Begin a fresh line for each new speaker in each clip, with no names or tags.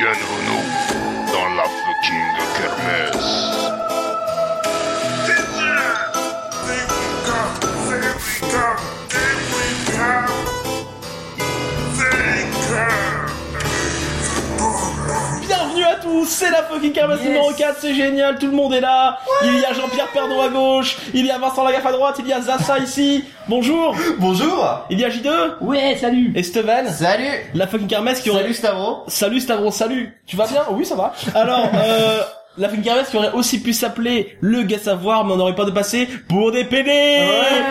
Bienvenue dans la fucking kermesse.
Bienvenue à tous, c'est la fucking kermesse
Yes.
numéro 4, c'est génial, tout le monde est là. il y a Jean-Pierre Perdon à gauche, il y a Vincent Lagaffe à droite, il y a Zassa ici. Bonjour,
Bonjour
il y a J2
Ouais, salut
et Steven.
Salut
La fucking kermesse qui aurait
Salut Stavro
Salut Stavro, salut. Tu vas bien Oui, ça va. Alors euh La fucking kermesse qui aurait aussi pu s'appeler le gars savoir, mais on n'aurait pas de passer pour des PD.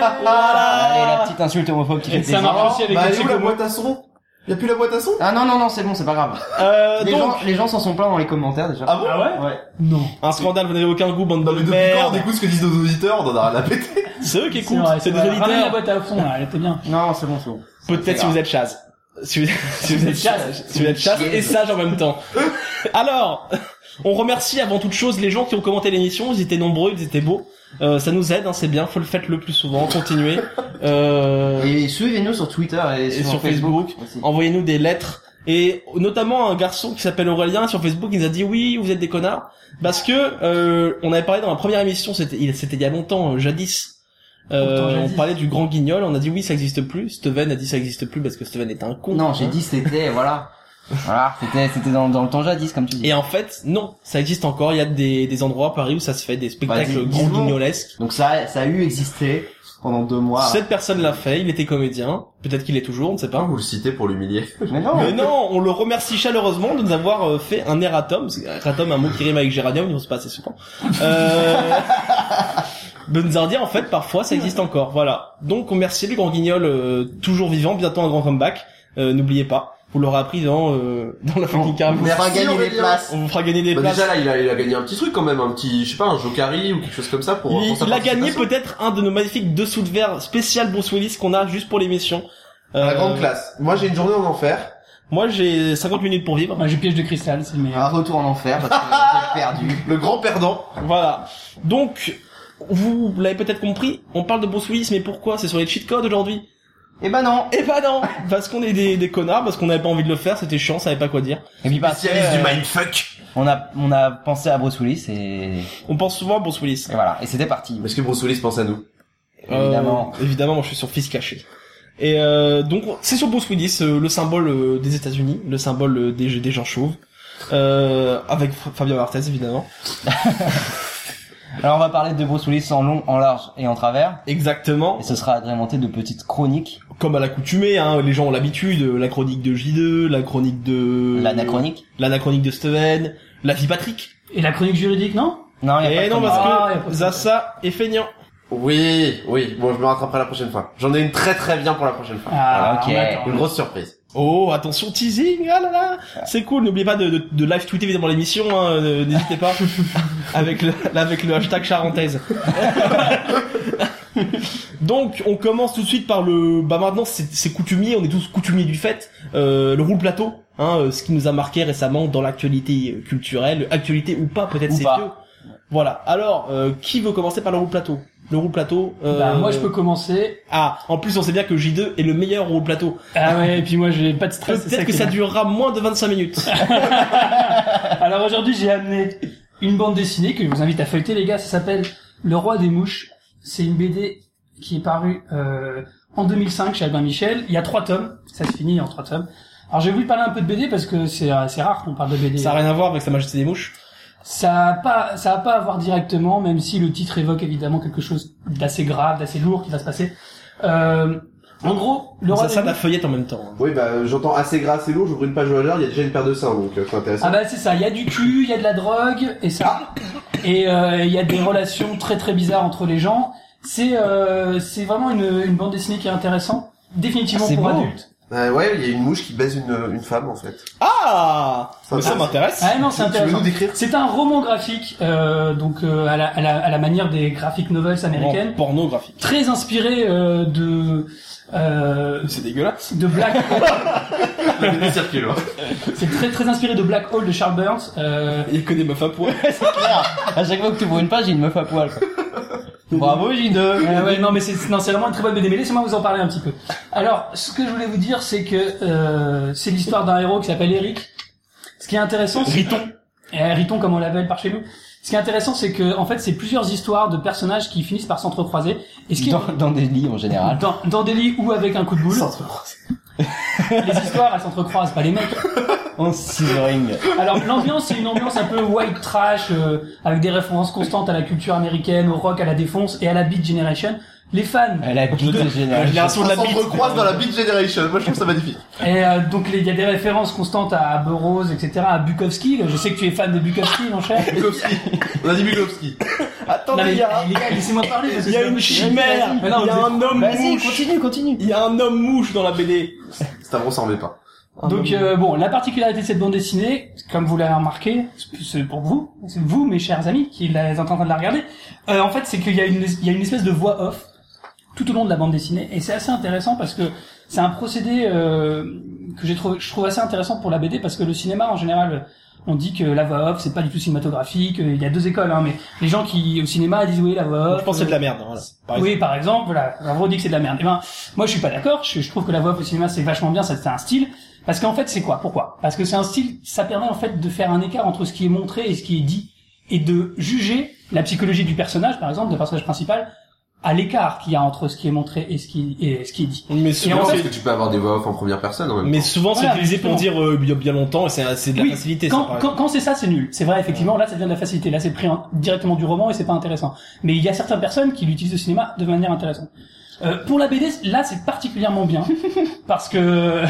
Voilà.
Allez, la petite insulte homophobe qui fait
Ça
plaisir.
marche aussi avec
Bah,
les
elle est où la
psychomos.
boîte à son Y'a plus la boîte à son
Ah non, non, non, c'est bon, c'est pas grave.
Euh,
Les
donc
gens, les gens s'en sont plaints dans les commentaires déjà.
Ah bon
Ah ouais
Ouais.
non, un scandale, vous n'avez aucun goût bande
Bah,
Non,
de
mais depuis quand on
merde.
écoute ce que disent nos auditeurs, on en a rien à péter.
C'est eux qui
C'est
écoutent,
vrai,
c'est des
vrai. Ramène la
auditeurs.
boîte à fond, là, elle était bien.
Non, c'est bon, c'est bon.
Peut-être si vous êtes chasse. Si vous, si vous êtes chasse. Si vous êtes chasse et sage en même temps. Alors, on remercie avant toute chose les gens qui ont commenté l'émission. Ils étaient nombreux, ils étaient beaux. Euh, ça nous aide, hein, c'est bien. Faut le faites le plus souvent. Continuez. Euh,
Et suivez-nous sur Twitter et,
et sur Facebook.
aussi.
Envoyez-nous des lettres. Et notamment un garçon qui s'appelle Aurélien sur Facebook, il nous a dit oui, vous êtes des connards, parce que euh, on avait parlé dans la première émission, c'était il, c'était il y a longtemps, euh, jadis. Euh,
Longtemps, jadis.
On parlait du Grand Guignol, on a dit oui, ça existe plus. Steven a dit ça existe plus parce que Steven est un con. Hein.
Non, j'ai dit c'était, voilà. Voilà, c'était, c'était dans, dans le temps jadis, comme tu dis.
Et en fait, non, ça existe encore. Il y a des, des endroits à Paris où ça se fait, des spectacles
Bah, dis-
grand
dis-le.
guignolesques.
Donc ça, ça a eu existé pendant deux mois.
Cette personne l'a fait, il était comédien. Peut-être qu'il est toujours, on ne sait pas.
Vous le citez pour l'humilier.
Mais non.
Mais non, on le remercie chaleureusement de nous avoir euh, fait un erratum. parce que Erratum, un mot qui rime avec géranium, ils ne pas assez souvent. Euh, de nous en dire, en fait, parfois, ça existe encore. Voilà. Donc, on remercie le grand guignol, euh, toujours vivant, bientôt un grand comeback. Euh, N'oubliez pas, vous l'aurez appris dans, euh, dans la fucking
on vous
carrière.
fera
Merci,
gagner des
Aurélien.
places.
On vous fera gagner des
Bah,
places.
déjà là, il a, il a gagné un petit truc quand même, un petit, je sais pas, un jokari ou quelque chose comme ça pour.
Il,
pour sa
il a gagné
participation.
peut-être un de nos magnifiques dessous de verre spécial Bruce Willis qu'on a juste pour l'émission. Euh,
La grande classe. Moi, j'ai une journée en enfer.
Moi j'ai 50 minutes pour vivre.
Moi, j'ai piège de cristal, c'est le meilleur.
Ah.
Un retour en enfer, parce que j'ai perdu.
Le grand perdant.
Voilà. Donc, vous l'avez peut-être compris, on parle de Bruce Willis, mais pourquoi C'est sur les cheat codes aujourd'hui
Eh ben non.
Eh ben non Parce qu'on est des, des connards, parce qu'on n'avait pas envie de le faire, c'était chiant, on savait pas quoi dire.
Et puis parce que,
Spécialiste
euh,
du mindfuck.
on a, on a pensé à Bruce Willis et,
On pense souvent à Bruce Willis.
et voilà. Et c'était parti.
Parce que Bruce Willis pense à nous.
Évidemment.
Euh, évidemment, moi je suis sur fils caché. Et euh, donc c'est sur Bruce Willis, euh, le symbole euh, des États-Unis, le symbole euh, des, des gens chauves, euh, avec F- Fabien Barthez évidemment.
Alors on va parler de Bruce Willis en long, en large et en travers.
Exactement,
Et ce sera agrémenté de petites chroniques.
comme à l'accoutumée, hein, les gens ont l'habitude, euh, la chronique de J2, la chronique de
L'anachronique.
l'anachronique de Steven, la vie Patrick.
Et la chronique juridique, non
Non, il y a pas
Et
de
non
chronique.
parce
Ah, y a pas
que
de
Zassa est feignant.
Oui, oui. Bon, je me rattraperai la prochaine fois. J'en ai une très très bien pour la prochaine fois.
Ah, ok.
on attend.
Une grosse surprise.
Oh attention teasing, ah là là, c'est cool. N'oubliez pas de, de, de live tweeter évidemment l'émission, hein, euh, n'hésitez pas avec le là, avec le hashtag charentaise. Donc on commence tout de suite par le bah maintenant c'est c'est coutumier, on est tous coutumiers du fait, euh, le roule plateau, hein, euh, ce qui nous a marqué récemment dans l'actualité euh, culturelle, actualité ou pas peut-être
Ou
c'est
pas.
vieux. Voilà. Alors euh, qui veut commencer par le roule plateau Le roule plateau. euh,
Bah, moi, je peux commencer.
Ah en plus on sait bien que J2 est le meilleur roule plateau.
Ah ouais, et puis moi, j'ai pas de stress. c'est
Peut-être que
qui est
ça
bien.
durera moins de 25 minutes.
Alors aujourd'hui, j'ai amené une bande dessinée que je vous invite à feuilleter, les gars. Ça s'appelle Le Roi des Mouches. C'est une BD qui est parue euh, en 2005 chez Albin Michel. Il y a trois tomes. Ça se finit en trois tomes. Alors, j'ai voulu parler un peu de BD parce que c'est euh, c'est rare qu'on parle de BD.
Ça n'a rien à voir avec Sa Majesté des Mouches.
Ça a pas, ça a pas à voir directement, même si le titre évoque évidemment quelque chose d'assez grave, d'assez lourd qui va se passer. Euh, en gros, le roi
ça,
des
ça, la
mouches-
feuillette en même temps.
Oui, bah, j'entends assez gras, assez lourd. J'ouvre une page au hasard. Il y a déjà une paire de seins, donc euh, c'est intéressant.
Ah bah c'est ça, il y a du cul, il y a de la drogue et ça, et euh, il y a des relations très très bizarres entre les gens. C'est euh, c'est vraiment une, une bande dessinée qui est intéressante, définitivement
Ah, c'est
pour
beau.
adultes.
Euh, ouais, il y a une mouche qui baise une, une femme en fait.
Ah Mais ça m'intéresse.
Ah non, c'est
Tu veux
intéressant.
nous décrire
C'est un roman graphique, euh, donc euh, à, la, à, la, à la manière des graphic novels américaines,
Porno- Pornographique.
très inspiré euh, de euh,
C'est dégueulasse.
de Black
La BD circule. hein.
C'est très très inspiré de Black Hole de Charles Burns. Euh,
Il y a que des meufs à poil.
C'est clair. À chaque fois que tu ouvres une page, il y a une meuf à poil. quoi.
Bravo J2
Ah ouais, non, mais c'est non, c'est vraiment une très bonne BD. Mais laissez-moi vous en parler un petit peu. Alors, ce que je voulais vous dire, c'est que euh, c'est l'histoire d'un héros qui s'appelle Eric. Ce qui est intéressant, c'est
Riton.
Eh, Riton, comme on l'appelle par chez nous. Ce qui est intéressant, c'est que en fait, c'est plusieurs histoires de personnages qui finissent par s'entrecroiser. Et ce qui est-
Dans, dans des lits en général.
dans, dans des lits ou avec un coup de boule, les histoires elles s'entrecroisent, pas les mecs.
On scissoring.
Alors l'ambiance, c'est une ambiance un peu white trash, euh, avec des références constantes à la culture américaine, au rock, à la défonce et à la Beat Generation. Les fans,
Elle a bite de
La
général.
génération de la
On
bite.
recroise dans la Beat Generation. Moi, je trouve ça magnifique.
et euh, donc les- il y a des références constantes à Burroughs, etc., à Bukowski. Je sais que tu es fan de Bukowski, mon cher.
Bukowski. On a dit Bukowski.
Non,
Attendez,
mais,
Oh, il y a,
les gars, laissez-moi parler. Parce que
il y a
c'est-
une chimère,
Mais
il y
non,
a
vous êtes-
un homme
Vas-y,
mouche,
continue, continue.
il y a un homme mouche dans la BD.
Stavros s'en remet pas.
Un
Donc
homme-
euh, bon, la particularité de cette bande dessinée, comme vous l'avez remarqué, c'est pour vous, c'est vous mes chers amis qui la- êtes en train de la regarder, euh, en fait c'est qu'il y, a une es- il y a une espèce de voix off tout au long de la bande dessinée et c'est assez intéressant parce que c'est un procédé euh, que j'ai trouvé, je trouve assez intéressant pour la BD parce que le cinéma en général on dit que la voix off c'est pas du tout cinématographique, euh, il y a deux écoles hein, mais les gens qui au cinéma disent oui la voix off.
je pense que c'est de
euh,
la merde. Voilà. Par exemple.
oui, par exemple, voilà, on dit que c'est de la merde. Eh ben, moi, je suis pas d'accord. Je, je trouve que la voix off au cinéma, c'est vachement bien. ça, C'est un style. Parce qu'en fait, c'est quoi Pourquoi Parce que c'est un style. Ça permet en fait de faire un écart entre ce qui est montré et ce qui est dit, et de juger la psychologie du personnage, par exemple, du personnage principal, à l'écart qu'il y a entre ce qui est montré et ce qui et ce qui est dit.
Mais
Et
souvent,
en fait-
c'est-
que tu peux avoir des voix off en première personne en même temps.
mais souvent, c'est
Voilà,
utilisé pour dire euh, il y a bien longtemps et c'est c'est de la
Oui,
facilité. ça,
Quand,
par exemple.
quand, quand c'est ça, c'est nul. C'est vrai, effectivement, là, ça devient de la facilité. Là, c'est pris en- directement du roman et c'est pas intéressant. Mais il y a certaines personnes qui l'utilisent au cinéma de manière intéressante. Euh, pour la BD, là, c'est particulièrement bien parce que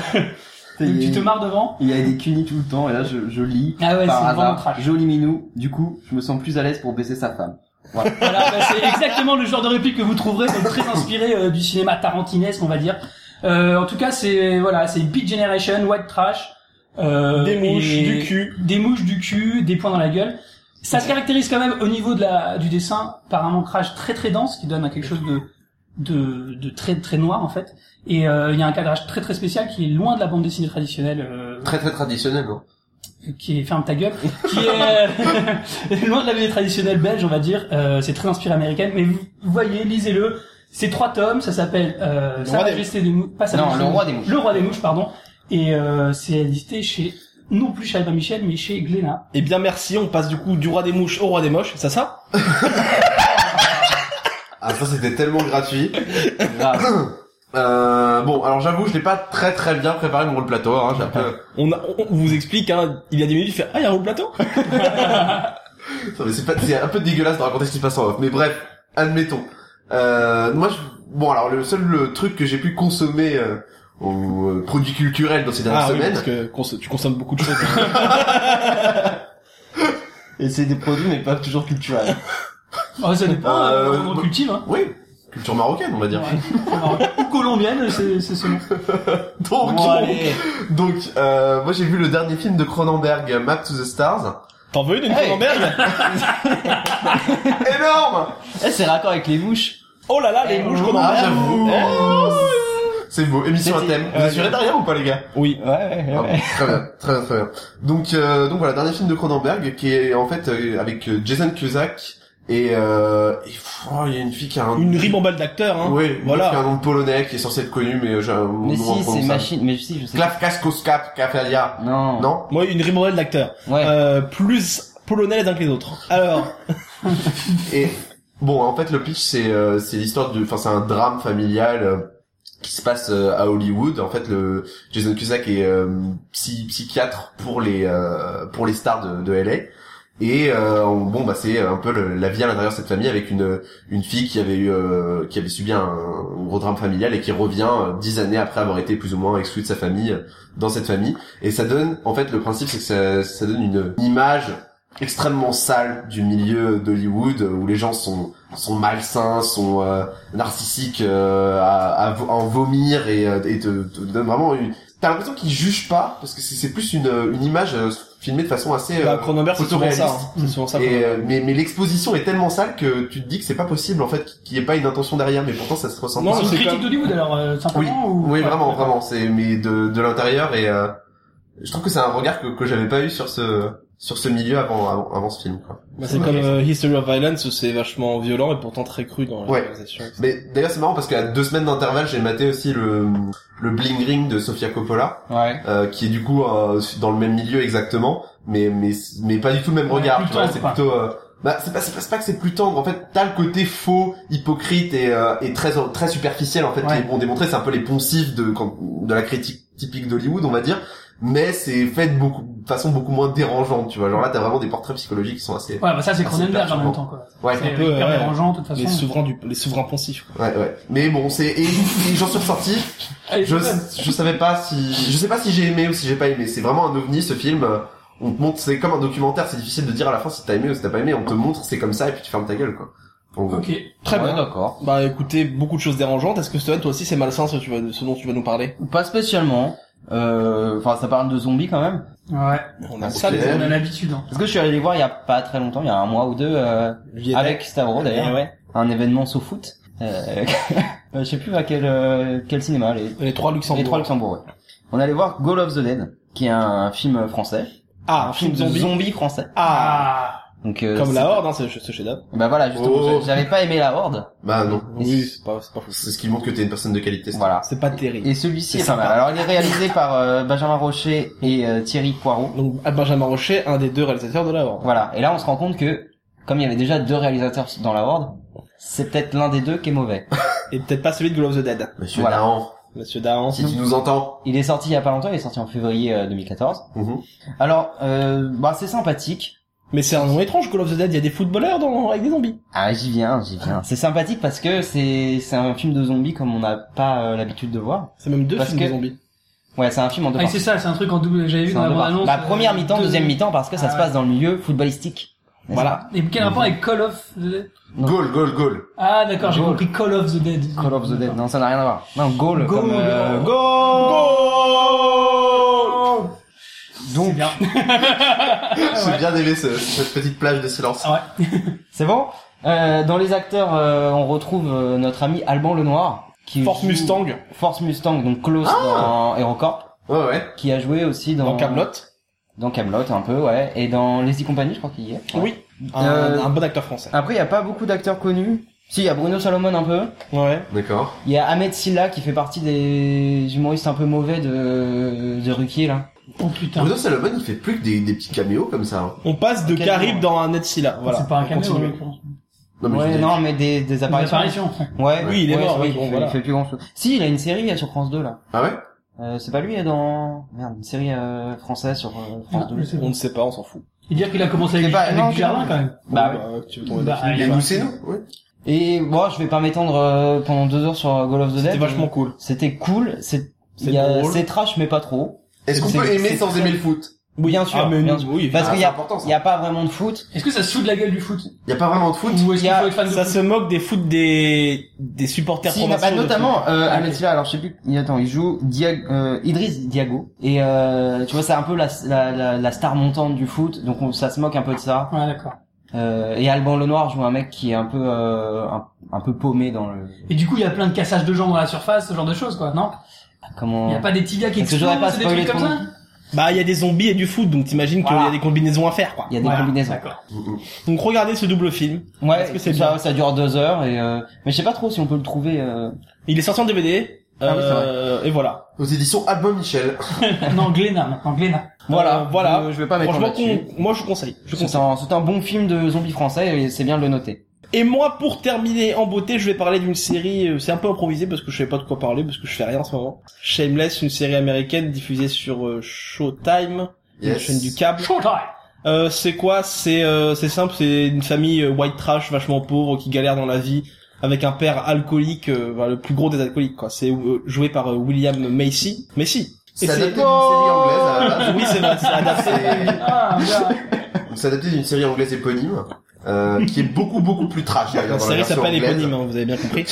Il y
tu
a-
te marres devant.
Il y a des cunis tout le temps et là je, je lis
Ah ouais,
par
c'est vraiment
hasard.
trash.
Joli minou. Du coup, je me sens plus à l'aise pour baiser sa femme.
Voilà, bah, c'est exactement le genre de réplique que vous trouverez, donc très inspiré euh, du cinéma tarantinesque, on va dire. Euh, en tout cas, c'est voilà, c'est Beat Generation, White Trash, euh,
Des mouches,
et-
du cul.
des mouches, du cul, des points dans la gueule. Ça se caractérise quand même au niveau de la du dessin par un ancrage très très dense qui donne à quelque chose de de, de très très noir en fait. Et euh, il y a un cadrage très très spécial qui est loin de la bande dessinée traditionnelle. euh,
Très très traditionnel. hein.
qui est ferme ta gueule, qui est euh, loin de la BD traditionnelle belge, on va dire. Euh, c'est très inspiré américaine, mais vous voyez, lisez-le. C'est trois tomes, ça s'appelle euh, Sa
roi des
Majesté des mouches. Pas Sa
Non,
Majesté
Le Roi des Mouches.
Le roi des mouches, pardon. Et euh, c'est édité chez non plus chez Albin Michel, mais chez Glénat.
Eh bien, merci. On passe du coup du roi des mouches au roi des moches. C'est ça
Ah ça c'était tellement gratuit.
Grave.
Euh, bon alors j'avoue je n'ai pas très très bien préparé mon rôle plateau. Hein, j'ai un peu-
on, a- on- on vous explique. Hein, il y a des minutes, il fait ah il y a un plateau.
Non, mais c'est pas, c'est un peu dégueulasse de raconter ce qui se passe en off. Mais bref, admettons. Euh, moi, je, bon, alors le seul euh, truc que j'ai pu consommer euh, au euh, produit culturel dans ces dernières
Ah oui,
semaines,
parce que cons- tu consommes beaucoup de choses. hein.
Et c'est des produits mais pas toujours culturels.
Oh, ça dépend,
Euh,
euh, on
bah-
cultive. Hein.
oui, culture marocaine, on va dire.
Ouais. Alors, ou colombienne, c'est c'est selon.
Donc,
Bon, allez.
donc, euh, moi j'ai vu le dernier film de Cronenberg, Map to the Stars.
T'en veux une, une
Hey.
Cronenberg
Énorme.
Eh, c'est raccord avec les mouches.
Oh là là, les
Eh,
mouches
oh,
Ah,
Cronenberg.
j'avoue. C'est beau. Émission à
C'était-
thème. Vous
euh,
assurez derrière ou pas, les gars
Oui.
Ouais, ouais,
Ah
ouais.
bon, très bien, très bien, très bien. Donc, euh, donc voilà, dernier film de Cronenberg qui est en fait euh, avec euh, Jason Cusack et euh, et, pff, oh, il y a une fille qui a un
Une ribambelle d'acteurs. Hein.
Oui, une
Voilà.
meuf qui a un nom polonais qui est censé être connu, mais euh, j'ai un nom
Mais si, c'est
imprononçable.
machine. Mais si, je sais.
Klafkaskoskap Kafalia.
Non.
Non
Moi, une ribambelle d'acteurs.
Ouais.
Euh, plus polonais les uns que les autres. Alors,
Et bon, en fait, le pitch c'est euh, c'est l'histoire de, enfin c'est un drame familial. euh, qui se passe euh, à Hollywood. En fait, le Jason Cusack est euh, psy- psychiatre pour les euh, pour les stars de, de LA. Et euh, on- bon, bah c'est un peu le- la vie à l'intérieur de cette famille avec une une fille qui avait eu euh, qui avait subi un, un gros drame familial et qui revient euh, dix années après avoir été plus ou moins exclue de sa famille euh, dans cette famille. Et ça donne, en fait, le principe c'est que ça, ça donne une image extrêmement sale du milieu d'Hollywood où les gens sont sont malsains, sont euh, narcissique euh, à, à vo- en vomir et, euh, et te, te donne vraiment une... T'as l'impression qu'ils jugent pas, parce que c'est c'est plus une, euh, une image euh, filmée de façon assez...
bah,
euh,
Cronenberg, c'est souvent ça. hein. C'est souvent ça.
et, euh, mais mais l'exposition est tellement sale que tu te dis que c'est pas possible en fait qu'il n'y ait pas une intention derrière, mais pourtant ça se ressent
Non,
pas.
C'est une
c'est
critique
comme-
d'Hollywood, alors, euh,
Oui,
simplement ou...
oui
Ouais,
vraiment,
d'accord.
vraiment, c'est mais de, de l'intérieur et euh, je trouve que c'est un regard que, que j'avais pas eu sur ce sur ce milieu avant avant, avant ce film. Quoi.
Bah, c'est comme euh, History of Violence où c'est vachement violent et pourtant très cru dans la
Ouais.
réalisation.
Mais d'ailleurs c'est marrant parce qu'à deux semaines d'intervalle j'ai maté aussi le le Bling Ring de Sofia Coppola
Ouais.
euh, qui est du coup euh, dans le même milieu exactement mais mais mais pas du tout le même
Ouais,
regard.
plus
tu vois,
tendre,
C'est
quoi.
plutôt euh, bah c'est pas c'est pas, c'est pas que c'est plus tendre en fait t'as le côté faux hypocrite et, euh, et très très superficiel en fait
Ouais.
qui est démontré c'est un peu les poncifs de quand- de la critique typique d'Hollywood on va dire mais c'est fait de beaucoup de façon beaucoup moins dérangeante tu vois genre là t'as vraiment des portraits psychologiques qui sont assez
Ouais, bah ça c'est
Ah, c'est
Cronenberg en
perturbant.
même temps quoi.
ouais
C'est
un peu,
hyper
ouais.
dérangeant de toute
Les
façon.
souverains du, les souverains poncifs. quoi.
ouais ouais mais bon c'est et, et j'en suis ressorti
Allez,
Je,
Stéphane.
je savais pas si je sais pas si j'ai aimé ou si j'ai pas aimé. C'est vraiment un ovni ce film. On te montre, c'est comme un documentaire. C'est difficile de dire à la fin si t'as aimé ou si t'as pas aimé. On te montre, c'est comme ça et puis tu fermes ta gueule quoi. En gros.
Ok.
Très
Ouais,
bien.
d'accord.
Bah écoutez, beaucoup de choses dérangeantes. Est-ce que Stan, toi aussi, c'est malsain ce, que tu vas- ce dont tu vas nous parler
Pas spécialement. Euh, Enfin, ça parle de zombies quand même.
Ouais.
On a
Ok.
ça, les
On
amis.
a l'habitude. hein.
Parce que je suis allé les voir il y a pas très longtemps, il y a un mois ou deux, euh,
J'y étais.
avec Stavro d'ailleurs.
Et ouais.
Un événement sous foot. Euh, je sais plus à quel euh, quel cinéma. Les,
Les trois
les
Luxembourg.
trois Luxembourg. Ouais. On allait voir Goal of the Dead, qui est un film français,
Ah,
un film de
zombie.
zombies français.
Ah,
Ah.
Donc euh,
comme
c'est-
la Horde, hein, c'est ce chef-d'œuvre.
Bah voilà, justement,
Oh.
j'avais pas aimé la Horde.
Bah non.
Oui, c'est pas, c'est pas fou.
C'est ce qui montre que t'es une personne de qualité.
Voilà.
C'est pas terrible.
Et celui-ci
C'est
est pas
sympa.
mal. Alors il est réalisé par euh, Benjamin Rocher et euh, Thierry Poirot.
Donc à Benjamin Rocher, un des deux réalisateurs de la Horde.
Voilà. Et là on se rend compte que comme il y avait déjà deux réalisateurs dans la Horde, c'est peut-être l'un des deux qui est mauvais.
Et peut-être pas celui de Glow of the Dead.
Monsieur
Voilà.
Dahan,
Monsieur Dahan.
si tu nous entends.
Il est sorti il y a pas longtemps, il est sorti en février euh, 2014.
Mhm.
Alors euh, bah c'est sympathique.
Mais c'est un nom étrange, Call of the Dead, il y a des footballeurs dans... avec des zombies.
Ah j'y viens, j'y viens. C'est sympathique parce que c'est c'est un film de zombies comme on n'a pas euh, l'habitude de voir.
C'est même deux
Parce
films
que-
de zombies.
Ouais, c'est un film en deux
Ah,
parties.
c'est ça, c'est un truc en double. J'avais vu
C'est
dans
en
la
deux
bande
parties.
annonce.
Bah, première mi-temps,
deux-
deuxième mi-temps parce que ça
Ah
se
ouais.
passe dans le milieu footballistique. n'est-ce
Voilà.
Et quel rapport avec Call of the Dead
Non.
Goal, goal, goal.
Ah d'accord, j'ai
Goal.
compris Call of the Dead.
pas Call of the Dead. Non, ça n'a rien à voir. Non, Goal.
Goal.
Comme, euh,
Goal.
Goal.
C'est
Donc,
bien.
J'ai bien aimé ce- cette petite plage de silence.
Ah ouais.
c'est bon. Euh, dans les acteurs, euh, on retrouve euh, notre ami Alban Lenoir, qui
Force
joue-
Mustang
Force Mustang, donc Klaus dans HeroCorp,
Ouais ouais.
qui a joué aussi dans
dans Camelot.
dans Camelot un peu, ouais, et dans Les Compagnie, je crois qu'il y est. Ouais.
Oui. Un,
Euh,
un bon acteur français.
Après, il y a pas beaucoup d'acteurs connus. Si, il y a Bruno Salomon un peu.
Ouais.
D'accord.
Il y a Ahmed Silla qui fait partie des humoristes un peu mauvais de de Ruquier là.
Oh putain.
Bruno Salomon, il fait plus que des, des petits caméos comme ça. hein.
On passe de
Quel
Carib
nom
dans un Netsila. Voilà.
C'est pas un
On
caméo.
continue.
en l'occurrence.
mais je
ouais,
veux dire-
non, mais des des
Une
apparitions.
apparition.
Ouais.
Oui, il est
ouais,
mort,
c'est vrai
oui,
qu'il
bon,
fait-
voilà.
il fait plus grand chose. Si, il a une série euh, sur France 2 là.
Ah ouais.
Euh, c'est pas lui euh, dans merde une série euh, française sur euh, France
Non,
2.
mais c'est
On ne sait pas, on s'en fout.
Et dire qu'il a commencé avec,
C'est pas-
avec
non,
du jardin quand même.
Bah, ouais.
tu veux tomber
Bah,
dans le film,
allez,
Et
voilà.
nous c'est nous. Ouais.
Et bon, je vais pas m'étendre euh, pendant deux heures sur Goal of the Dead.
C'était vachement cool.
C'était cool. C'est
C'est
il y a-
drôle.
c'est trash mais pas trop.
Est-ce qu'on
C'est-
peut
c'est-
aimer
c'est
sans
très-
aimer le foot
Oui, bien sûr.
Ah, mais
bien
nous-
sûr.
oui.
Parce
Ah,
qu'il y
c'est
a
important
il y
ça.
a pas vraiment de foot.
Est-ce que ça se fout de la gueule du foot
Y a pas vraiment de foot.
Ou est-ce
Il y
qu'il
a-
faut être fan de
Ça
foot
se moque des foot des, des supporters
Si, bah,
provinciaux de
notamment euh,
Ah,
Ahmed
ok.
Silla, alors je sais plus il- attends, il joue Dia- euh, Idriss Diago et euh, tu vois c'est un peu la, la, la, la star montante du foot donc on, ça se moque un peu de ça.
Ouais, d'accord.
Euh, et Alban Lenoir joue un mec qui est un peu euh, un, un peu paumé dans le
Et du coup, il y a plein de cassages de gens dans la surface, ce genre de choses, quoi, non
comment
Il y a pas des petits gars qui
Parce que j'aurais
explosent,
pas
c'est des trucs
spoilé
comme ça
foot. Bah, il y a des zombies et du foot, donc t'imagines qu'il y a
Voilà.
des combinaisons à faire, quoi.
Il y a des
Voilà,
combinaisons.
D'accord.
Donc regardez ce double film.
Ouais,
Parce que c'est
ça, ça dure deux heures et euh, mais je sais pas trop si on peut le trouver. Euh...
Il est sorti en DVD.
Ah oui, c'est vrai.
euh, et voilà.
Aux éditions Albin Michel.
non, Glénat, maintenant, Glénat.
Voilà, voilà.
Je, je vais pas m'étendre
Franchement,
là-dessus.
qu'on- moi je vous conseille. Je vous
C'est
conseille.
un, c'est un bon film de zombies français et c'est bien de le noter.
Et moi, pour terminer en beauté, je vais parler d'une série. euh, C'est un peu improvisé parce que je sais pas de quoi parler parce que je fais rien en ce moment. Shameless, une série américaine diffusée sur euh, Showtime, la
Yes.
chaîne du câble.
Showtime
Euh, c'est quoi C'est euh, c'est simple. C'est une famille euh, white trash, vachement pauvre, qui galère dans la vie, avec un père alcoolique, euh, enfin, le plus gros des alcooliques. quoi. C'est euh, joué par euh, William Macy. Macy. Et
C'est adapté d'une
c'est- Oh
série anglaise à la base.
Oui, c'est vrai. C'est adapté.
C'est-
Ah, bien.
C'est adapté d'une série anglaise éponyme, euh, qui est beaucoup beaucoup plus trash d'ailleurs
La
dans la
série
version
s'appelle
anglaise.
éponyme, hein, vous avez bien compris.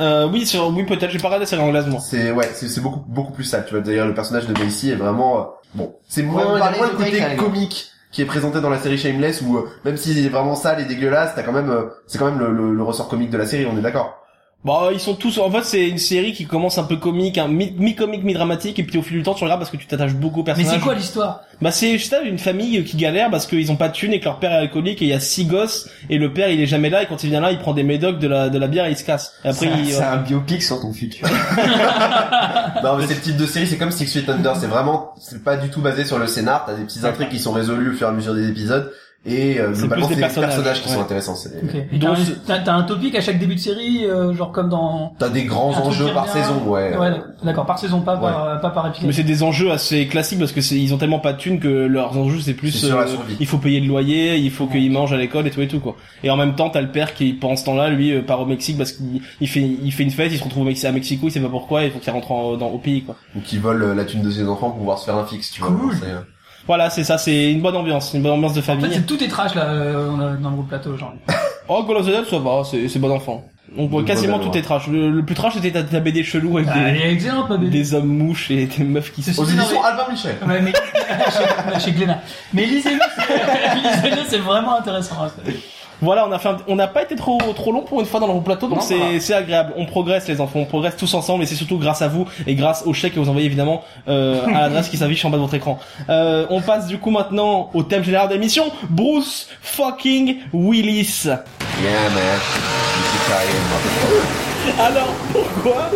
Euh, oui, sur, oui, peut-être, j'ai pas regardé la série anglaise, moi.
C'est ouais, c'est c'est beaucoup beaucoup plus sale. Tu vois d'ailleurs le personnage de Macy est vraiment euh, bon. C'est
Ouais, vous
moins il y a
parlez
moins
de
le côté
Drake, allez.
comique qui est présenté dans la série Shameless où euh, même s'il est vraiment sale et dégueulasse, t'as quand même euh, c'est quand même le, le- le ressort comique de la série. On est d'accord.
Bah, ils sont tous. En fait, c'est une série qui commence un peu comique, hein, mi- mi-comique, mi-dramatique, et puis au fil du temps, tu regardes parce que tu t'attaches beaucoup au
Mais
personnage.
c'est quoi l'histoire
Bah, c'est juste ça, une famille qui galère parce qu'ils ont pas de thunes et que leur père est alcoolique et il y a six gosses et le père il est jamais là et quand il vient là, il prend des médocs, de la de la bière et il se casse. Et après, il,
C'est un biopic sur ton futur.
Non, mais c'est le type de série, c'est comme Six Feet Under, c'est vraiment, c'est pas du tout basé sur le scénar, t'as des petites intrigues qui sont résolues au fur et à mesure des épisodes, et euh,
C'est
globalement
plus des
c'est les personnages,
personnages,
qui
ouais.
sont intéressants. c'est-
Ok. Et
Donc,
t'as un-
c'est-
T'as t'as un topic à chaque début de série, euh, genre comme dans.
T'as des grands
Un truc
enjeux
qui
par
revient-
saison, ouais.
Ouais, d'accord, par saison, pas par, euh, pas par
Mais
épisode.
c'est des enjeux assez classiques parce que c'est, ils ont tellement pas de thunes que leurs enjeux c'est plus euh,
C'est sur la survie.
il faut payer le loyer, il faut qu'ils mangent à l'école et tout et tout quoi. Et en même temps t'as le père qui pendant ce temps-là lui euh, part au Mexique parce qu'il il fait il fait une fête, il se retrouve au Mexique, à Mexico, il sait pas pourquoi, il faut qu'il rentre en- dans, au pays quoi.
Ou qui volent euh, la thune de ses enfants pour pouvoir se faire un fixe, tu vois.
Cool.
c'est, euh,
Voilà c'est ça, c'est une bonne ambiance, une bonne ambiance de
En fait,
famille.
c'est tout est trash là euh, on a- dans le groupe plateau, genre.
oh Call of the Dead ça va, c'est, c'est bon enfant. Donc ouais,
De
quasiment
bonne
tout
loi.
est trash. Le, le plus trash c'était ta, ta BD chelou avec
Ah, elle
des,
est excellente, ma BD.
des hommes mouches et des meufs qui se
Ceci
Aux
dit, non, mais-
éditions Albin Michel.
Ouais, mais chez, chez Glénat. Mais lisez-le, c'est- lisez-le, c'est vraiment intéressant. hein.
Voilà, on a fait, un- on n'a pas été trop trop long pour une fois dans le plateau, donc
Non, ça
c'est c'est agréable. On progresse les enfants, on progresse tous ensemble, et c'est surtout grâce à vous et grâce au chèque que vous envoyez évidemment euh, à l'adresse qui s'affiche en bas de votre écran. Euh, on passe du coup maintenant au thème général de l'émission, Bruce fucking Willis.
Yeah, man. It's Italian.
Alors pourquoi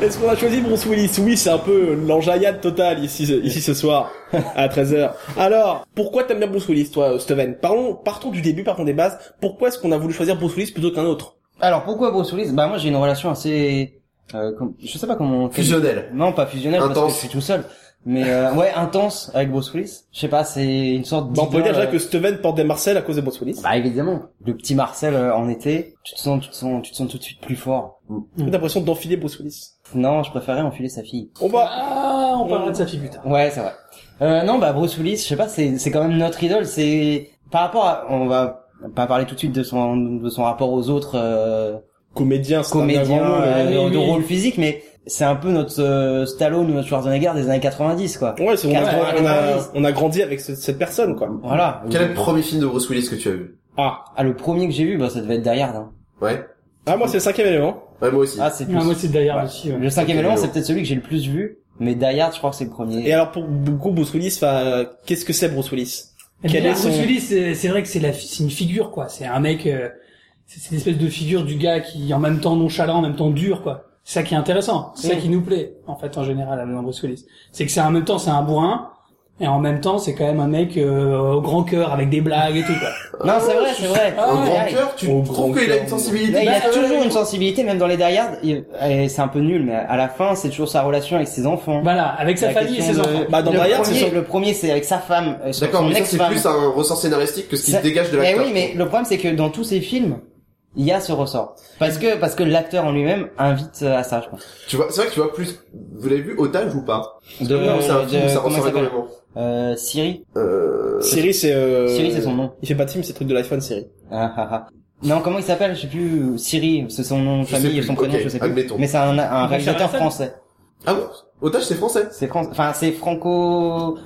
est-ce qu'on a choisi Bruce Willis Oui, c'est un peu l'enjaillade totale ici ici ce soir à 13h. Alors pourquoi t'aimes bien Bruce Willis, toi, Steven Parlons, partons du début, partons des bases. Pourquoi est-ce qu'on a voulu choisir Bruce Willis plutôt qu'un autre
Alors pourquoi Bruce Willis Bah moi j'ai une relation assez, euh, comme- je sais pas comment. on fait-
Fusionnel.
Non, pas fusionnelle parce
Intense.
que je suis tout seul. Mais euh, ouais, intense avec Bruce Willis. Je sais pas, c'est une sorte.
Bah, on peut
d'idole,
dire déjà
euh,
que Steven porte des Marcel à cause de Bruce Willis.
Bah évidemment, le petit Marcel euh, en été, tu te sens, tu te sens, tu te sens tout de suite plus fort.
J'ai l'impression d'enfiler Bruce Willis.
Non, je préférais enfiler sa fille.
On va...
Ah, on parlera de sa fille plus tard.
Ouais, c'est vrai. Euh, non, bah Bruce Willis, je sais pas, c'est c'est quand même notre idole. C'est par rapport à, on va pas parler tout de suite de son de son rapport aux autres euh,
Comédien, c'est un
comédiens
grand mot, mais-
euh,
oui,
de- de
oui.
rôle physique, mais c'est un peu notre euh, Stallone ou notre Schwarzenegger des années 90, quoi.
euh, Ouais, c'est- on, a,
Quatre-vingt-dix.
on, a, on a grandi avec ce- cette personne, quoi.
Voilà.
Quel est le premier film de Bruce Willis que tu as vu
Ah,
Ah, le premier que j'ai vu, bah ça devait être derrière. Hein.
Ouais.
ah moi c'est le cinquième élément.
Ouais, moi aussi.
Ah, c'est plus.
Ah, moi, c'est d'ailleurs
Ouais.
aussi. ouais.
Le cinquième élément,
Hello.
c'est peut-être celui que j'ai le plus vu, mais Die Hard, je crois que c'est le premier.
Et alors pour beaucoup Bruce Willis, enfin, euh, qu'est-ce que c'est Bruce Willis
Et
Quel
puis,
est son-
Bruce Willis, c'est c'est vrai que c'est la, fi- c'est une figure quoi. C'est un mec, euh, c'est c'est une espèce de figure du gars qui, est en même temps nonchalant, en même temps dur quoi. C'est ça qui est intéressant, c'est ça
Mm.
qui nous plaît en fait en général dans Bruce Willis. C'est que c'est en même temps c'est un bourrin et en même temps c'est quand même un mec euh, au grand cœur avec des blagues et tout quoi.
Non, c'est vrai, c'est vrai.
Ah,
Au
ouais. Ah,
grand cœur, tu
Au grand
trouves qu'il a
cœur.
une
Là,
sensibilité
il a
Ouais,
toujours
ouais.
une sensibilité, même dans les Die Hard, il- et c'est un peu nul, mais à la fin, c'est toujours sa relation avec ses enfants.
Voilà, Bah, avec sa
La
famille et ses
question de-
enfants.
Bah, dans
le,
Die Hard, c'est
premier,
son-
le premier, c'est avec sa femme, euh, son-
D'accord,
son
mais ça c'est
ex-femme.
plus un ressort scénaristique que ce qui
Ça-
se dégage de
Eh
l'acteur.
oui, mais le problème, c'est que dans tous ces films, il y a ce ressort. Parce que, parce que l'acteur en lui-même invite euh, à ça, je pense.
Tu vois, c'est vrai que tu vois plus. Vous l'avez vu Otage ou pas
De,
Non, c'est un
Euh, de-
film, ça
comment il
ressort
s'appelle
énormément.
Euh, Siri.
Euh...
Siri, c'est... Euh...
Siri, c'est son nom.
Il fait pas de film, c'est le truc de l'iPhone, Siri.
Ah, ah, ah. Non, comment il s'appelle Je sais plus. Siri, c'est son nom de
Je sais
famille et
plus,
son prénom,
ok,
je sais plus.
admettons.
Mais c'est un, un réalisateur
Harrison
français.
Ah bon Otage c'est français.
C'est Fran- enfin c'est franco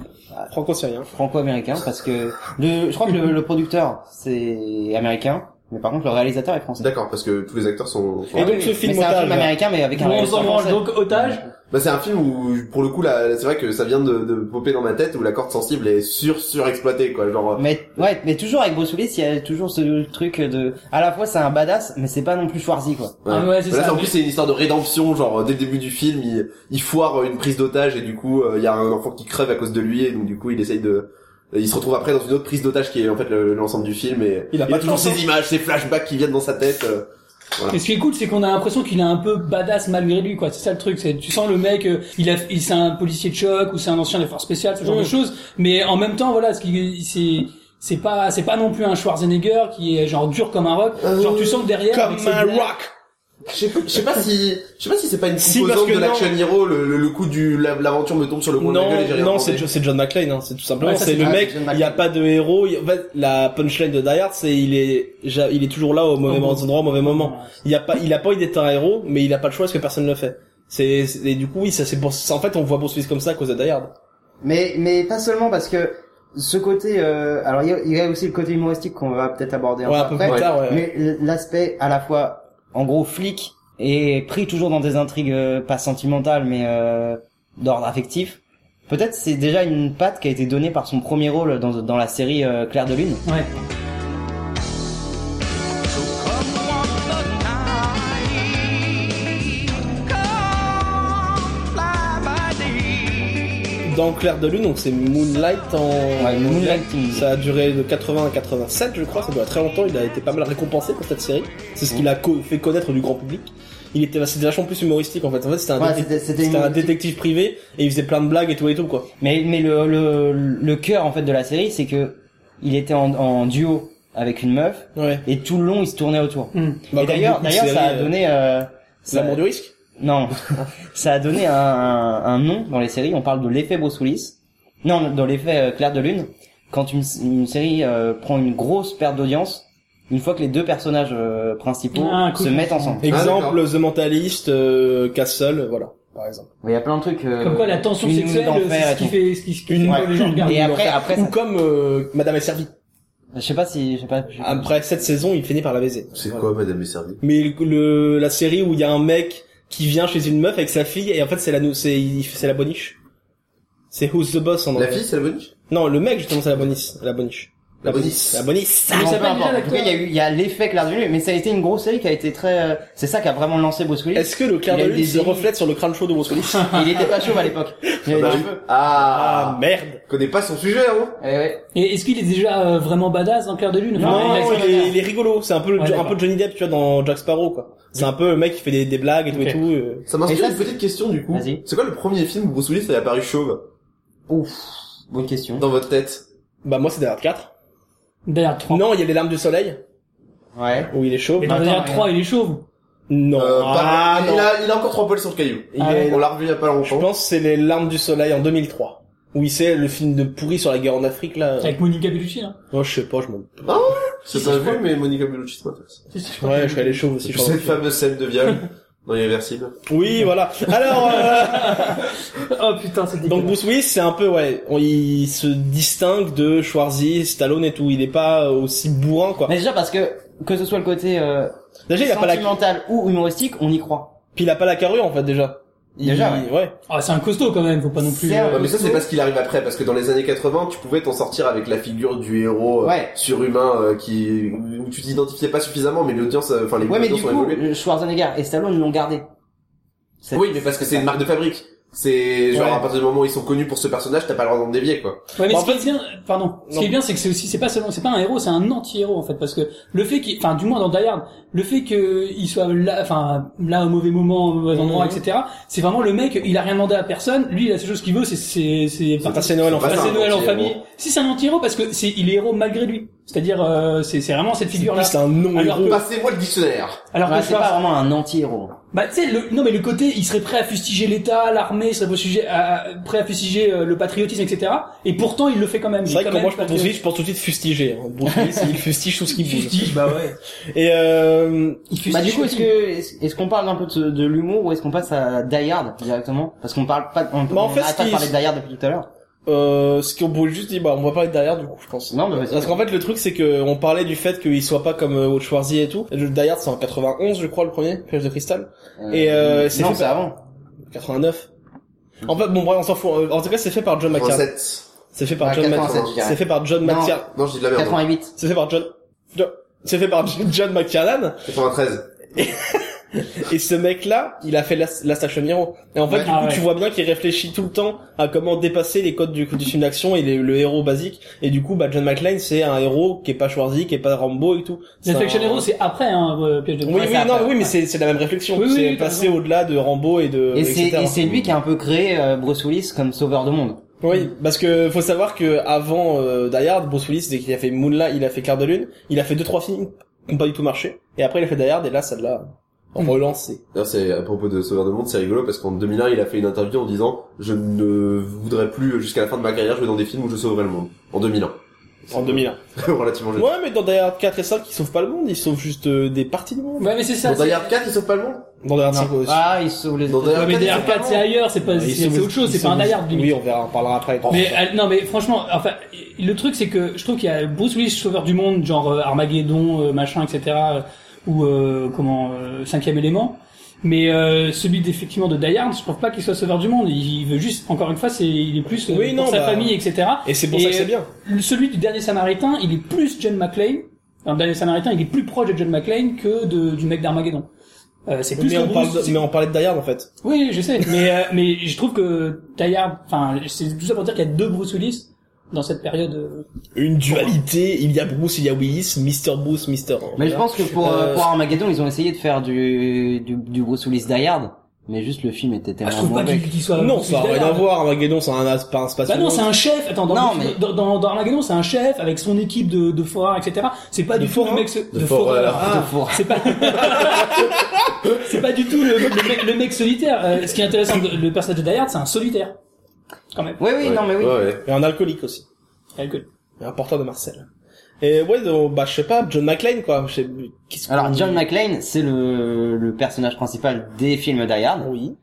Franco-syrien.
franco-américain parce que le, je crois que le, le producteur c'est américain, mais par contre le réalisateur est français.
D'accord, parce que tous les acteurs sont. sont
Et
arabes.
donc ce
Mais
film
c'est un
otage...
film américain mais avec un
Bon, on
réalisateur
s'en branle,
français.
donc otage.
Bah, c'est un film où, pour le coup, là, c'est vrai que ça vient de, de popper dans ma tête où la corde sensible est sur surexploitée quoi. Genre, euh,
Mais ouais, mais toujours avec Bruce Willis, il y a toujours ce truc de à la fois c'est un badass mais c'est pas non plus Schwarzy quoi.
Ah ouais, c'est
Là,
ça.
en plus, c'est une histoire de rédemption. Genre, dès le début du film, il, il foire une prise d'otage et du coup, euh, il y a un enfant qui crève à cause de lui et donc du coup, il essaye de. Il se retrouve après dans une autre prise d'otage qui est en fait le- l'ensemble du film et
Il a pas de
toujours
chance,
ces images, ces flashbacks qui viennent dans sa tête. euh.
Et ce qui est cool, c'est qu'on a l'impression qu'il est un peu badass malgré lui, quoi. C'est ça le truc. C'est, tu sens le mec, euh, il a, il, c'est un policier de choc ou c'est un ancien des forces spéciales, ce genre
Mm.
de choses. Mais en même temps, voilà, ce qui, c'est, c'est pas, c'est pas non plus un Schwarzenegger qui est genre dur comme un rock.
Euh,
Genre tu sens que derrière, avec
Comme
ses
un
blagues-
rock
Je sais pas- je sais pas si, je sais pas si c'est pas une
Si,
composante
parce que
de
non.
l'action hero, le, le- le coup du, la- l'aventure me tombe sur le coin de la gueule et j'ai
Non,
rien
non,
demandé.
c'est Jo- c'est John McClane, hein, c'est tout simplement.
Ouais, ça,
c'est
c'est-
le
ah,
mec.
c'est John
Il n'y a
McClane.
pas de héros. il- en fait, la punchline de Die Hard, c'est il est, ja- il est toujours là au mauvais
Au bon-
endroit, au mauvais moment. Il a pas, il a pas envie d'être un héros, mais il a pas le choix parce que personne ne le fait. C'est, c'est- et du coup, oui, ça c'est pour. c'est- En fait, on voit Bruce Willis comme ça à cause de Die Hard.
Mais mais pas seulement parce que ce côté euh, alors il y, a- il y a aussi le côté humoristique qu'on va peut-être aborder un
Ouais,
peu
un peu
après,
plus tard, ouais.
mais l'aspect à la fois en gros flic et pris toujours dans des intrigues euh, pas sentimentales mais euh, d'ordre affectif. Peut-être c'est déjà une patte qui a été donnée par son premier rôle dans, dans la série euh, Claire de Lune.
Ouais.
Dans Claire de Lune, donc c'est Moonlight en.
Ouais, Moonlighting.
Ça a duré de 80 à 87, je crois, ça doit être très longtemps. Il a été pas mal récompensé pour cette série. C'est ce qui l'a co- fait connaître du grand public. Il était, c'était vachement plus humoristique en fait. En fait, c'était un,
Ouais,
détec-
c'était- c'était
c'était un
humoristique.
détective privé et il faisait plein de blagues et tout et tout quoi.
Mais mais le le, le cœur en fait de la série c'est que il était en, en duo avec une meuf
Ouais.
et tout le long il se tournait autour.
Hmm.
Bah, comme
et d'ailleurs
beaucoup de
d'ailleurs ça a
séries, euh,
donné euh, ça- Ah,
L'amour du risque.
Non, ça a donné un, un- un nom dans les séries. On parle de l'effet Brossoulis. Non, dans l'effet euh, Claire de Lune. Quand une, une série euh, prend une grosse perte d'audience, une fois que les deux personnages euh, principaux
Ah, cool.
se mettent ensemble.
Exemple, The Mentalist, euh, Castle, voilà, par exemple.
Il y a plein de trucs. euh,
Comme quoi, la tension
une nuit
sexuelle,
d'enfer
c'est
et
ce qui
tout.
fait, ce qui, ce qui
Une-
fait que les gens
une-
regardent.
Et après, après,
Ou
ça-
comme euh, Madame est servie.
je sais pas si, je sais pas. je-
Après cette saison, il finit par la baiser.
C'est
Voilà.
quoi, Madame est servie
Mais le, le- la série où il y a un mec qui vient chez une meuf avec sa fille et en fait c'est la nou- c'est il- c'est la boniche. C'est Who's the Boss en
La
anglais.
fille, c'est la bonne
Non, le mec justement c'est la boniche, la boniche.
La boniche.
boniche. La boniche.
Non,
Mais
peu
ça va
importe.
déjà,
En tout cas, il y a eu, il y a l'effet Claire de Lune, mais ça a été une grosse série qui a été très. euh, C'est ça qui a vraiment lancé Bruce Willis.
Est-ce que le clair
Il
de
a eu
lune
des
se
ennemis.
reflète sur le crâne chaud de Bruce Willis
Il était pas chauve à l'époque. Il avait des cheveux.
Ah
Bah Ah,
merde.
Connais pas son sujet, hein
Eh ouais.
Et est-ce qu'il est déjà euh, vraiment badass dans Claire de Lune
Non,
Enfin, il a-
il, est, il est rigolo, c'est un peu le-
Ouais,
un
d'accord.
peu Johnny Depp tu vois dans Jack Sparrow quoi. C'est un peu le mec qui fait des, des blagues et tout
Ok.
et tout. euh.
Ça m'inspire
Et ça,
une petite question, du coup.
Vas-y.
C'est quoi le premier film où Bruce Willis est apparu chauve
Ouf. Bonne question.
dans votre tête
Bah moi c'est Die Hard 4.
D'ailleurs, 3.
Non, il y a les larmes du soleil
Ouais.
où il est chauve.
Mais dans
Attends,
D'ailleurs,
mais-
3, il est chauve.
Non.
Euh,
ah
pas-
non.
il, a, il a encore trois poils sur le caillou.
Il
Ah,
est-
On l'a revu il y a pas
Je
longtemps.
pense que c'est les larmes du soleil en 2003. Oui, c'est le film de pourri sur la guerre en Afrique là.
Avec Monica Bellucci, hein. là.
Moi je sais pas, je m'en.
C'est
Si,
pas
je
vu,
crois.
mais Monica Bellucci, c'est m'intéresse.
C'est- c'est- je crois
Ouais,
que-
je suis allé chauve aussi.
Puis
je crois.
cette fameuse scène de viol dans Irréversible.
Oui, voilà. Alors, euh,
Oh putain, c'est
donc
dégueulasse.
Bruce Willis, c'est un peu ouais, on- il se distingue de Schwarzy, Stallone et tout. Il est pas aussi bourrin quoi.
Mais déjà parce que que ce soit le côté euh,
Déjà, il a pas la, puis
sentimental ou humoristique, on y croit.
il a pas la carrure en fait déjà. Il-
Déjà,
ouais.
Ah, c'est un costaud quand même, faut pas non plus.
C'est un-
euh,
Ouais, mais ça c'est parce qu'il arrive après, parce que dans les années 80, tu pouvais t'en sortir avec la figure du héros euh,
Ouais.
surhumain euh, qui où tu t'identifiais pas suffisamment, mais l'audience, euh, enfin les
Ouais, mais
audiences
du
ont
coup,
évolué.
euh, Schwarzenegger et Stallone l'ont gardé. Bah, C'est-
Oui, mais parce que c'est une marque de fabrique. C'est genre
Ouais.
à partir du moment où ils sont connus pour ce personnage, t'as pas le droit d'en dévier quoi.
Ouais, mais
Bon,
ce qui est bien, pardon, ce
Non.
qui est bien, c'est que c'est aussi, c'est pas seulement, c'est pas un héros, c'est un anti-héros en fait, parce que le fait qu'il, enfin, du moins dans Die Hard, le fait qu'il soit là, enfin, là au mauvais moment, au mauvais endroit,
Mhm.
etc. C'est vraiment le mec, il a rien demandé à personne. Lui, la seule chose qu'il veut, c'est, c'est, c'est
C'est passé Noël en
Pas
fait.
ça,
passer
un
Noël en
anti-héros.
famille. Si c'est un anti-héros, parce que c'est, il est héros malgré lui. C'est-à-dire, euh, c'est, c'est vraiment cette figure-là.
C'est un non
Alors
héros.
que-
Passez-moi le dictionnaire.
Alors
Ouais,
que
c'est pas
Schwarz,
vraiment un anti-héros.
bah, tu sais, le, non, mais le côté, il serait prêt à fustiger l'État, l'armée, il serait fustiger- à- à- prêt à fustiger euh, le patriotisme, etc. Et pourtant, il le fait quand même.
C'est
Il
vrai
est
que
quand
moi je
même
pense Bruce Willis,
patriote.
je pense tout de suite fustiger. hein. Bruce Willis, il fustige tout ce qui
Il
bouge.
fustige, bah ouais.
Et euh,
Il fustige
Bah du coup, est-ce
tout.
que est-ce est-ce qu'on parle un peu de, de l'humour ou est-ce qu'on passe à Die Hard directement Parce qu'on parle pas, on,
Bah, en
on
fait,
arrête
ce
pas de
qui-
parler de Die Hard depuis tout à l'heure.
Euh, ce qu'on peut juste dire, bah, on va parler derrière du coup, je pense.
Non, mais vas-y.
Parce qu'en fait, le truc, c'est que on parlait du fait qu'il soit pas comme euh, Schwarzy et tout. Le Die Hard, c'est en 91, je crois, le premier, Piège de cristal. et, euh, c'est
non,
fait
c'est
par-
avant.
89. En fait, bon, bref, on s'en fout. Euh, En tout cas, c'est fait par
Bah,
John McTiernan.
87.
C'est fait par
Ah,
John
87,
McTiernan.
je dirais.
C'est fait par John
Non.
McTiernan.
Non, je dis de la merde. hein.
88.
C'est fait par John. John- C'est fait par John McTiernan.
93.
Et ce mec-là, il a fait la la Station Hero. Et en fait,
Ouais.
du coup,
Ah ouais.
tu vois bien qu'il réfléchit tout le temps à comment dépasser les codes du, du film d'action et les- le héros basique. Et du coup, bah, John McClane, c'est un héros qui est pas Schwarzy, qui est pas Rambo et tout. C'est
The Action
un-
Hero, c'est après, hein, euh, Piège de
Oui,
Cristal.
oui, non, oui, mais c'est c'est la même réflexion.
Oui, oui,
c'est
oui, t'as
passer au-delà de Rambo euh, et de.
Et c'est
etc.
et c'est lui qui a un peu créé euh, Bruce Willis comme sauveur de monde.
Oui, parce que faut savoir que avant euh, Die Hard, Bruce Willis, dès qu'il a fait Moonlight, il a fait Clair de Lune, il a fait deux trois films qui n'ont pas du tout marché. Et après, il a fait Die Hard et là, ça l'a relancé.
D'ailleurs, c'est à propos de Sauveur de Monde, c'est rigolo parce qu'en 2001, il a fait une interview en disant "Je ne voudrais plus jusqu'à la fin de ma carrière jouer dans des films où je sauverai le monde." En 2001.
En 2001.
Relativement jeune.
Ouais, mais dans Die Hard 4 et 5, ils sauvent pas le monde, ils sauvent juste euh, des parties du monde.
Ouais, mais c'est ça.
Dans
c'est-
Die Hard 4, il sauve pas le monde
Dans Die Hard 5 aussi.
Ah, il sauve les.
Dans Die Hard
Ouais, mais
4, il
Die Hard
sauve pas le
4, c'est
monde.
ailleurs, c'est
Bah,
pas,
Ils
Ah, c'est
sauvent-
c'est autre chose,
ils
c'est pas un
sauvent-
Die Hard, limite.
Oui, on verra, on parlera après.
Mais euh, non, mais franchement, enfin, le truc c'est que je trouve qu'il y a Bruce Willis sauveur du monde, genre euh, Armageddon, euh, machin, etc. euh, ou euh, comment euh, Cinquième élément. Mais euh, celui d'effectivement de Dayard, je trouve pas qu'il soit sauveur du monde. Il, il veut juste, encore une fois, c'est il est plus euh,
Oui,
pour
non,
sa
bah,
famille, etc.
Et c'est pour ça que c'est bien.
Le- Celui du dernier Samaritain, il est plus John McClane. Dans le dernier Samaritain, il est plus proche de John McClane que de- du mec d'Armageddon. Euh, c'est plus
Mais on,
Bruce,
parle de-
c'est-
mais on parlait de Die Hard, en fait.
oui, je sais, mais euh, mais je trouve que Taillard, enfin, c'est tout ça pour dire qu'il y a deux Bruce Willis dans cette période. euh,
Bah,
Une dualité, il y a Bruce, il y a Willis, Mr. Bruce, Mr.
Mais je pense que pour, euh,
Euh,
pour Armageddon, ils ont essayé de faire du, du, du Bruce Willis Die Hard, mais juste le film était
Bah, Ah, je
tellement
trouve pas
mauvais.
qu'il qu'il soit.
Non,
Bruce
ça n'a
Willis
rien à
Taillard.
voir, Armageddon, c'est un, as- pas un space.
Bah non, c'est un chef. Attends, dans,
Non,
Bruce-
mais-
dans, dans, dans Armageddon, c'est un chef avec son équipe de, de forains, etc. C'est pas
De
du tout le
forains
mec se-
De foreurs.
Ah,
hein De forains.
c'est pas. c'est pas du tout le, le mec, le mec solitaire. Euh, ce qui est intéressant, de- le personnage de Dayard, c'est un solitaire. Quand même.
Oui, oui,
Ouais.
non, mais oui.
Ouais, ouais.
Et un alcoolique aussi.
Avec eux.
Un porteur de Marcel. Et ouais, donc, bah, je sais pas, John McClane, quoi. Je sais- qu'est-ce
Alors,
qu'on-
John McClane, c'est le, le personnage principal des films Die Hard,
Oui.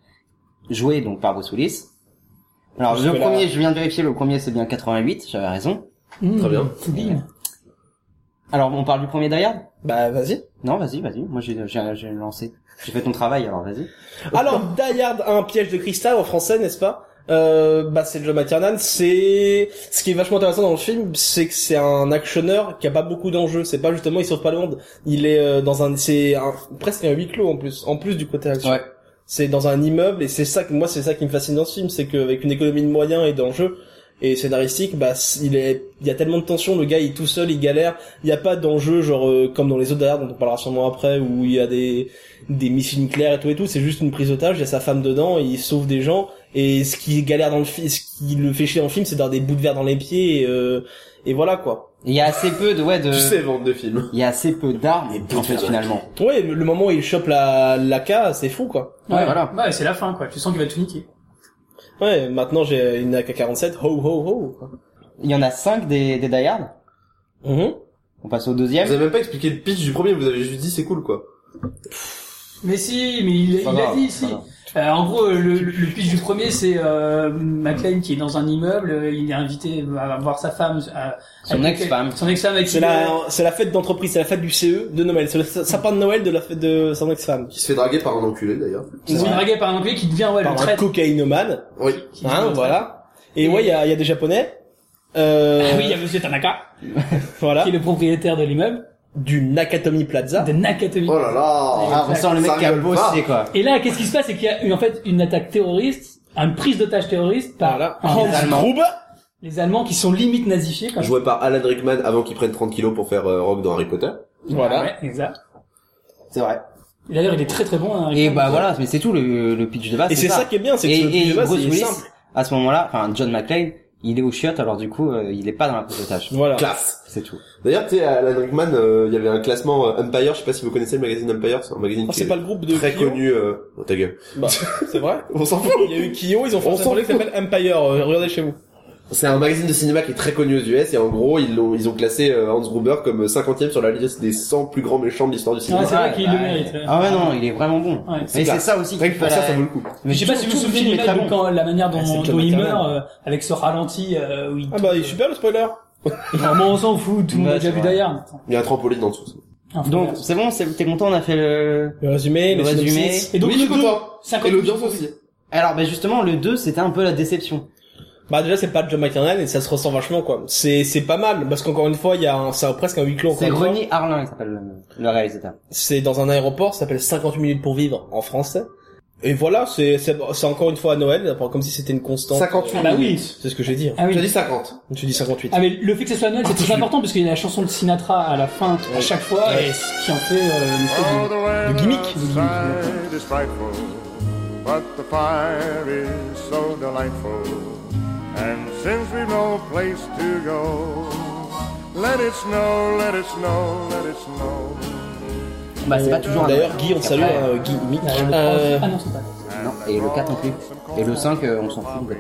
joué donc par Bruce Willis. Alors,
Parce
le
que là-
premier, je viens de vérifier, le premier c'est bien 88, j'avais raison.
Mmh.
Très bien.
Bim.
Alors, on parle du premier Die Hard
Bah, vas-y.
Non, vas-y, vas-y, moi j'ai, j'ai, j'ai lancé. J'ai fait ton travail, alors vas-y.
Alors, Die Hard a un piège de cristal en français, n'est-ce pas euh, bah c'est John McTiernan, c'est ce qui est vachement intéressant dans le film, c'est que c'est un actionneur qui a pas beaucoup d'enjeux. C'est pas justement il sauve pas le monde, il est euh, dans un c'est un, presque un huis clos en plus, en plus du côté action.
Ouais.
C'est dans un immeuble et c'est ça que moi c'est ça qui me fascine dans ce film, c'est qu'avec une économie de moyens et d'enjeux et scénaristique, bah c- il est il y a tellement de tension, le gars il est tout seul, il galère, il n'y a pas d'enjeu genre euh, comme dans les autres derrière dont on parlera sûrement après où il y a des des missiles nucléaires et tout et tout, c'est juste une prise d'otage, il y a sa femme dedans, et il sauve des gens et ce qui galère dans le film, ce qui le fait chier dans le film, c'est d'avoir des bouts de verre dans les pieds et, euh, et voilà quoi.
Et Il y a assez peu de, ouais, de,
Tu sais vendre des films.
il y a assez peu d'armes, en fait, finalement.
Ouais, le moment où il chope la la K, c'est fou quoi.
Ouais, voilà.
Ouais, c'est la fin, quoi. Tu sens qu'il va tout niquer.
Ouais, maintenant j'ai une AK47, ho ho ho. Quoi.
Il y en a 5 des, des Die Hard.
Mhm.
On passe au
Vous
deuxième.
avez même pas expliqué le pitch du premier, vous avez juste dit c'est cool quoi.
Mais si, mais il, il
Pas
a
grave,
dit
pas
si.
grave.
Euh, en gros, euh, le, le pitch du premier, c'est euh, McLean qui est dans un immeuble, euh, il est invité à voir sa femme. euh,
Son
avec-
ex-femme.
Son ex-femme avec euh, qui
C'est la, c'est la fête d'entreprise, c'est la fête du CE de Noël, c'est le sapin de Noël de la fête de son ex-femme.
Qui se fait draguer par un enculé d'ailleurs.
il se fait draguer par un anglais qui devient ouais, le
Par un
traître.
cocaïnomane,
Oui.
Qui devient
hein,
le
voilà. Et
Et-
ouais, il y a, il y a des japonais.
traître.
Euh, Ah.
Ah oui, il y a Monsieur Tanaka,
voilà.
qui est le propriétaire de l'immeuble,
Du Nakatomi Plaza.
de Nakatomi.
Oh là là.
Ah, on sent le mec
Ça
qui a
rigole
bossé, quoi.
Et là, qu'est-ce qui se passe C'est qu'il y a eu, en fait une attaque terroriste, une prise d'otage terroriste par
Voilà.
par
Hans
les,
Allemands.
Gruber.
les Allemands qui sont limite nazifiés. Quand
Joué par Alan Rickman avant qu'il prenne 30 kilos pour faire euh, Rock dans Harry Potter.
Voilà.
Ah Ouais, exact.
C'est vrai.
Et D'ailleurs, il est très très bon. hein,
Et
Rickman.
bah voilà, mais c'est tout le, le pitch de base.
Et c'est ça qui est bien, c'est que
Ah, et,
le
et
pitch de base,
Bruce
il est
Willis,
simple.
à ce moment-là, enfin John McClane, il est au chiottes, alors du coup, euh, il est pas dans la prise d'otage.
Voilà. Ah,
Classe.
C'est tout.
D'ailleurs, tu sais, à Alan Rickman, euh, il y avait un classement euh, Empire, je sais pas si vous connaissez le magazine Empire, c'est un magazine
Oh,
qui
c'est
est
pas le groupe de
très
Kyo
connu. euh, oh, ta gueule.
Bah, c'est vrai.
On s'en fout.
Il y a eu Kyo, ils ont fait
On
un
s'en
projet qui
fout.
s'appelle Empire, euh, regardez chez vous.
C'est un magazine de cinéma qui est très connu aux US et en gros ils l'ont ils ont classé euh, Hans Gruber comme 50e sur la liste des 100 plus grands méchants de l'histoire du
Ouais,
cinéma.
c'est vrai
Ouais,
qu'il le
ouais.
mérite. ouais.
Ah ouais, non, il est vraiment bon.
Ouais.
Et c'est
clair.
ça aussi
Rien
qu'il
que pour ça,
fallait-
ça vaut le coup.
Mais
Je sais pas si vous vous souvenez
mais
de
très
l'image de
bon.
quand la manière dont,
Ah, c'est le
dont il
Jonathan
meurt euh, avec ce ralenti euh, où il
Ah bah, super le spoiler.
Non, mais on s'en fout, tout le monde
Ouais,
a déjà
c'est
vu
vrai.
d'ailleurs.
Il y a un trampoline en dessous.
Donc c'est bon, c'est- t'es content, on a fait le.
Le résumé,
Le
le
résumé.
synopsis.
et donc
Oui, je suis
le deux,
content.
50
Et l'audience aussi.
Alors ben justement, le 2, c'était un peu la déception.
Bah déjà c'est pas John McTiernan et ça se ressent vachement quoi. C'est c'est pas mal parce qu'encore une fois il y a un, c'est un- presque un huis clos encore
C'est
une fois.
René Harlin, il s'appelle euh, le- le réalisateur.
C'est dans un aéroport, ça s'appelle 50 minutes pour vivre en français. Et voilà, c'est c'est c'est encore une fois à Noël, comme si c'était une constante.
58.
Ah bah oui.
C'est ce que j'ai dit. hein.
Ah
Tu as
oui.
dit 50.
Tu dis 58.
Ah mais le fait que ce soit Noël, c'est très important parce qu'il y a la chanson de Sinatra à la fin à
Ouais.
chaque fois
Ouais.
et ce qui en fait euh, une espèce de-
de gimmick.
outside is frightful, but the fire is so delightful. And since we've no place to go, let it snow, let it snow, let it snow.
Bah c'est pas toujours. un-
Euh, D'ailleurs Guy, on te salue,
Après,
hein, Guy Mick.
Ah, le
Euh,
Ah non, c'est pas.
Non, et le 4 non plus. Et le 5, euh, on s'en fout. quoi.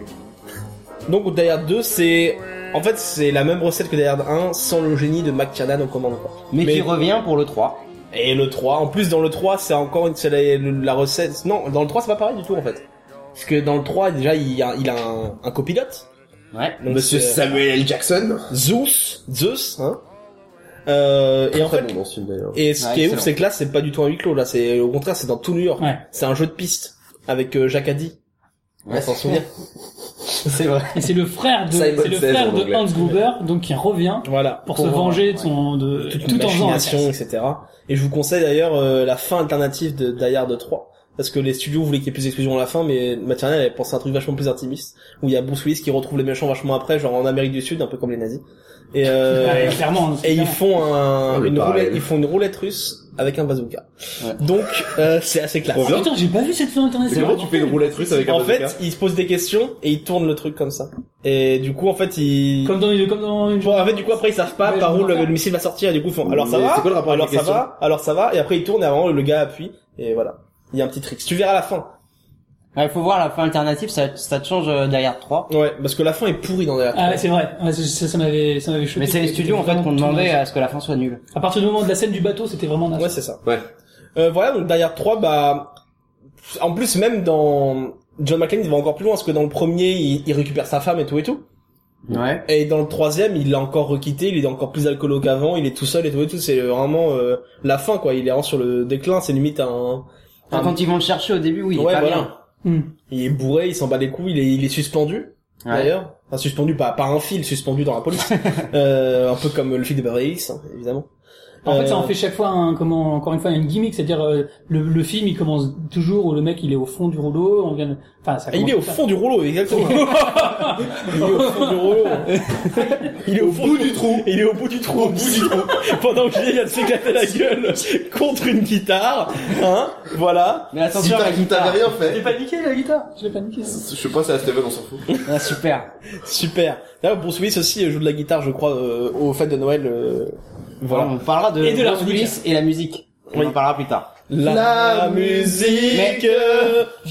donc derrière 2 c'est en fait c'est la même recette que derrière 1 sans le génie de McTiernan aux commandes. quoi.
Mais, qui revient pour le 3.
Et le 3, en plus dans le 3 c'est encore une, c'est la, la recette... Non, dans le 3 c'est pas pareil du tout en fait. Parce que dans le 3 déjà il a, il a un, un copilote.
Ouais.
Donc,
Monsieur
c'est-
Samuel L. Jackson.
Zeus, Zeus, hein, Euh, et en
Très
fait,
bon dans ce film d'ailleurs.
et ce
Ouais,
qui est ouf,
excellent.
c'est que là, c'est pas du tout un huis clos. Là, c'est au contraire, c'est dans tout New York.
Ouais.
C'est un jeu de piste avec euh, Jacques Addy. On
Ouais.
s'en souvient.
C'est vrai.
Et c'est le frère de,
Simon
c'est le
Says
frère
en
de
anglais.
Hans Gruber, donc qui revient
Voilà.
pour, se venger de son, de,
toute
tout en faisant un
machination,
casse.
etc. Et je vous conseille d'ailleurs euh, la fin alternative de Die Hard 3. Parce que les studios voulaient qu'il y ait plus d'explosions à la fin, mais Maternelle avait pensé à un truc vachement plus intimiste, où il y a Bruce Willis qui retrouve les méchants vachement après, genre en Amérique du Sud, un peu comme les nazis. Et, euh,
Ouais, clairement.
et ils font un,
Oh, le
une
parallèle.
roulette, ils font une roulette russe avec un bazooka.
Ouais.
Donc euh, c'est assez classe.
Ah, putain, j'ai pas vu cette film
Et
internationale.
comment tu fais une roulette russe avec un
En
bazooka
fait, ils se posent des questions et ils tournent le truc comme ça. Et du coup, en fait, ils
Comme dans une, comme dans une
Bon, en fait, du coup, après, ils savent pas
Ouais,
par
je
où le,
comprends.
le missile va sortir, et du coup, ils font, alors ça
Mais
va,
c'est quoi le rapport
alors
avec
ça
la
va, alors ça va, et après, ils tournent, et avant, le gars appuie, et voilà. Il y a un petit trick. Tu verras la fin.
Il faut voir la fin alternative, ça, ça te change euh, derrière 3.
Ouais, parce que la fin est pourrie dans derrière.
Ah ouais, c'est vrai. Ouais, c'est- ça, ça m'avait, ça m'avait choqué.
Mais c'est les studios en fait
Vraiment
qu'on
tout
demandait
naze.
à ce que la fin soit nulle.
À partir du moment de la scène du bateau, c'était vraiment naze.
ouais, c'est ça.
Ouais.
Euh, voilà, donc derrière 3, bah, en plus, même dans, John McClane, il va encore plus loin, parce que dans le premier, il, il récupère sa femme et tout et tout.
Ouais.
Et dans le troisième, il l'a encore requitté, il est encore plus alcoolo qu'avant, il est tout seul et tout et tout. C'est vraiment euh, la fin, quoi. Il est vraiment sur le déclin, c'est limite un...
Enfin, quand ils vont le chercher au début, oui, il est
ouais,
pas
voilà.
bien.
Hmm.
Il est bourré, il s'en bat les couilles, il est, il est suspendu.
Ouais.
D'ailleurs, enfin suspendu pas par un fil, suspendu dans la police, euh, un peu comme le fil de Beverly Hills, hein, évidemment.
En fait, ça en
Euh,
fait chaque fois, un, comment, encore une fois, une gimmick, c'est-à-dire euh, le, le film, il commence toujours où le mec, il est au fond du rouleau, on vient, de- enfin, ça.
Et Ah, il est au
commence-
fond du rouleau, exactement. il est au fond du rouleau. hein. Il est au, bout du trou. Il est au bout du trou. Au bout du trou. Pendant que il vient de s'éclater la gueule contre une guitare, hein, voilà.
Mais attention,
Putain,
la
il
guitare.
t'avait rien
Je l'ai
fait.
paniqué la guitare. Je l'ai paniqué.
Je pense à Steven, on s'en fout.
Ah, super.
Super. D'ailleurs, Bruce Willis aussi joue de la guitare, je crois, euh, aux fêtes de Noël. euh,
Voilà.
voilà.
on parlera de,
Et de
Bruce
l'harmonica.
Willis et la musique.
Oui.
On en parlera plus tard.
La, musique
Mais-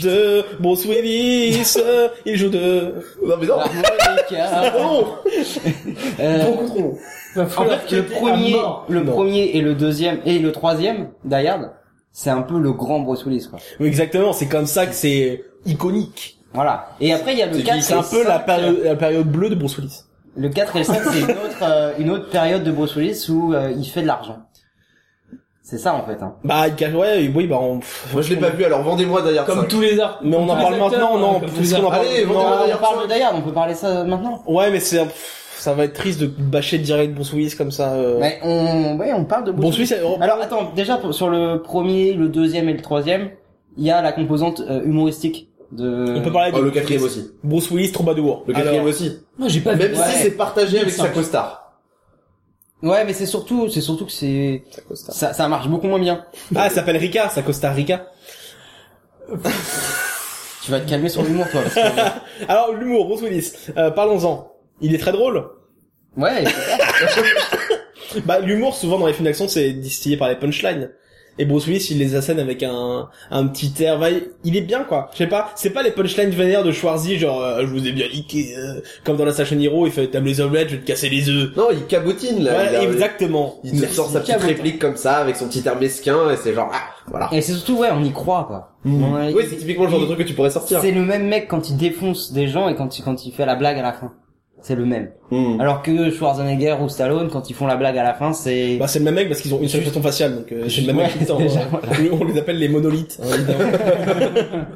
de Bruce Willis, euh, il joue de... Ah
Non, mais non.
Ah, L'harmonica.
Non.
Euh,
Beaucoup trop long.
Va
En
falloir
fait, le
quitter à
premier,
mort.
le
Non.
premier et le deuxième et le troisième, Die Hard, c'est un peu le grand Bruce Willis, quoi.
Oui, Exactement, c'est comme ça que c'est iconique.
Voilà. Et après, il y a le
C'est
4
c'est un peu la période, la période bleue de Bruce Willis.
Le 4 et le 5, c'est une autre, euh, une autre période de Bruce Willis où euh, il fait de l'argent. C'est ça, en fait, hein.
Bah, il cache- ouais, oui, bah, on... pff,
Moi je l'ai pas vu, alors vendez-moi d'ailleurs.
Comme tous les arts.
Mais on en
Comme
parle
tous les acteurs,
maintenant, non
hein, comme tous
parce
les
qu'on en
arts.
parle-
Allez,
non,
on va
on
d'ailleurs,
parle
ça-
de Die Hard, on peut parler ça maintenant.
Ouais, mais c'est... un- pff, Ça va être triste de bâcher direct Bruce Willis comme ça. euh.
Mais on, ouais, on parle de Bruce
Bruce
Willis.
Willis, euh,
Alors, attends, déjà, pour- sur le premier, le deuxième et le troisième, il y a la composante euh, humoristique de...
on peut parler de
Oh, le quatrième aussi.
Bruce Willis troubadour.
Le quatrième
Alors,
aussi.
Moi, j'ai pas vu.
Même
Ouais.
si c'est partagé avec sa
Cinq.
costar.
Ouais, mais c'est surtout, c'est surtout que c'est... Ça, ça marche beaucoup moins bien.
Ah, il s'appelle Ricard, ça Costa Rica.
Tu vas te calmer sur l'humour, toi. parce que-
Alors, l'humour, Bruce Willis, euh, parlons-en. Il est très drôle.
Ouais,
Bah, l'humour, souvent dans les films d'action, c'est distillé par les punchlines. Et Bruce Willis, il les assène avec un, un petit air. Bah, il- il est bien, quoi. Je sais pas. C'est pas les punchlines vénères de Schwarzy, genre, euh, je vous ai bien niqué, euh, comme dans la Station Hero, il fait, t'aimes les omelettes, je vais te casser les œufs.
Non, il cabotine là.
Voilà,
il a-
exactement.
Il te
Merci.
sort sa petite
Cabotin.
réplique comme ça, avec son petit air mesquin, et c'est genre, ah, voilà.
Et c'est surtout, ouais, on y croit, quoi. On a-
Oui, c'est typiquement le genre de truc que tu pourrais sortir.
C'est le même mec quand il défonce des gens et quand il, quand il fait la blague à la fin. C'est le même.
Hmm.
Alors que Schwarzenegger ou Stallone, quand ils font la blague à la fin, c'est...
Bah, c'est le même mec parce qu'ils ont une seule expression faciale, donc euh, c'est le même
Ouais,
mec tout le temps.
déjà,
hein. On les appelle les monolithes. hein, évidemment.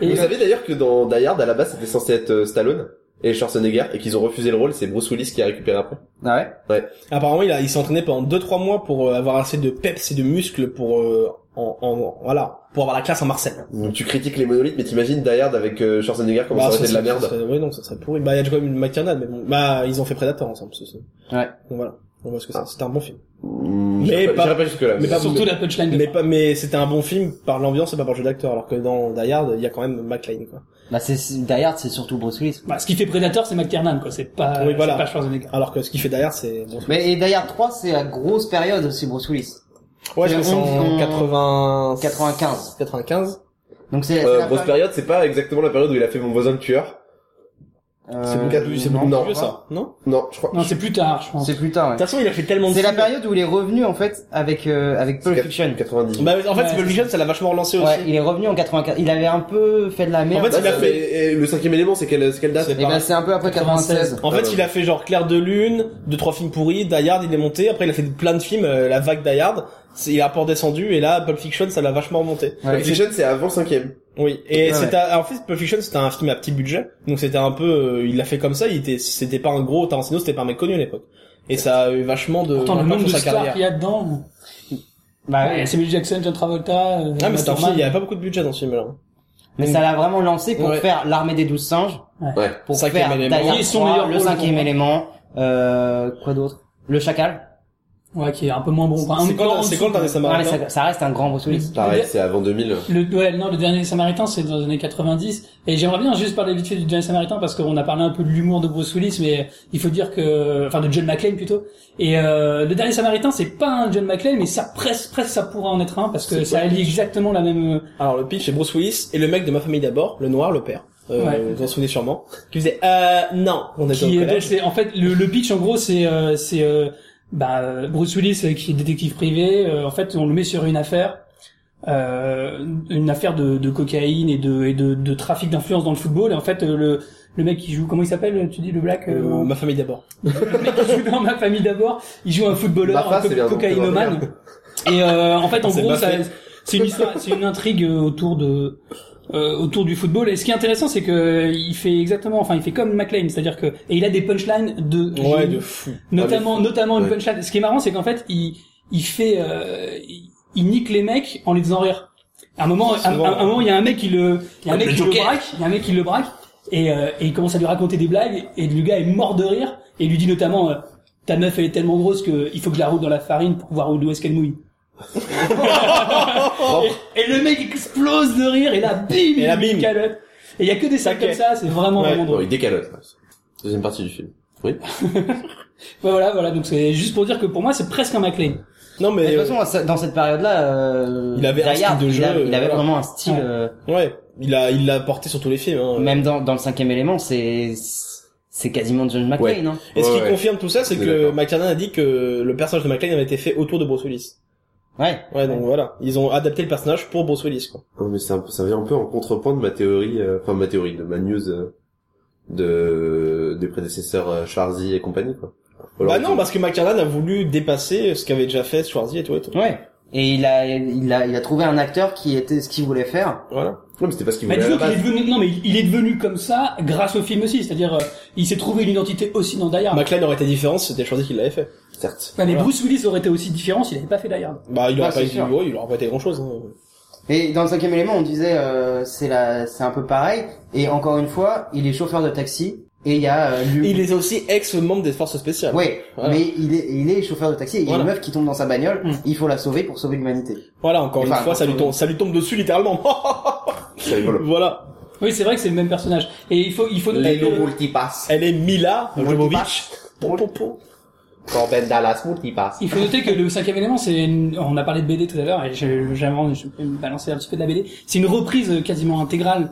Et-
Vous savez d'ailleurs que dans Die Hard, à la base, c'était censé être euh, Stallone et Schwarzenegger, et qu'ils ont refusé le rôle, c'est Bruce Willis qui a récupéré après.
Ah ouais
Apparemment, il, a- il s'est entraîné pendant 2-3 mois pour euh, avoir assez de peps et de muscles pour, euh, en, en- voilà, pour avoir la classe en Marseille.
Donc tu critiques les monolithes, mais t'imagines Die Hard avec euh, Schwarzenegger, comment ça aurait été de la
serait- ça
merde.
Bah, serait- ouais, non, ça serait pourri. Bah, il y a quand même une McTiernan, mais bon. Bah, ils ont fait Predator ensemble, ceci.
Ouais.
Donc voilà. On voit ce que c'est.
Ah.
C'était un bon film.
Hmm,
Mais
j'irai
pas-
j'irai pas Euh, jusque là.
mais pas-
surtout la punchline. de-
Mais pas, mais c'était un bon film par l'ambiance et pas par le jeu d'acteur, alors que dans Die Hard, il y a quand même McLean, quoi.
Bah, c'est, c'est- Die Hard, c'est surtout Bruce Willis.
Bah, ce qui fait Predator, c'est McTiernan, quoi. C'est pas,
Oui, voilà.
c'est pas Schwarzenegger.
Alors que ce qu'il fait derrière, c'est bon.
Mais, et Die Hard 3, c'est la grosse période aussi, Bruce Willis.
Ouais, parce que c'est en
on-
80...
95.
95.
Donc c'est, c'est
Euh,
la
grosse
période-
période, c'est pas exactement la période où il a fait Mon voisin le tueur.
Euh,
beaucoup plus- c'est beaucoup- non.
Vieux, ça, non
Non, je crois.
Non, c'est plus tard, je pense.
C'est plus tard,
De
ouais.
toute façon, il a fait tellement de
C'est la
films.
période où il est revenu, en fait, avec, euh, avec Pulp Fiction.
90.
Bah, en fait,
Ouais.
Pulp Fiction, ça l'a vachement relancé
Ouais,
aussi.
il est revenu en 84. Il avait un peu fait de la merde.
En fait, il a fait-
le cinquième élément, c'est quelle, c'est quelle date
C'est
Et ben, c'est un peu après 96.
En
Ah,
fait,
ouais.
il a fait genre Claire de Lune, deux trois films pourris, Die Hard, il est monté. Après, il a fait plein de films, euh, la vague Die Hard. c'est- Il a pas redescendu et là, Pulp Fiction, ça l'a vachement remonté.
Pulp
Ouais.
Fiction, c'est avant cinquième.
Oui. Et
Ouais,
c'était en fait Pulp Fiction, c'était un film à petit budget, donc c'était un peu, euh, il l'a fait comme ça. Il était, c'était pas un gros Tarantino, c'était pas un mec connu à l'époque. Et ça a eu vachement de
Pourtant, le
d'impact
nombre de
sur
stars qu'il y a dedans. vous.
Bah, ouais.
Ouais, Samuel Jackson, John Travolta. euh,
Ah mais c'était un
Matt
film, il y avait
Damon.
pas beaucoup de budget dans ce hein. film là.
Mais ça l'a vraiment lancé pour
Ouais.
faire l'armée des douze singes,
Ouais.
pour
Cinquième
faire
élément.
Die Hard
Et son
3,
meilleur
le
rôle,
cinquième
pour moi.
élément, euh, quoi d'autre Le chacal.
Ouais, qui est un peu moins bon. Enfin, un
C'est
peu en
quand, c'est
dessous.
quand le dernier
Ouais, mais
Samaritain
ça, ça reste un grand Bruce Willis.
Mm.
Pareil, c'est avant 2000.
Le, ouais, non, le dernier Samaritain, c'est dans les années 90. Et j'aimerais bien juste parler vite fait du dernier Samaritain parce qu'on a parlé un peu de l'humour de Bruce Willis, mais il faut dire que, enfin, de John McClane plutôt. Et euh, le dernier Samaritain, c'est pas un John McClane, mais ça presque, presque, ça pourrait en être un parce que ça allie exactement la même.
Alors le pitch c'est Bruce Willis et le mec de ma famille d'abord, le noir, le père. Euh,
Ouais.
Vous vous en souvenez sûrement. Qui faisait euh non, on était au
Qui, est-
collège.
c'est- en fait, le, le pitch en gros, c'est, euh, c'est, euh, bah, euh, Bruce Willis euh, qui est détective privé. euh, en fait, on le met sur une affaire. euh, une affaire de, de cocaïne et de, et de, de trafic d'influence dans le football et en fait euh, le, le mec qui joue comment il s'appelle tu dis le black euh,
Euh, ma famille d'abord.
Il joue dans ma famille d'abord. Il joue un footballeur,
Baffa,
un co-
c'est bien, donc,
cocaïnomane. Et euh, en fait, en
C'est
gros, ça-
Baffé.
c'est une histoire, c'est une intrigue euh, autour de euh, autour du football. Et ce qui est intéressant, c'est que euh, il fait exactement, enfin, il fait comme McLean, c'est-à-dire que et il a des punchlines de
Ouais,
génie.
de fou.
notamment
Ah,
notamment une
Ouais.
punchline. Ce qui est marrant, c'est qu'en fait, il il fait euh, il, il nique les mecs en les faisant rire. À un moment, à,
Souvent.
à un moment, il y a un mec qui le, il y a un
Comme
mec
le
qui le
Joker.
braque, il y a un mec qui le braque, et, euh, et il commence à lui raconter des blagues, et le gars est mort de rire, et il lui dit notamment, euh, ta meuf elle est tellement grosse que il faut que je la roule dans la farine pour voir où d'où est-ce qu'elle mouille. et, et le mec explose de rire, et là, bim, il
là,
lui met une
bim.
calotte. Et il y a que des sacs
Ok.
comme ça, c'est vraiment,
Ouais.
vraiment drôle.
Bon, il décalote. ouais. Deuxième partie du film. Oui.
Ouais, voilà, voilà, donc c'est juste pour dire que pour moi, c'est presque un McLean.
Non mais,
Mais de toute façon, ça- dans cette période-là, euh,
euh, Il avait un
Die Hard,
style de
il a-
jeu,
il avait
voilà.
vraiment un style.
Ouais.
euh,
euh, ouais, il a il l'a porté sur tous les films hein.
Même dans, dans le cinquième élément, c'est c'est quasiment John McClane.
Ouais.
Hein.
Et ce qui
Ouais, ouais.
confirme tout ça, c'est
Oui,
que
d'accord.
McTiernan a dit que le personnage de McLean avait été fait autour de Bruce Willis.
ouais.
Ouais, donc voilà, ils ont adapté le personnage pour Bruce Willis quoi.
Non, mais ça, ça vient un peu en contrepoint de ma théorie, euh, enfin de ma théorie, de ma news euh, de des prédécesseurs euh, Schwarzy et compagnie quoi. Alors,
bah non,
c'est-
parce que McTiernan a voulu dépasser ce qu'avait déjà fait Schwarzy et tout et tout.
Ouais. Et il a, il a, il a trouvé un acteur qui était ce qu'il voulait faire.
Voilà.
non, mais c'était pas ce qu'ils
Bah,
voulaient à la
disons qu'il est
base.
devenu, non mais il il est devenu comme ça grâce au film aussi, c'est-à-dire euh, il s'est trouvé une identité aussi dans Die Hard.
McLean aurait été différent, si c'était Schwarzy qui l'avait fait.
Certes.
Bah, mais
Voilà.
Bruce Willis aurait été aussi différent s'il n'avait pas fait Die Hard.
Bah, il aurait
Ouais,
pas
c'est
été,
sûr.
ouais, il aurait pas été grand chose. Hein.
Et dans le cinquième élément, on disait euh, c'est la, c'est un peu pareil. Et encore une fois, il est chauffeur de taxi et il y a euh, lui.
Il est aussi ex-membre des forces spéciales.
Ouais,
Voilà.
mais il est, il est chauffeur de taxi. et Il y a
Voilà.
une meuf qui tombe dans sa bagnole.
Mm.
Il faut la sauver pour sauver l'humanité.
Voilà, encore
Enfin,
une fois, ça lui
contre-
tombe, ça lui tombe dessus littéralement.
C'est rigolo.
voilà.
Oui, c'est vrai que c'est le même personnage. Et il faut, il faut noter
Les
que-
loups multipassent.
Elle est Mila Jovovich. Pom, pom, pom.
Corbin Dallas multipasse.
il faut noter que le cinquième élément, c'est, une- on a parlé de BD tout à l'heure et j'ai- j'aimerais je peux me balancer un petit peu de la BD. C'est une reprise quasiment intégrale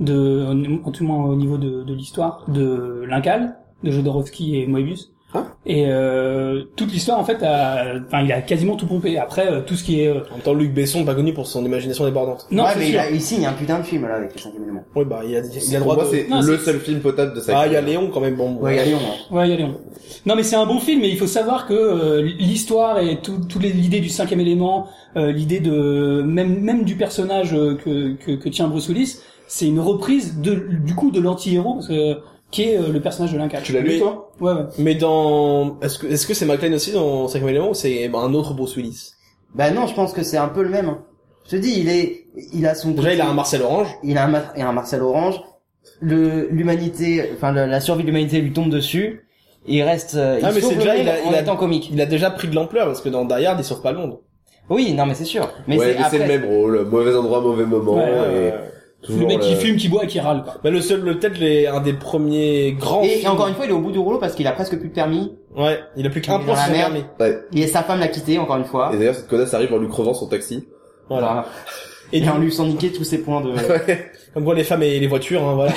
de, en tout moins au niveau de, de l'histoire, de Lincoln, de Jodorowsky et Moebius.
Hein
et euh, toute l'histoire en fait, a, enfin, il a quasiment tout pompé. Après, euh, tout ce qui est euh,
En même temps, Luc Besson, pas connu pour son imagination débordante.
non,
ouais,
c'est
mais
sûr.
il a, ici, il y a un putain de film là avec le cinquième élément.
Oui, bah, il a, il a
Pour
droit
moi,
de...
c'est
Non,
le
c'est-
seul film potable de sa
Ah, il y a
carrière.
Léon quand même, bon.
Ouais, il y a Lyon. hein.
Ouais, y allez, on- Non, mais c'est un bon film, mais il faut savoir que euh, l'histoire et tout, tout les- l'idée du cinquième élément, euh, l'idée de même même du personnage euh, que, que que tient Bruce Willis, c'est une reprise de du coup de l'anti-héros parce que qui est euh, le personnage de Lincoln.
Tu l'as
Mais-
lu toi
Ouais, ouais.
Mais dans, est-ce que, est-ce que c'est McLean aussi dans 5 élément ou c'est bah, un autre Bruce Willis?
Bah non, je pense que c'est un peu le même. hein. Je te dis, il est, il a son.
Déjà, il a un Marcel Orange.
il a un, Mar- il a un Marcel Orange. Le l'humanité, enfin la, la survie de l'humanité lui tombe dessus. Il reste, euh, il
Ah, mais
sauve
c'est
le
déjà-
monde
il a-
en
il a-
étant comique.
Il a déjà pris de l'ampleur parce que dans Die Hard, il sauve pas le monde.
Oui, non mais c'est sûr. Mais
Ouais, mais
c'est
c'est le
après.
même rôle. Mauvais endroit, mauvais moment.
Ouais,
et
Euh,
Le
toujours
mec qui
le-
fume, qui boit et qui râle. Quoi.
Bah, le seul, le- peut-être les- un des premiers grands.
Et, et
films-
encore une fois, il est au bout du rouleau parce qu'il a presque plus de permis.
Ouais, il a plus qu'un
Il est
point
dans
sur son
la merde.
permis.
Ouais.
Et sa femme l'a quitté encore une fois.
Et d'ailleurs, cette connasse arrive en lui crevant son taxi.
Voilà. Et
Bah, Et
du- euh,
en lui niquer tous ses points de...
comme quoi les femmes et les voitures, hein, voilà.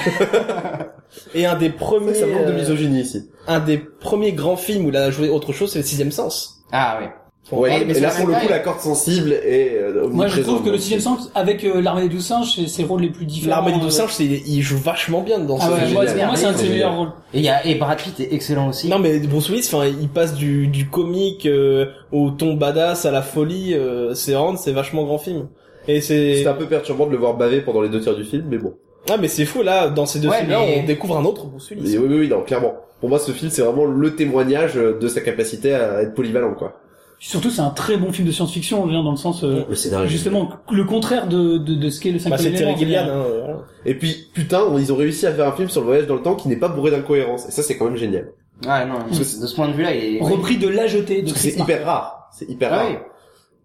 et un des premiers,
Ça manque de
euh,
misogynie ici.
un des premiers grands films où il a joué autre chose, c'est Le Sixième Sens.
Ah ouais.
Ouais,
Ouais, mais
et là
c'est
pour le
vrai.
coup la corde sensible est euh,
Moi, je
omniprésente,
trouve que le
donc.
sixième sens, avec euh, l'armée des douze singes, c'est ses rôles les plus différents.
L'Armée des
euh,
douze singes, c'est- il joue vachement bien dans ce
Ah ouais,
film.
moi,
génial.
c'est- moi, c'est un de ses
Génial.
meilleurs rôles.
Et, il y a... et Brad Pitt est excellent aussi.
Non mais Bruce Willis, enfin, il passe du, du comique euh, au ton badass, à la folie. euh, c'est vraiment, c'est vachement grand film. Et c'est
C'est un peu perturbant de le voir baver pendant les deux tiers du film, mais bon.
ah mais c'est fou là dans ces deux
Ouais,
films-là,
mais-
on découvre un autre Bruce Willis.
Et oui, oui, oui, non, clairement. Pour moi, ce film, c'est vraiment le témoignage euh, de sa capacité à être polyvalent, quoi.
Surtout, c'est un très bon film de science-fiction, on vient dans le sens, euh,
Le scénario.
justement, le contraire de, de, de ce qu'est le
Bah,
cinquième
c'est
élément,
Terry Gilliam.
c'est-à-dire-
hein, voilà.
Et puis, putain, on- ils ont réussi à faire un film sur le voyage dans le temps qui n'est pas bourré d'incohérences. Et ça, c'est quand même génial.
Ah non, de
que
ce de ce point de vue-là, il est...
Repris de la jetée de
Parce que
Chris
c'est
Martin.
hyper rare. C'est hyper
Ah
rare.
oui.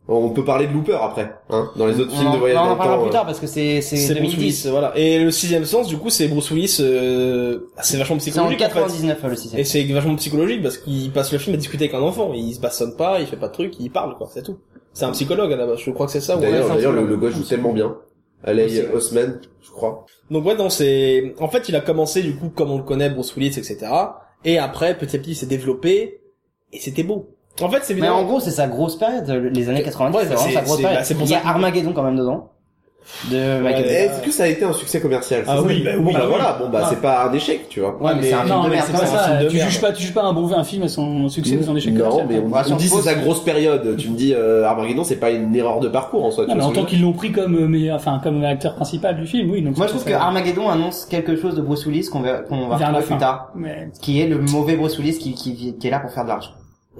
On peut parler de Looper après, hein, dans les autres
On
films
en-
de voyage
on en
dans le
parlera
temps.
plus
euh.
tard parce que c'est c'est
C'est Bruce
2010.
Willis, voilà. Et le sixième sens, du coup, c'est Bruce Willis. euh, c'est vachement
C'est en
psychologique. en fait.
99 le
Et
sixième.
c'est vachement psychologique parce qu'il passe le film à discuter avec un enfant. Il se bastonne pas, il fait pas de trucs, il parle quoi, c'est tout. C'est un psychologue à la base. Je crois que c'est ça. ou
euh. D'ailleurs,
ouais,
d'ailleurs,
c'est un
le, le
psychologue.
gars joue tellement bien. Alec
Aussi.
Osman, je crois.
Donc ouais, non, c'est. En fait, il a commencé du coup comme on le connaît, Bruce Willis, etc. Et après, petit à petit, il s'est développé et c'était beau. En fait, c'est
Mais en
évidemment.
gros, c'est sa grosse période, le- les années 90,
Ouais,
c'est
bah,
vraiment
c'est-
sa grosse
c'est- bah,
période.
c'est pour
il y
ça
a
que-
Armageddon quand même dedans. De
Eh,
Michael Bay.
Est-ce que ça a été un succès commercial
Ah
ça
oui, bah oui.
Bon, bah
Ah
voilà, bon, bah
Ah.
c'est pas un échec, tu vois.
Ouais, mais c'est un film
Non,
de
Ah, mais
merde.
c'est
quand
pas
même.
un film
ça.
de
Tu
merde.
juges pas, tu juges pas un bon un film à son succès ou son échec
non,
commercial.
mais on,
Bah,
on dit
sur
c'est sa
pause,
grosse période. Tu me dis euh, Armageddon, c'est pas une erreur de parcours en soi. tu
Non, mais en
vois ce
tant
que je veux
qu'ils l'ont pris comme euh, meilleur, enfin comme acteur principal du film, oui. Donc
Moi, je
c'est
trouve que
ça.
Armageddon annonce quelque chose de Bruce Willis qu'on va, qu'on va
Vers la
retrouver
fin.
plus tard.
Mais
Qui est le mauvais Bruce Willis qui, qui, qui est là pour faire de l'argent.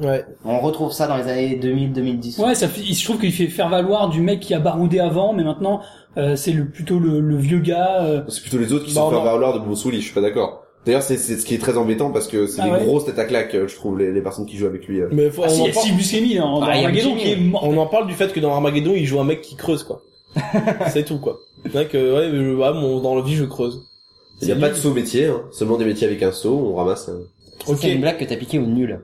Ouais.
On retrouve ça dans les années 2000-2010.
ouais, ça, fait- il- je trouve qu'il fait faire valoir du mec qui a baroudé avant, mais maintenant euh, c'est le plutôt le, le vieux gars. euh,
dire. C'est plutôt les autres qui
Bah,
sont
non.
fait valoir de Bruce Willis, je suis pas d'accord. D'ailleurs, c'est c'est ce qui est très embêtant parce que c'est
Ah
des
ouais.
grosses têtes à claque, euh, je trouve, les, les personnes qui jouent avec lui. euh.
Mais faut-
Ah, si,
on, en
il y a hein.
parle,
Steve Buscemi dans, dans
Ah, il y a
Armageddon
Buscemi.
qui est mort.
on en parle du fait que dans Armageddon, il joue un mec qui creuse quoi. c'est tout quoi. C'est vrai que ouais, je- ouais, mon- dans la vie, je creuse.
Il n'y a
C'est
pas de
nul.
saut métier, hein. seulement des métiers avec un saut, on ramasse. hein.
Ça,
Ok.
C'est une blague que t'as piqué au nul.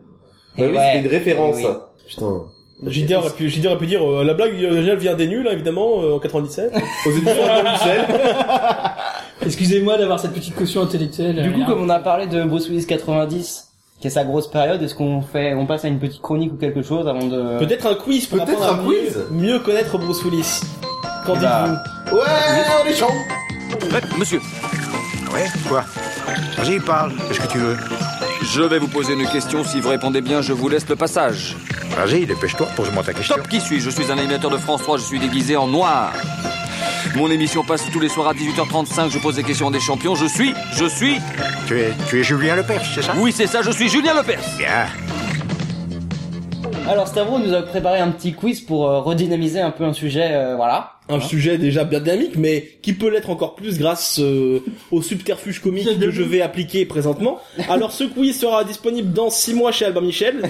Ouais,
Et
Bah oui,
Eh ouais.
c'était une référence.
Et oui.
Putain.
JD aurait pu, JD aurait pu dire euh, la blague originale vient des nuls hein, évidemment euh, en 97.
Aux éditions Albin Michel.
Excusez-moi d'avoir cette petite caution intellectuelle.
Du
euh,
coup,
hein.
comme on a parlé de Bruce Willis 90, qui est sa grosse période, est-ce qu'on fait, on passe à une petite chronique ou quelque chose avant de...
Peut-être un quiz pour
Peut-être
apprendre à
un
mieux-
quiz.
mieux connaître Bruce Willis. Qu'en
Eh bah,
dites-vous
Ouais, les gens
Monsieur,
Ouais, quoi Vas-y, parle. Qu'est-ce que tu veux
je vais vous poser une question. Si vous répondez bien, je vous laisse le passage.
Vas-y, dépêche-toi, pose-moi ta question.
Stop, qui suis-je Je suis un animateur de France 3, je suis déguisé en noir. Mon émission passe tous les soirs à 18h35, je pose des questions des champions. Je suis, je suis,
Tu es, tu es Julien Lepers, c'est ça
Hein?
oui c'est ça, je suis Julien Lepers.
Bien.
Alors Stavro nous a préparé un petit quiz pour euh, redynamiser un peu un sujet, euh, voilà.
un sujet déjà bien dynamique, mais qui peut l'être encore plus grâce euh, au subterfuge comique que je vais appliquer présentement. Alors ce quiz sera disponible dans 6 mois chez Albin Michel.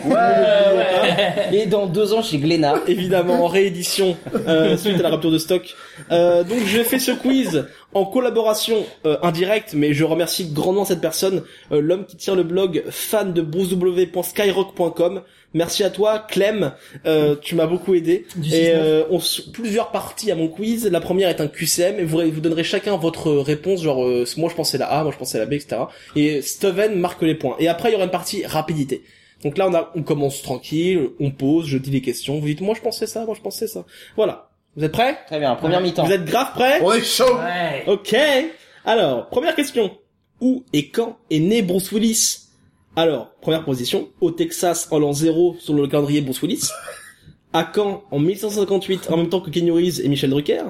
Et dans deux ans chez Glénat.
Évidemment en réédition euh, suite à la rupture de stock. Euh, donc j'ai fait ce quiz en collaboration euh, indirecte, mais je remercie grandement cette personne, euh, l'homme qui tient le blog fan de brucew.skyrock.com. Merci à toi, Clem. Euh, tu m'as beaucoup aidé.
Du
Et
6-9.
euh, on s- plusieurs parties à mon quiz. La première est un QCM et vous, vous donnerez chacun votre réponse. Genre, euh, moi je pensais la A, moi je pensais la B, etc. Et Steven marque les points. Et après il y aura une partie rapidité. Donc là on a, on commence tranquille, on pose, je dis les questions. Vous dites moi je pensais ça, moi je pensais ça. Voilà. Vous êtes prêts
Très bien, première mi-temps.
Vous êtes grave prêts
On est chaud
Ouais.
Ok. Alors, première question. Où et quand est né Bruce Willis Alors, première position. Au Texas en l'an 0 sur le calendrier Bruce Willis. À Caen en 1958 en même temps que Kenny Reeves et Michel Drucker.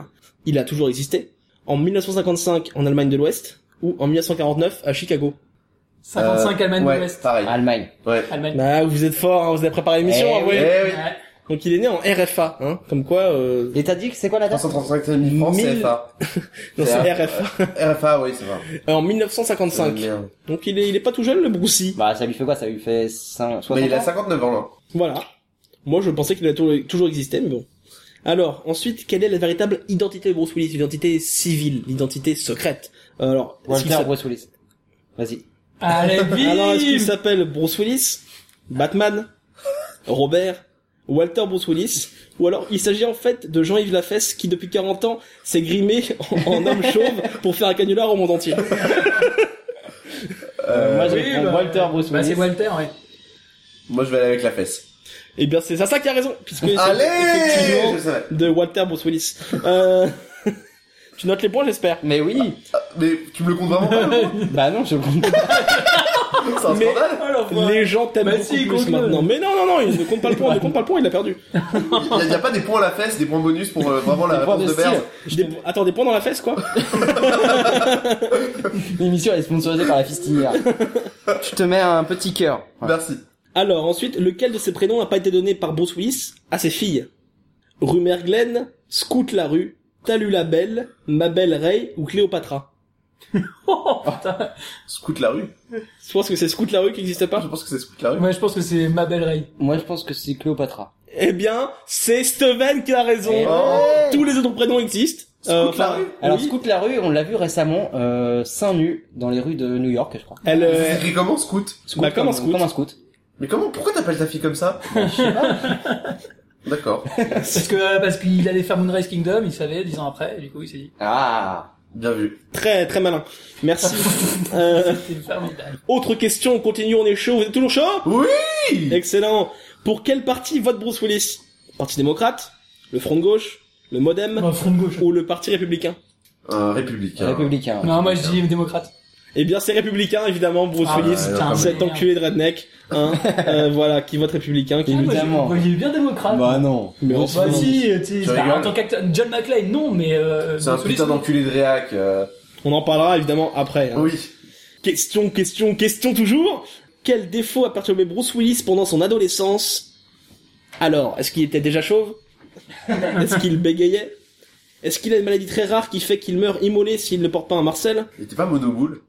Il a toujours existé. En 1955 en Allemagne de l'Ouest. Ou en 1949 à Chicago.
55 Allemagne
Euh, ouais,
Euh, de l'Ouest.
pareil.
Allemagne.
Allemagne.
Bah, vous êtes fort, hein, vous avez préparé l'émission.
Eh
hein,
Eh
ouais.
oui.
Ouais.
Donc il est né en RFA, hein, comme quoi... Euh...
Et t'as dit que c'est quoi la date
335 000 francs,
Mille-
CFA.
Non,
c'est
c'est RFA.
RFA, oui, c'est vrai.
Euh, En 1955.
Oh, Merde.
Donc il est, il est pas tout jeune, le Brucey.
Bah ça lui fait quoi Ça lui fait 5, 60
Mais il a
ans
59 ans, là.
Voilà. Moi, je pensais qu'il a tou- toujours existé, mais bon. Alors, ensuite, quelle est la véritable identité de Bruce Willis L'identité civile, l'identité secrète. Alors, est-ce qu'il
Walter
s'appelle-
Bruce Willis. Vas-y.
Allez,
Alors, est-ce qu'il
bim
s'appelle Bruce Willis Batman Robert Walter Bruce Willis, ou alors il s'agit en fait de Jean-Yves Lafesse qui depuis 40 ans s'est grimé en, en homme chauve pour faire un canular au monde entier.
Euh, moi, je vais
oui,
prendre
bah,
Walter Bruce
Bah,
Willis.
c'est Walter, ouais.
Moi, je vais aller avec la fesse.
Eh bien c'est ça qui a raison, puisque c'est
Allez
effectivement
Je savais.
de Walter Bruce Willis. Euh, tu notes les points j'espère.
Mais oui.
Mais tu me le comptes vraiment pas, le point
bah non, je le compte pas.
C'est un
Mais-
scandale
oh,
Les gens t'aiment
Bah
beaucoup
si, il
plus
compte le.
maintenant. Mais non non non, il ne compte pas le point, il ne compte pas le point, il a perdu.
Il y a- il y a, pas des points à la fesse, des points bonus pour euh, vraiment la
Des points
réponse de
de style.
merde.
Des- Attends, des points dans la fesse quoi
L'émission elle est sponsorisée par la fistinière. tu te mets un petit cœur. Ouais.
Merci.
Alors ensuite, lequel de ces prénoms n'a pas été donné par Bruce Willis à ses filles Rumeur Glen, Scout la rue, Talula Belle, Mabel Ray ou Cléopatra
Oh, putain.
Scoot la rue.
Je pense que c'est Scout la rue qui n'existe
Je
pas.
pense que c'est Scoot la rue.
Ouais, je pense que c'est ma belle Ray.
Moi, je pense que c'est Cléopatra.
Eh bien, c'est Steven qui a raison.
Eh
ouais.
Tous les autres prénoms existent. Euh,
Scoot la
enfin,
rue.
Alors,
oui.
Scoot la rue, on l'a vu récemment, euh, seins nus, dans les rues de New York, je crois.
elle,
C'est
euh,
écrit comment Scoot
bah, comme un
Comme
scout.
un scout.
Mais comment Pourquoi t'appelles ta fille comme ça
Bah,
D'accord.
Parce que, parce qu'il allait faire Moonrise Kingdom, il savait, dix ans après, et du coup, il s'est dit,
Ah, bien vu.
Très très malin. Merci. Euh,
c'est formidable.
autre question. On continue. On est chaud. Vous êtes toujours chaud
Oui
Excellent. Pour quelle parti vote Bruce Willis Parti démocrate, le Front de gauche, le MoDem
Bah, front de gauche.
ou le Parti républicain
Un républicain.
Républicain. ouais.
Non, moi, je dis démocrate.
Eh bien, c'est républicain, évidemment, Bruce
Ah,
Willis.
putain,
mais
cet
merde.
enculé de redneck, hein, euh, voilà, qui vote républicain, qui
Ah, moi, je
Évidemment.
le voyais bien démocrate.
Bah non.
Mais
Bon,
on
Bah
Non.
si, euh, tu
Je
sais,
rigole.
en tant qu'acteur, John McClane, non, mais euh,
C'est un
Bruce Willis,
putain
non.
d'enculé de réac. euh.
On en parlera évidemment après. hein.
Oui.
Question, question, question toujours. Quel défaut a perturbé Bruce Willis pendant son adolescence Alors, est-ce qu'il était déjà chauve Est-ce qu'il bégayait Est-ce qu'il a une maladie très rare qui fait qu'il meurt immolé s'il ne porte pas un Marcel
Il était pas monoboule.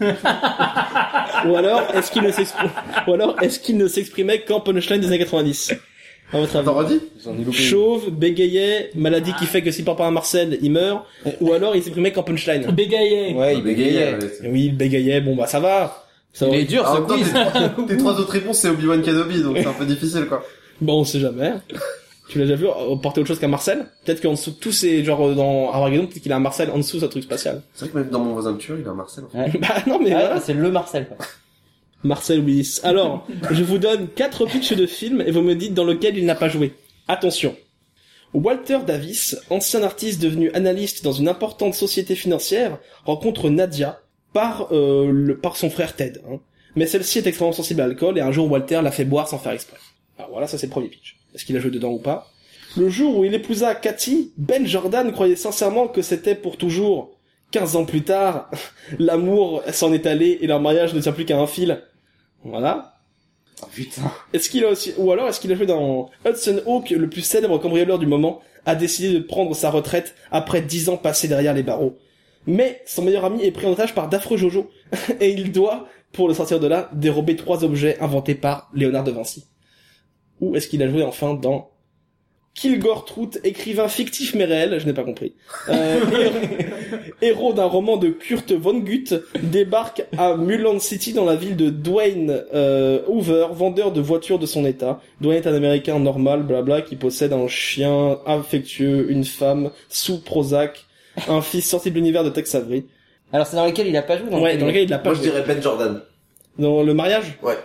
Ou alors, est-ce qu'il ne s'exprimait, ou alors, est-ce qu'il ne s'exprimait qu'en punchline des années 90 À
Ah,
votre avis
T'en redis
J'en ai loupé une.
Chauve, bégayait, maladie qui fait que s'il part pas un Marcel, il meurt, ou alors il s'exprimait qu'en punchline.
Bégayé.
Ouais, il
Bégayait,
bégayait.
ouais.
Et Oui, il bégayait, bon bah ça va. Ça
Il
va.
est dur,
Ah, En
ce
même temps,
quiz.
tes trois- tes trois autres réponses, c'est Obi-Wan Kenobi, donc c'est un peu difficile, quoi.
Bon, on sait jamais. tu l'as déjà vu euh, porter autre chose qu'un Marcel Peut-être qu'en dessous, tous ces, genre euh, dans Armageddon, peut-être qu'il a un Marcel en dessous, c'est un truc spatial.
C'est vrai que même dans Mon voisin me tue, il a un Marcel. en fait.
Ouais.
bah non, mais
Ah,
voilà.
bah, c'est le Marcel, quoi.
Marcel Willis. Alors, je vous donne quatre pitchs de films et vous me dites dans lequel il n'a pas joué. Attention. Walter Davis, ancien artiste devenu analyste dans une importante société financière, rencontre Nadia par, euh, le, par son frère Ted. hein. Mais celle-ci est extrêmement sensible à l'alcool et un jour Walter la fait boire sans faire exprès. Alors voilà, ça c'est le premier pitch. Est-ce qu'il a joué dedans ou pas Le jour où il épousa Cathy, Ben Jordan croyait sincèrement que c'était pour toujours. 15 ans plus tard, l'amour s'en est allé et leur mariage ne tient plus qu'à un fil. Voilà.
Oh, putain.
Est-ce qu'il a aussi, ou alors est-ce qu'il a joué dans Hudson Hawk, le plus célèbre cambrioleur du moment, a décidé de prendre sa retraite après dix ans passés derrière les barreaux. Mais son meilleur ami est pris en otage par d'affreux Jojo, et il doit, pour le sortir de là, dérober trois objets inventés par Léonard de Vinci. Ou est-ce qu'il a joué enfin dans Kilgore Trout, écrivain fictif mais réel, je n'ai pas compris. Euh, héros- héros d'un roman de Kurt Vonnegut, débarque à Mullan City dans la ville de Dwayne euh, Hoover, vendeur de voitures de son état. Dwayne est un américain normal, blabla, qui possède un chien affectueux, une femme, sous Prozac, un fils sorti de l'univers de Tex Avery.
Alors, c'est dans lequel il a pas joué dans
Ouais, dans lequel il l'a pas
Moi, je
joué.
dirais Ben Jordan.
Dans le mariage
Ouais.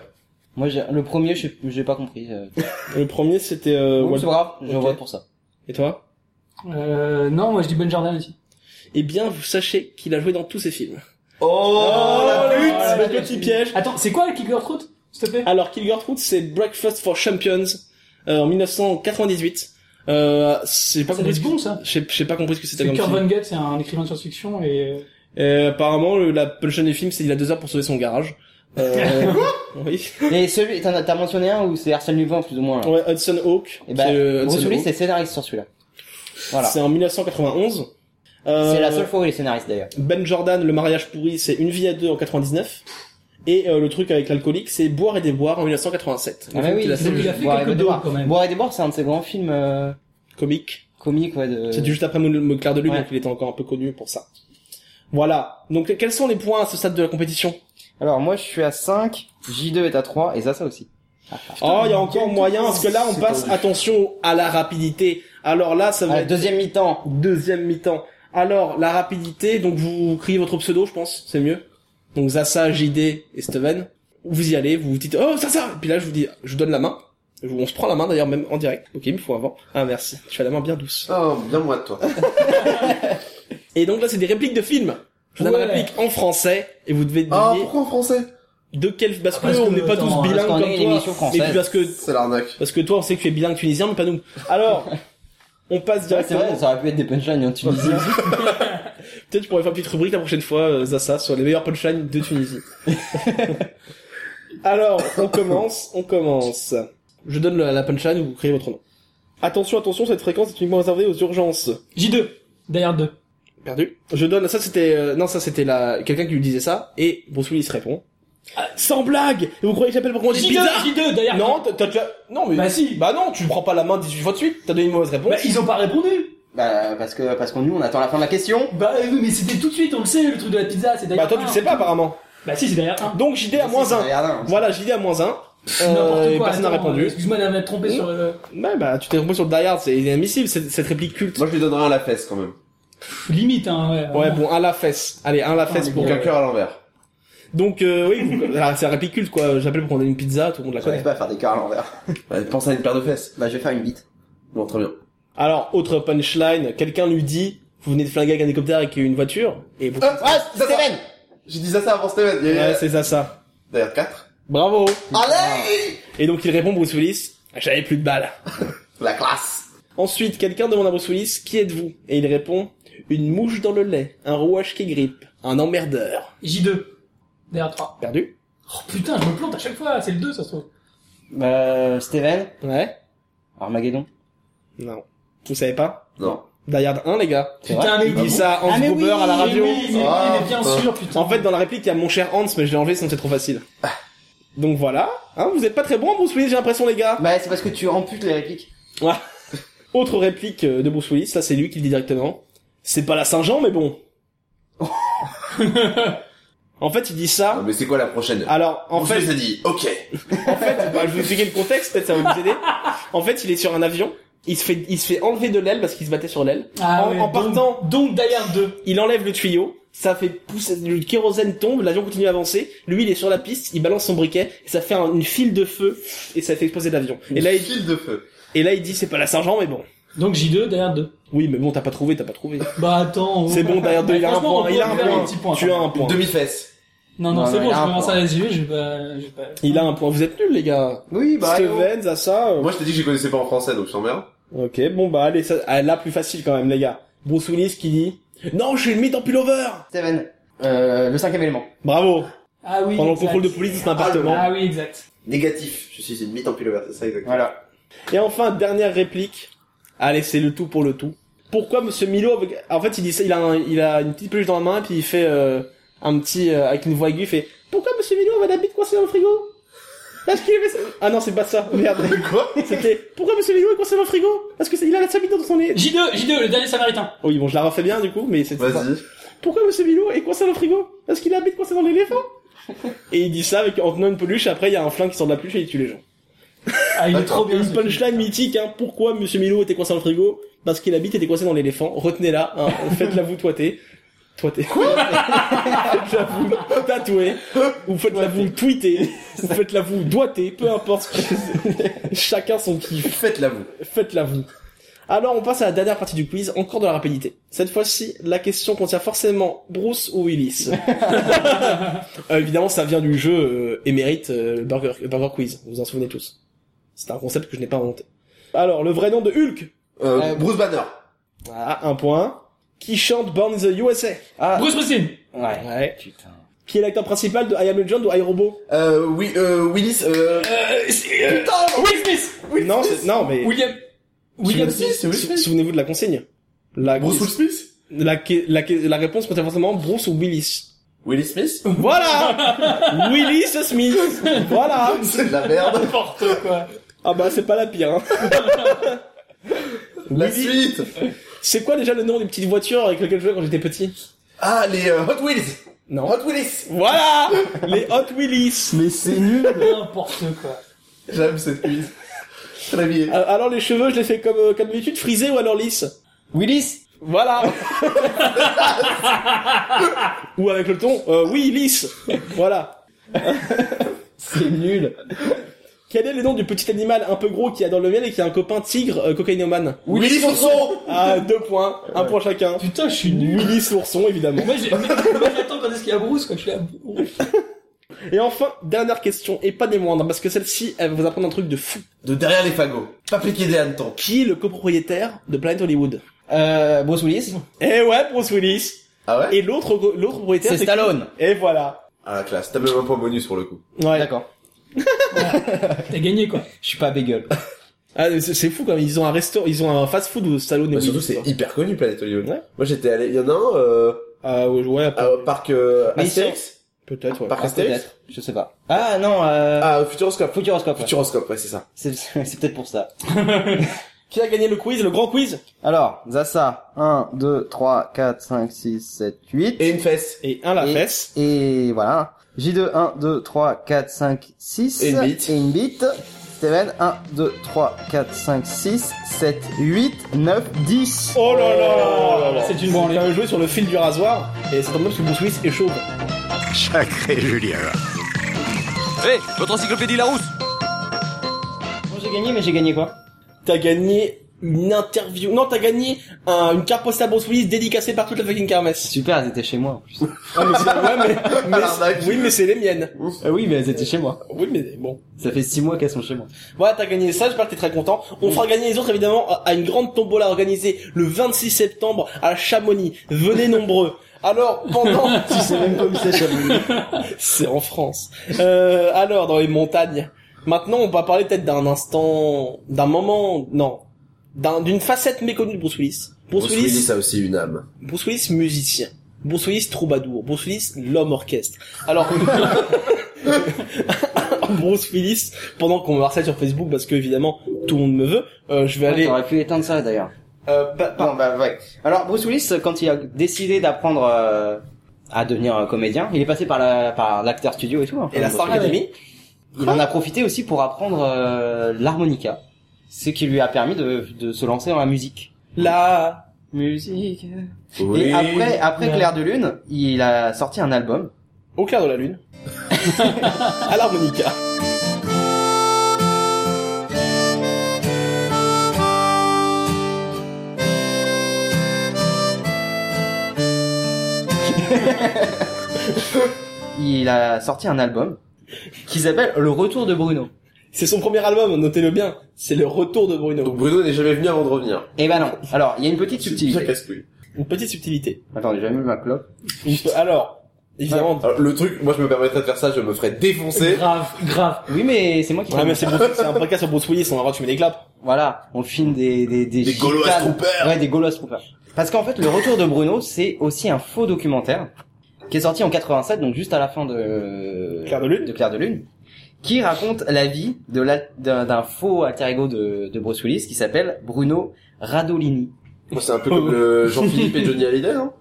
Moi, j'ai- le premier, je sais- j'ai pas compris. euh.
Le premier, c'était... Euh,
Bon,
Wal-
c'est pas grave, je
Ok.
vote pour ça.
Et toi
Euh, non, moi je dis Ben Jordan aussi.
Eh bien, vous sachez qu'il a joué dans tous ses films.
Oh, la pute
Ah,
Le
la
petit
vache.
piège
Attends, c'est quoi le Kicker Trout S'il te plaît
Alors, Kilgore Trout, c'est Breakfast for Champions euh, en 1998. Euh, j'ai pas compris. ce
C'est des
que-
secondes ça
J'ai j'ai pas compris ce que c'était
Parce que
comme
Kurt
film.
Vonnegut, c'est un écrivain de science-fiction et
Euh, apparemment, le- la punchline du film, c'est il a deux heures pour sauver son garage. Euh, oui.
Et celui, t'en as t'as mentionné un où c'est Arsène Lupin, plus ou moins, là.
Ouais, Hudson Hawk.
Et
c'est, euh,
ben,
Hudson
Bruce Willis
Hawk.
c'est scénariste sur celui-là. Voilà.
C'est en 1991. Euh,
C'est la seule fois où il est scénariste d'ailleurs.
Ben Jordan, le mariage pourri, c'est Une vie à deux en 99. Et euh, le truc avec l'alcoolique, c'est Boire et déboire en 1987.
Ah mais oui,
la
c'est
seule
lui qui a fait
Boire et
quelques
déboire.
dos, quand même.
Boire et déboire, c'est un de ses grands films euh,
comique.
comiques ouais, de.
C'était juste après Mon- Mon Clair de Lune,
Euh, Ouais.
donc il était encore un peu connu pour ça. Voilà. Donc quels sont les points à ce stade de la compétition
Alors moi je suis à 5, J2 est à 3 et Zaza aussi.
Oh, il y a encore moyen, parce que là, on passe, attention, à la rapidité. Alors là, ça va
Ah,
être
deuxième mi-temps.
deuxième mi-temps. Alors, la rapidité, donc vous criez votre pseudo, je pense, c'est mieux. Donc Zassa, JD et Steven. Vous y allez, vous vous dites, oh, Zassa! Puis là, je vous dis, je vous donne la main. Je vous- On se prend la main d'ailleurs, même en direct. Ok, il me faut avant. Ah, merci. Tu fais la main bien douce.
Oh, bien moi de toi.
Et donc là, c'est des répliques de films. Je vous donne
Ouais.
la réplique en français, et vous devez
Ah,
deviner
pourquoi en français
de quel, parce que
Parce que,
on n'est pas
attends,
tous
parce
bilingues
qu'on
comme
est une émission
toi.
française.
Et puis parce que
C'est l'arnaque.
Parce que toi, on sait que tu es bilingue tunisien, mais pas nous. Alors, on passe
Ouais, c'est
directement.
vrai, ça aurait pu être des punchlines en Tunisie.
Peut-être je pourrais faire une petite rubrique la prochaine fois, euh, Zassa, sur les meilleurs punchlines de Tunisie. Alors, on commence, on commence. Je donne la la punchline, vous créez votre nom. Attention, attention, cette fréquence est uniquement réservée aux urgences.
J2. D'ailleurs 2.
Perdu. Je donne, ça c'était, euh, non, ça c'était la, quelqu'un qui lui disait ça, et Bruce Willis répond. Ah, sans blague! Et vous croyez que j'appelle pour commander une
J2,
pizza?
J2, d'ailleurs.
Non, t'as- t'as déjà, non, mais.
Bah si.
Bah non, tu prends pas la main 18 fois de suite, t'as donné une mauvaise réponse.
Bah, ils ont pas répondu.
bah, parce que, parce qu'on, nous, on attend la fin de la question.
Bah oui, mais c'était tout de suite, on le sait, le truc de la pizza, c'est
Bah
d'ailleurs.
toi tu le sais pas apparemment.
Bah si, c'est derrière 1.
Donc JD à
Si,
moins
ça
1.
sert à rien.
Voilà, JD à moins 1.
N'importe quoi.
Euh, personne n'a
attends,
répondu.
Excuse-moi d'avoir trompé
Oui.
sur euh, le.
Ouais, bah tu t'es trompé sur le Die Hard, c'est inadmissible cette, cette réplique culte.
Moi, je lui donnerai un la fesse quand même.
Pff, Limite, hein. Ouais,
Ouais,
vraiment.
bon, un la fesse. Allez,
Ah,
un la fesse pour
Donc un cœur à l'envers.
Donc, euh, oui, vous- ah, c'est la réplique culte quoi. J'appelle pour qu'on donne une pizza, tout le monde la connaît.
J'arrive pas à faire des cœurs à l'envers.
Ouais, pense à une paire de fesses.
Bah, je vais faire une bite.
Bon, très bien.
Alors, autre punchline, quelqu'un lui dit, vous venez de flinguer avec un hélicoptère avec une voiture, et vous...
Ah,
Ah, Steven!
J'ai dit ça, ça avant Steven. Il y a euh,
Ouais, c'est ça, ça.
d'ailleurs 4.
Bravo Ah.
Allez
Et donc il répond Bruce Willis, j'avais plus de balles.
La classe
Ensuite, quelqu'un demande à Bruce Willis, qui êtes-vous Et il répond, une mouche dans le lait, un rouage qui grippe, un emmerdeur.
J2. Derrière 3.
Perdu
Oh putain, je me plante à chaque fois, c'est le 2, ça se trouve.
Euh, Steven?
Ouais.
Armageddon.
Non. Vous savez pas
Non.
D'ailleurs 1, les gars.
C'est
Putain, mais
Il dit ça à Hans
Ah, mais
Gruber à la
oui,
radio.
mais oui, mais oui,
Ah,
mais bien
putain.
sûr, putain.
En fait, dans la réplique, il y a mon cher Hans, mais je l'ai enlevé sinon c'est trop facile. Donc voilà. Hein, vous êtes pas très bon, Bruce Willis, j'ai l'impression, les gars.
Bah, c'est parce que tu amputes les répliques.
Ouais. Autre réplique euh, de Bruce Willis, là, c'est lui qui le dit directement. C'est pas la Saint-Jean, mais bon. en fait, il dit
Ah,
ça.
mais c'est quoi la prochaine
Alors, Ah, en
Bon,
fait,
je les ai dit, ok.
En fait, bah, je vais vous expliquer le contexte, peut-être ça va vous aider. En fait, il est sur un avion, il se fait, il se fait enlever de l'aile parce qu'il se battait sur l'aile.
Ah
en,
ouais,
en
donc-
partant,
Donc d'ailleurs 2.
il enlève le tuyau, ça fait pousser, le kérosène tombe, l'avion continue à avancer, lui il est sur la piste, il balance son briquet, et ça fait un- une file de feu, et ça fait exploser l'avion. Et là, il,
file de feu.
et là il dit c'est pas la Saint-Jean, mais bon.
Donc J2, derrière 2.
Oui, mais bon, t'as pas trouvé, t'as pas trouvé.
Bah attends.
C'est bon, derrière deux, il a un
Franchement, on
point, il a
peut
un
lui faire
point,
un petit point,
tu as
quand
un
Une
point.
demi-fesse.
Non, non,
Non,
c'est
non,
bon,
il
je
a un
commence
point.
à les yeux, je vais pas, je vais pas.
Il a un point, vous êtes nuls les gars.
Oui, bah,
Bah,
Steven, Zassa, euh,
Moi, je t'ai dit que je connaissais pas en français, donc je t'emmerde.
Ok, bon bah allez, ça, ah, là plus facile quand même les gars. Bruce Willis qui dit Non, je suis le mythe en pullover
Steven. Euh, le cinquième élément.
Bravo
Ah oui.
Pendant le
exact.
contrôle de police dans un appartement.
Ah oui, exact.
Négatif. Je suis une mythe en pullover, c'est ça exactement.
Voilà.
Et enfin, dernière réplique. Allez, c'est le tout pour le tout. Pourquoi Monsieur Milo avec... En fait, il dit ça, il a, un- il a une petite peluche dans la main, puis il fait euh, un petit... euh, avec une voix aiguë, il fait « Pourquoi Monsieur Milo avait la bite coincée dans le frigo ?» Parce qu'il avait... sa- Ah non, c'est pas ça, merde.
Quoi
C'était « Pourquoi Monsieur Milo est coincé dans le frigo ?» Parce que c'est- il a la sa bite dans son nez. Oh,
J2, J2, le dernier samaritain.
Oui, bon, je la refais bien du coup, mais c'était ça.
Vas-y.
Pourquoi Monsieur Milo est coincé dans le frigo Parce qu'il a la bite coincée dans l'éléphant. Et il dit ça avec en tenant une peluche, et après il y a un flingue qui sort de la peluche et il tue les gens.
Ah, il est
Attends,
trop bien.
Une
ce
punchline mythique, hein. Pourquoi Monsieur Milo était coincé dans le frigo Parce qu'il habite était coincé dans l'éléphant. Retenez-la, hein. faites-la vous toiter. Toiter. faites-la vous tatouer. Ou faites-la vous tweeter. Ou faites-la vous doiter. Peu importe ce que c'est. Chacun son kiff.
Faites-la vous.
Faites-la vous. Alors, on passe à la dernière partie du quiz, encore de la rapidité. Cette fois-ci, la question contient forcément Bruce ou Willis. Euh, évidemment, ça vient du jeu euh, émérite euh, Burger, Burger Quiz, vous vous en souvenez tous. C'est un concept que je n'ai pas inventé. Alors, le vrai nom de Hulk
Euh,
Euh,
Bruce Banner.
Voilà, un point. Qui chante Born in the USA
film.
Ah.
Bruce Springsteen.
Ouais.
Ouais.
Putain.
Qui est l'acteur principal de I Am Legend ou I Robot
Euh, oui, euh, Willis, euh...
Putain, Will Smith.
Non, c'est- non, mais...
William. William
Smith,
Smith.
c'est Will
sou-
Smith.
Souvenez-vous de la consigne. La,
Bruce Will Smith
la, que- la, que- la réponse contient forcément Bruce ou Willis.
Willis Smith
Voilà Willis Smith Voilà
C'est de la merde.
N'importe quoi.
Ah bah c'est pas la pire. Hein.
La
Willis-
suite.
C'est quoi déjà le nom des petites voitures avec lesquelles je jouais quand j'étais petit
Ah, les euh, Hot Wheels.
Non.
Hot Wheels.
Voilà Les Hot Willis
Mais c'est nul.
N'importe quoi.
J'aime cette quiz. Très bien.
Euh, Alors les cheveux, je les fais comme, euh, comme d'habitude, frisés ou alors lisses
Willis
Voilà Ou avec le ton, euh, oui, lisse Voilà C'est nul Quel est le nom du petit animal un peu gros qu'il y a dans le miel et qui a un copain tigre euh, cocaïnomane
Willis Ourson
Ah, deux points, un point chacun.
Putain, je suis nul.
Willis Ourson, évidemment.
Moi, j'ai- moi, j'attends quand est-ce qu'il y a Bruce, quoi. Je suis là.
Et enfin, dernière question, et pas des moindres, parce que celle-ci, elle va vous apprendre un truc de fou.
De derrière les fagots. Pas piqué des hannetons.
Qui est le copropriétaire de Planet Hollywood
euh, Bruce Willis
Eh ouais, Bruce Willis
Ah ouais
Et l'autre, l'autre propriétaire,
C'est
qui
Stallone
Et voilà.
Ah la classe. T'as même un point bonus pour le coup.
Ouais.
D'accord.
T'as gagné, quoi.
Je suis pas bégueule.
Ah, mais c'est c'est fou quand même. Ils ont un restaurant, ils ont un fast-food ou Stallone. et
Bah,
Willis,
surtout c'est
quoi.
hyper connu Planète Hollywood.
Ouais.
Moi j'étais allé, il y en a un euh,
Ah ouais, ouais,
à- au parc euh,
Mais
Astérix.
peut-être. Ouais.
Parc
Ah,
Astérix.
peut-être. Je sais pas. Ah non, euh...
Ah Futuroscope.
Futuroscope. ouais.
Futuroscope, ouais c'est ça.
C'est c'est peut-être pour ça.
Qui a gagné le quiz, le grand quiz
Alors, Zassa, 1, 2, 3, 4, 5, 6, 7, 8.
Et une fesse.
Et un la
Et-
fesse.
Et voilà. J2, 1, 2, 3, 4, 5, 6.
Et une bite.
Et une bite. Steven, 1, 2, 3, 4, 5, 6, 7, 8, 9, 10.
Oh là là,
C'est une branlée.
On a joué sur le fil du rasoir et ça tombe bien parce que Bruce Willis est chauve.
Sacré Julien.
Hé, votre encyclopédie Larousse
Bon, j'ai gagné, mais j'ai gagné quoi
T'as gagné une interview. Non, t'as gagné un- une carte postale Bruce Willis dédicacée par toute la fucking kermesse.
Super, elles étaient chez moi en plus.
Ah, mais c'est- ouais, mais, mais-
Arnaque.
oui, mais c'est les miennes.
Euh, oui, mais elles étaient chez moi.
Oui, mais bon.
Ça fait 6 mois qu'elles sont chez moi.
Voilà, t'as gagné ça, j'espère que t'es très content. On fera gagner les autres, évidemment, à- à une grande tombola organisée le 26 septembre à Chamonix. Venez nombreux. Alors, pendant... tu sais même pas où c'est Chamonix. C'est en France. Euh, alors, dans les montagnes. Maintenant, on va parler peut-être d'un instant... D'un moment... Non. D'un- D'une facette méconnue de Bruce Willis. Bruce,
Bruce
Willis,
Willis a aussi une âme.
Bruce Willis musicien. Bruce Willis troubadour. Bruce Willis l'homme orchestre. Alors, Bruce Willis, pendant qu'on me harcèle sur Facebook, parce que évidemment tout le monde me veut, euh, je vais
Ouais,
aller.
T'aurais pu éteindre ça d'ailleurs.
Euh, pa- pa-
Non, bah, ouais. Alors Bruce Willis, quand il a décidé d'apprendre euh, à devenir euh, comédien, il est passé par la par l'acteur studio et tout. hein,
et la
Bruce
Star
Willis.
Academy.
Il en a profité aussi pour apprendre euh, l'harmonica, ce qui lui a permis de, de se lancer dans la musique.
La.
Musique.
Oui.
Et après après
Ouais.
Clair de lune, il a sorti un album.
Au clair de la lune. à l'harmonica.
Il a sorti un album qui s'appelle Le Retour de Bruno.
C'est son premier album, notez-le bien. C'est le retour de Bruno.
Donc Bruno n'est jamais venu avant de revenir.
Eh ben non. Alors il y a une petite
Bien
subtilité.
casse-couille.
Une petite subtilité.
Attendez, j'ai mis ma clope.
Une pe- Alors, évidemment.
Alors, le truc, moi je me permettrais de faire ça, je me ferais défoncer.
Grave, grave.
Oui mais c'est moi qui.
Ouais, mais c'est Bruce- c'est un podcast sur Bruce Willis, on aura tu mets des claps.
Voilà, on filme des des des,
Des Gaulois
chicanes.
Troopers.
Ouais, des Gaulois Troopers. Parce qu'en fait, le retour de Bruno, c'est aussi un faux documentaire qui est sorti en 87, donc juste à la fin de
Clair de Lune.
de Clair de Lune, qui raconte la vie de l'al- d'un d'un faux alter ego de de Bruce Willis qui s'appelle Bruno Radolini.
Moi, C'est un peu comme le Jean-Philippe et Johnny Hallyday, hein. non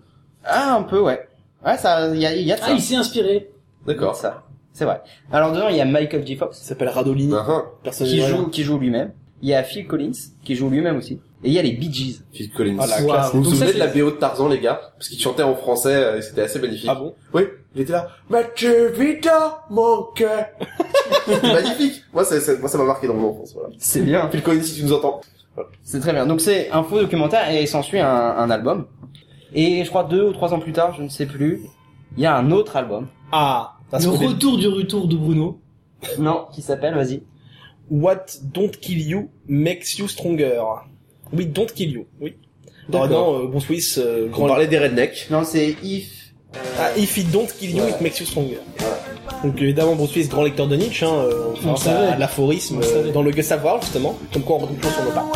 Ah, un peu, ouais. Ouais, ça, il y a, il y a de ça.
Ah, il s'est inspiré.
Il y a de
D'accord.
ça. C'est vrai. Alors dedans, il y a Michael J. Fox
Ça s'appelle Radolini.
Ah, ah.
Personne
qui
ne
joue qui joue lui-même. Il y a Phil Collins qui joue lui-même aussi. Et il y a les Bee Gees.
Phil Collins.
Ah, la
Wow.
classe.
Vous vous
Donc ça,
souvenez de la
c'est-
BO de Tarzan, les gars Parce qu'il chantait en français, euh, et c'était assez magnifique.
Ah bon
Oui, il était là. Mais tu vis dans mon cœur. C'était magnifique. Moi, c'est- c'est- moi, ça m'a marqué dans mon enfance. Voilà.
C'est bien.
Phil Ah, Collins, si tu nous entends.
C'est très bien. Donc c'est un faux documentaire et s'ensuit un, un album. Et je crois deux ou trois ans plus tard, je ne sais plus, il y a un autre album.
Ah, parce
Le
qu'on est-
retour du retour de Bruno.
Non. Qui s'appelle, vas-y.
What don't kill you makes you stronger. Oui, don't kill you. Oui. Non,
D'accord.
non, euh, Bruce Willis, euh,
On
grand.
parlait des rednecks.
Non, c'est If.
Ah, if it don't kill you,
Voilà.
it makes you stronger. Donc évidemment, Bruce Willis, grand lecteur de Nietzsche, hein, euh, on
On
pense à
savait.
l'aphorisme
On
euh,
savait.
dans le Gustave Warl, justement, comme quoi on retombe toujours sur nos pas.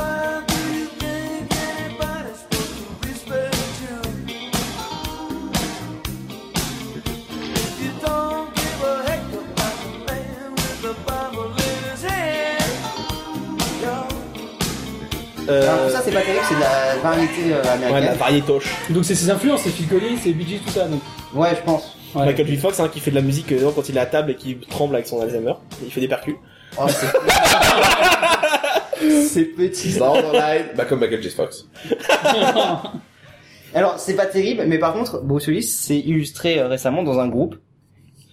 Euh,
Alors, Ah, ça, c'est pas terrible, c'est de la variété euh,
ouais, la
américaine.
variétoche.
Donc c'est ses influences, c'est Phil Collins, c'est Bee Gees, tout ça. Donc.
Ouais, je pense.
Ouais.
Michael J. Fox, hein, qui fait de la musique euh, quand il est à table et qui tremble avec son Alzheimer. Il fait des percus.
Oh, c'est... c'est petit. Borderline. Bah, comme Michael J. Fox.
Alors, c'est pas terrible, mais par contre, Bruce Willis s'est illustré euh, récemment dans un groupe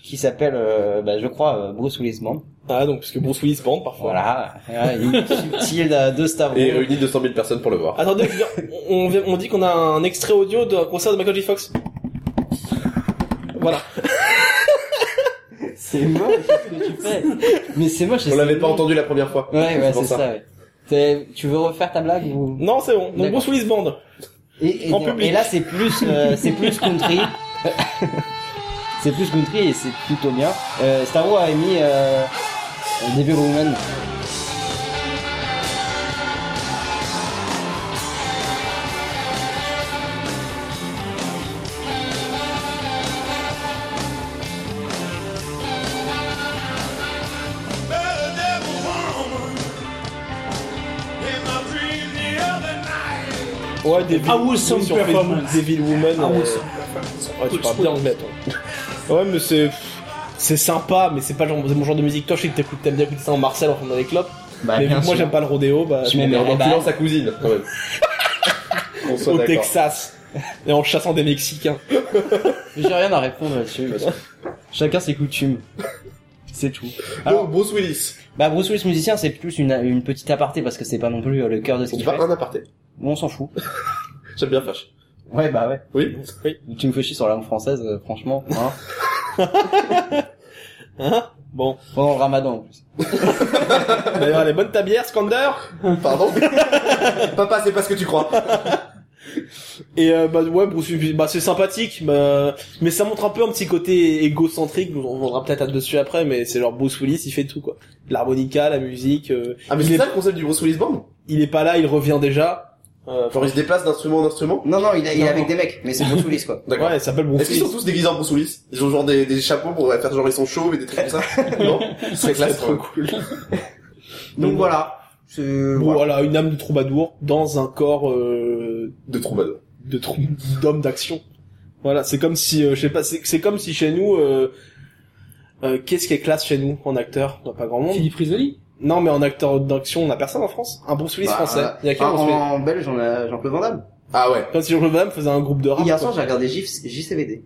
qui s'appelle, euh, bah, je crois, euh, Bruce Willis Band.
Ah, donc, parce que Bruce Willis bande parfois.
Voilà, Voilà, il est subtil euh, de Star Wars.
Et réunit 200 000 personnes pour le voir.
Attendez, je veux dire, on, vient- on dit qu'on a un extrait audio d'un concert de Michael J. Fox. Voilà.
C'est moche ce que tu fais. Mais c'est moche.
On
c'est
l'avait pas
moche.
entendu la première fois.
Ouais, ouais,
pour
c'est ça. ouais. C'est- Tu veux refaire ta blague ou
Non, c'est bon. Donc,
D'accord.
Bruce Willis bande.
et, et,
En public.
et là, c'est plus, euh, c'est plus country. c'est plus country et c'est plutôt bien. Euh, Star Wars a mis euh, Devil Woman.
Ouais, Devil,
Ah, Wilson
oui, sur
Performance.
Facebook, Devil Woman.
Ah,
euh,
Wilson
Ouais, tu parles bien anglais, toi. ouais, mais c'est. C'est sympa, mais c'est pas le genre, c'est mon genre de musique. Toi, je sais que t'écoutes- t'aimes bien écouter ça en Marcel en faisant des clopes.
Bah,
mais
bien
moi,
sûr.
j'aime pas le rodéo, bah,
Je
je
m'en
Mais
Mais
en
bah-
enculant sa cousine, quand même. Qu'on soit
au
d'accord.
Texas. Et en chassant des Mexicains.
J'ai rien à répondre là-dessus. parce que Chacun ses coutumes. C'est tout. Alors,
Donc, Bruce Willis.
bah Bruce Willis musicien, c'est plus une, une petite aparté parce que c'est pas non plus euh, le cœur de ce
On
qu'il
va
fait.
un aparté.
Bon, on s'en fout.
J'aime bien Flash.
Ouais, bah ouais.
Oui.
Tu me fais chier sur la langue française, euh, franchement. Hein
Hein Bon.
Pendant le Ramadan en plus.
D'ailleurs, les bonnes tablières, Skander.
Pardon Papa, c'est pas ce que tu crois.
Et euh, bah ouais, Bruce Willis, bah c'est sympathique, bah, mais ça montre un peu un petit côté égocentrique. On reviendra peut-être dessus après, mais c'est genre Bruce Willis, il fait tout quoi. L'harmonica, la musique. euh,
Ah, mais
il,
c'est
est,
ça le concept du Bruce Willis Band
il est pas là, il revient déjà. Euh,
Genre, il se déplace d'instrument en instrument
Non, non, il, est- il est
Non,
avec
non.
des mecs, mais c'est Bruce Willis quoi.
D'accord.
ouais, il s'appelle Bruce
Est-ce qu'ils
Willis.
sont tous déguisés en Bruce Willis Ils ont genre des, des chapeaux pour faire genre ils sont chauves et des trucs comme ça Non C'est classe,
trop
cool.
Donc voilà. C'est-
Bon,
voilà.
Voilà, une âme de troubadour dans un corps euh,
De troubadour.
de trou- d'homme d'action. Voilà, c'est comme si, euh, je sais pas, c'est c'est comme si chez nous, euh, euh, qu'est-ce qui est classe chez nous en acteur On a pas grand monde.
Philippe Risoli.
Non, mais en acteur d'action, on a personne en France. Un Bruce Willis
Bah,
français. Il y a qui
en,
Bruce Willis
en belge, on a Jean-Claude Van Damme.
Ah ouais.
Comme si Jean-Claude Van Damme faisait un groupe de rap.
Hier
quoi.
soir, j'ai regardé JF JCVD.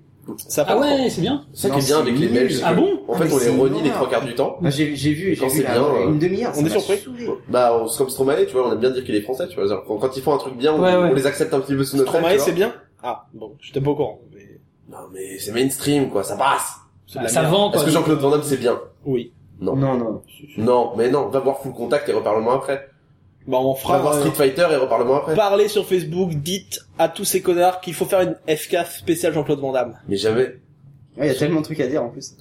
Ça
Ah
part, quoi.
ouais, c'est bien.
C'est ça
Non,
qui est bien
c'est
avec les
nul.
Belges.
Ah bon
En fait,
Mais
on les
c'est
renie les
noir.
trois quarts du temps.
Bah, J'ai j'ai vu,
Quand
j'ai vu
c'est
la-
bien, euh,
une demi-heure. ça
on est
m'a
surpris.
saoulé.
Bah, on, comme Stromae, tu vois, on aime bien dire qu'il est français, tu vois. Genre, quand, quand ils font un truc bien, on,
Ouais, ouais.
on les accepte un petit peu sous notre aile,
Stromae,
tu vois.
c'est bien Ah, bon, j'étais pas au courant. mais
Non, mais c'est mainstream, quoi, ça passe.
c'est de la
ça
merde.
vend
Est-ce
quoi.
que Jean-Claude Van Damme, c'est bien
Oui.
Non.
Non, non.
Non, mais non, va voir Full Contact et reparle-moi après.
Bah, on
Va
fera...
voir
euh,
Street Fighter et reparle-moi après.
Parlez sur Facebook, dites à tous ces connards qu'il faut faire une FK spéciale Jean-Claude Van Damme.
Mais jamais.
Ouais, Il y a tellement de trucs à dire en plus.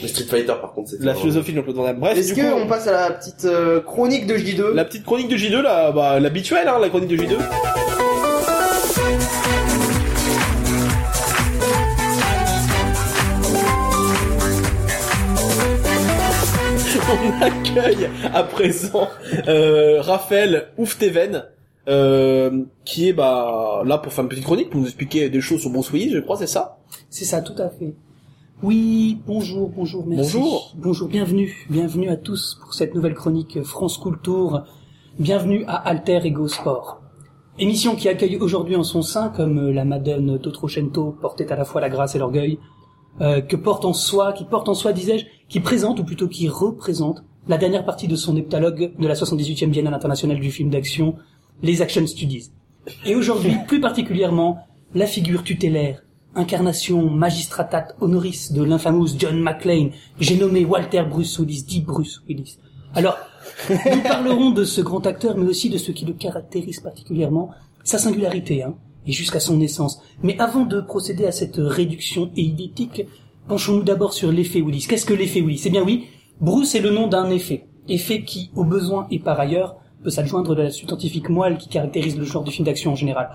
Mais Street Fighter, par contre, c'est
La philosophie de Jean-Claude Van Damme. Bref,
Est-ce
Ah, du coup,
qu'on passe à la petite euh, chronique de J2
la petite chronique de J2, là, bah, l'habituelle, hein, la chronique de J2. On accueille à présent euh, Raphaël Oufteven, euh, qui est bah là pour faire une petite chronique, pour nous expliquer des choses sur Bruce Willis, je crois, c'est ça
C'est ça, tout à fait. Oui, bonjour, bonjour, merci.
Bonjour.
Bonjour, bienvenue, bienvenue à tous pour cette nouvelle chronique France Cool Tour. Bienvenue à Alter Ego Sport. Émission qui accueille aujourd'hui en son sein, comme euh, la Madone d'Otrocento portait à la fois la grâce et l'orgueil, euh, que porte en soi, qui porte en soi, disais-je, qui présente, ou plutôt qui représente, la dernière partie de son heptalogue de la 78e Biennale internationale du film d'action, les Action Studies. Et aujourd'hui, plus particulièrement, la figure tutélaire, incarnation magistratate honoris de l'infameuse John McClane, j'ai nommé Walter Bruce Willis, dit Bruce Willis. Alors, nous parlerons de ce grand acteur, mais aussi de ce qui le caractérise particulièrement, sa singularité, hein, et jusqu'à son essence. Mais avant de procéder à cette réduction éidétique, penchons-nous d'abord sur l'effet Willis. Qu'est-ce que l'effet Willis Eh bien oui, Bruce est le nom d'un effet. Effet qui, au besoin et par ailleurs, peut s'adjoindre de la substantifique moelle qui caractérise le genre du film d'action en général.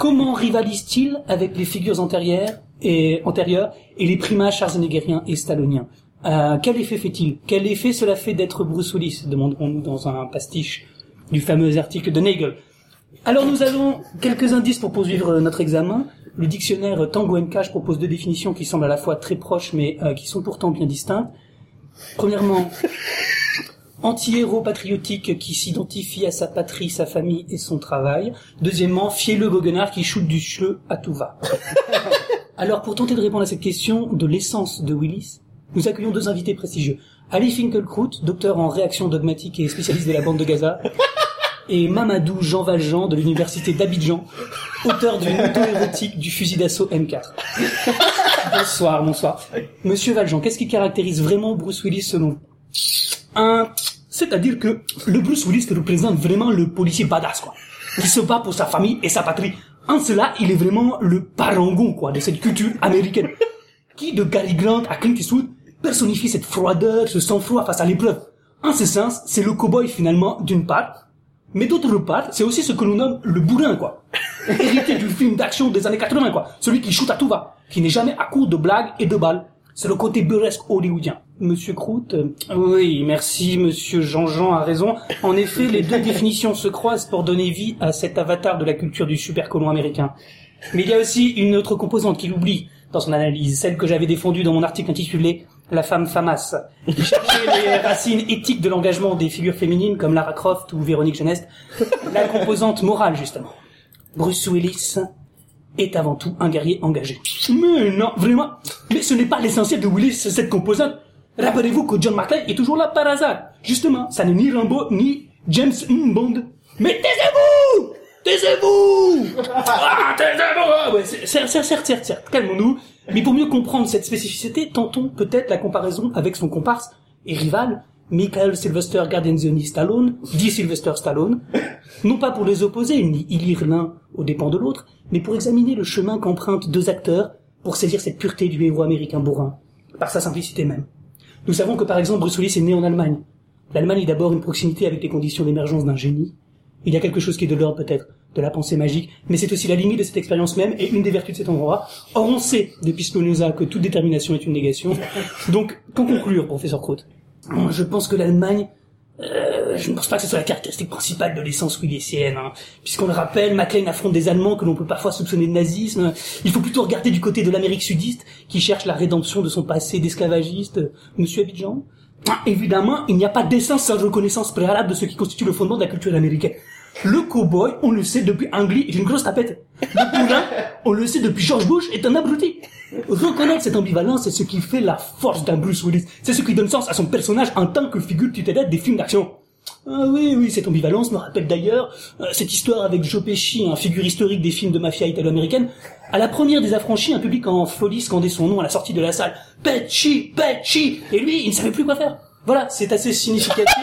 Comment rivalise-t-il avec les figures antérieures et, antérieures et les primas schwarzeneggeriens et stalloniens Euh, Quel effet fait-il Quel effet cela fait d'être Bruce Willis demanderons-nous dans un pastiche du fameux article de Nagel. Alors nous avons quelques indices pour poursuivre notre examen. Le dictionnaire Tanguencash propose deux définitions qui semblent à la fois très proches mais euh, qui sont pourtant bien distinctes. Premièrement, anti-héros patriotique qui s'identifie à sa patrie, sa famille et son travail. Deuxièmement, fielleux goguenard qui shoot du chleu à tout va. Alors pour tenter de répondre à cette question de l'essence de Willis, nous accueillons deux invités prestigieux. Ali Finkelkraut, docteur en réaction dogmatique et spécialiste de la bande de Gaza, et Mamadou Jean Valjean de l'université d'Abidjan, auteur de l'auto-érotique du fusil d'assaut M4. Bonsoir, bonsoir. Monsieur Valjean, qu'est-ce qui caractérise vraiment Bruce Willis selon vous Un, c'est-à-dire que le Bruce Willis représente vraiment le policier badass, quoi. Qui se bat pour sa famille et sa patrie. En cela, il est vraiment le parangon, quoi, de cette culture américaine. Qui, de Gary Grant à Clint Eastwood, personnifie cette froideur, ce sang-froid face à l'épreuve. En ce sens, c'est le cow-boy finalement, d'une part, mais d'autre part, c'est aussi ce que l'on nomme le bourrin, quoi. Hérité du film d'action des années 80, quoi. Celui qui shoot à tout va. Qui n'est jamais à court de blagues et de balles. C'est le côté burlesque hollywoodien. Monsieur Croûte, euh, oui, merci, monsieur Jean-Jean a raison. En effet, les deux définitions se croisent pour donner vie à cet avatar de la culture du super colon américain. Mais il y a aussi une autre composante qu'il oublie dans son analyse, celle que j'avais défendue dans mon article intitulé La femme famasse. Il cherchait les racines éthiques de l'engagement des figures féminines comme Lara Croft ou Véronique Genest, la composante morale justement. Bruce Willis est avant tout un guerrier engagé. Mais non, vraiment, mais ce n'est pas l'essentiel de Willis, cette composante. Rappelez-vous que John McClane est toujours là par hasard. Justement, ça n'est ni Rambo, ni James hmm, Bond. Mais taisez-vous Taisez-vous Ah, taisez-vous Ah ouais, c'est- Certes, certes, certes, certes, certes, calmons-nous. Mais pour mieux comprendre cette spécificité, tentons peut-être la comparaison avec son comparse et rival, Michael Sylvester Gardenzioni Stallone, dit Sylvester Stallone, non pas pour les opposer, ni illire l'un aux dépens de l'autre, mais pour examiner le chemin qu'empruntent deux acteurs pour saisir cette pureté du héros américain bourrin, par sa simplicité même. Nous savons que par exemple Bruce Willis est né en Allemagne. L'Allemagne est d'abord une proximité avec les conditions d'émergence d'un génie. Il y a quelque chose qui est de l'ordre peut-être, de la pensée magique, mais c'est aussi la limite de cette expérience même et une des vertus de cet endroit. Or on sait, depuis Spinoza, que toute détermination est une négation. Donc, qu'en conclure, professeur Kraut Moi, Je pense que l'Allemagne euh, je ne pense pas que ce soit la caractéristique principale de l'essence willisienne, hein. puisqu'on le rappelle, McLean affronte des Allemands que l'on peut parfois soupçonner de nazisme. Il faut plutôt regarder du côté de l'Amérique sudiste, qui cherche la rédemption de son passé d'esclavagiste. euh, Monsieur Abidjan Ah, Évidemment, il n'y a pas d'essence sans reconnaissance préalable de ce qui constitue le fondement de la culture américaine. Le cowboy, on le sait depuis Angli, est une grosse tapette. Le bourrin, on le sait depuis George Bush, est un abruti. Reconnaître cette ambivalence, c'est ce qui fait la force d'un Bruce Willis. C'est ce qui donne sens à son personnage en tant que figure tutélaire des films d'action. Ah oui, oui, cette ambivalence me rappelle d'ailleurs euh, cette histoire avec Joe Pesci, un figure historique des films de mafia italo-américaine. À la première des affranchis, un public en folie scandait son nom à la sortie de la salle. Pesci, Pesci Et lui, il ne savait plus quoi faire. Voilà, c'est assez significatif.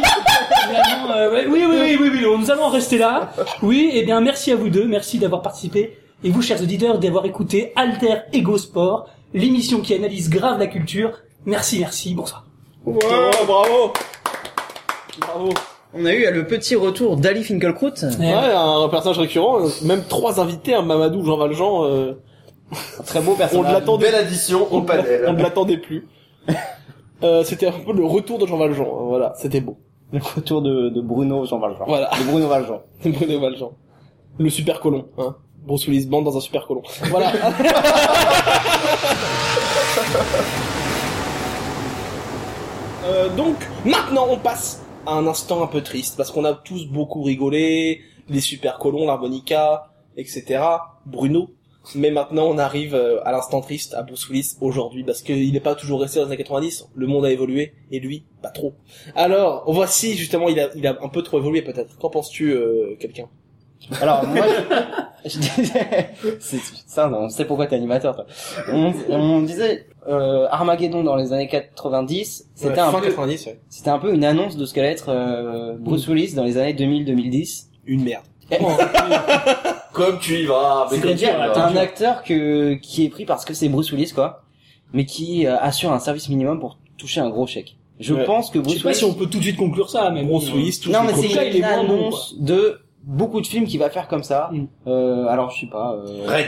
Vraiment, euh, ouais, oui, oui, oui, oui, oui, nous allons en rester là. Oui, eh bien, merci à vous deux, merci d'avoir participé. Et vous, chers auditeurs, d'avoir écouté Alter Ego Sport, l'émission qui analyse grave la culture. Merci, merci, bonsoir.
Ouais, bravo Bravo
On a eu euh, le petit retour d'Ali Finkelkraut.
Ouais, un personnage récurrent, euh, même trois invités, un Mamadou, Jean Valjean, euh,
Très beau
on
personnage.
l'attendait
Belle addition au panel.
On ne l'attendait plus. Euh, c'était un peu le retour de Jean Valjean, euh, voilà, c'était beau.
Le retour de, de Bruno Jean Valjean.
Voilà.
De Bruno Valjean.
Bruno Valjean. Le super colon, hein. Bruce Willis bande dans un super colon. Voilà. Euh, donc, maintenant, on passe à un instant un peu triste, parce qu'on a tous beaucoup rigolé, les super colons, l'harmonica, etc. Bruno. Mais maintenant, on arrive euh, à l'instant triste à Bruce Willis aujourd'hui, parce qu'il n'est pas toujours resté dans les années 90, le monde a évolué, et lui, pas trop. Alors, voici, justement, il a, il a un peu trop évolué, peut-être. Qu'en penses-tu, euh, quelqu'un
Alors, moi, je, je disais, c'est ça, on sait pourquoi t'es animateur, toi. On, on disait, euh, Armageddon dans les années 90, c'était
Ouais,
un
fin
peu,
90, ouais.
c'était un peu une annonce de ce qu'allait être, euh, Bruce
Mm.
Willis dans les années 2000-2010.
Une merde.
Comme tu y vas.
Ah,
mais comme tu y
C'est-à-dire
vas.
un acteur que, qui est pris parce que c'est Bruce Willis, quoi, mais qui euh, assure un service minimum pour toucher un gros chèque. Je
Ouais.
pense que
Je
Bruce
sais pas
Willis...
si on peut tout de suite conclure ça, mais bon,
Bruce Willis, tout
Non,
ce
mais
qu'on-
Coca,
c'est
il
une
est moins bon,
annonce de beaucoup de films qu'il va faire comme ça.
Mm.
Euh, alors, je sais pas... euh,
Red.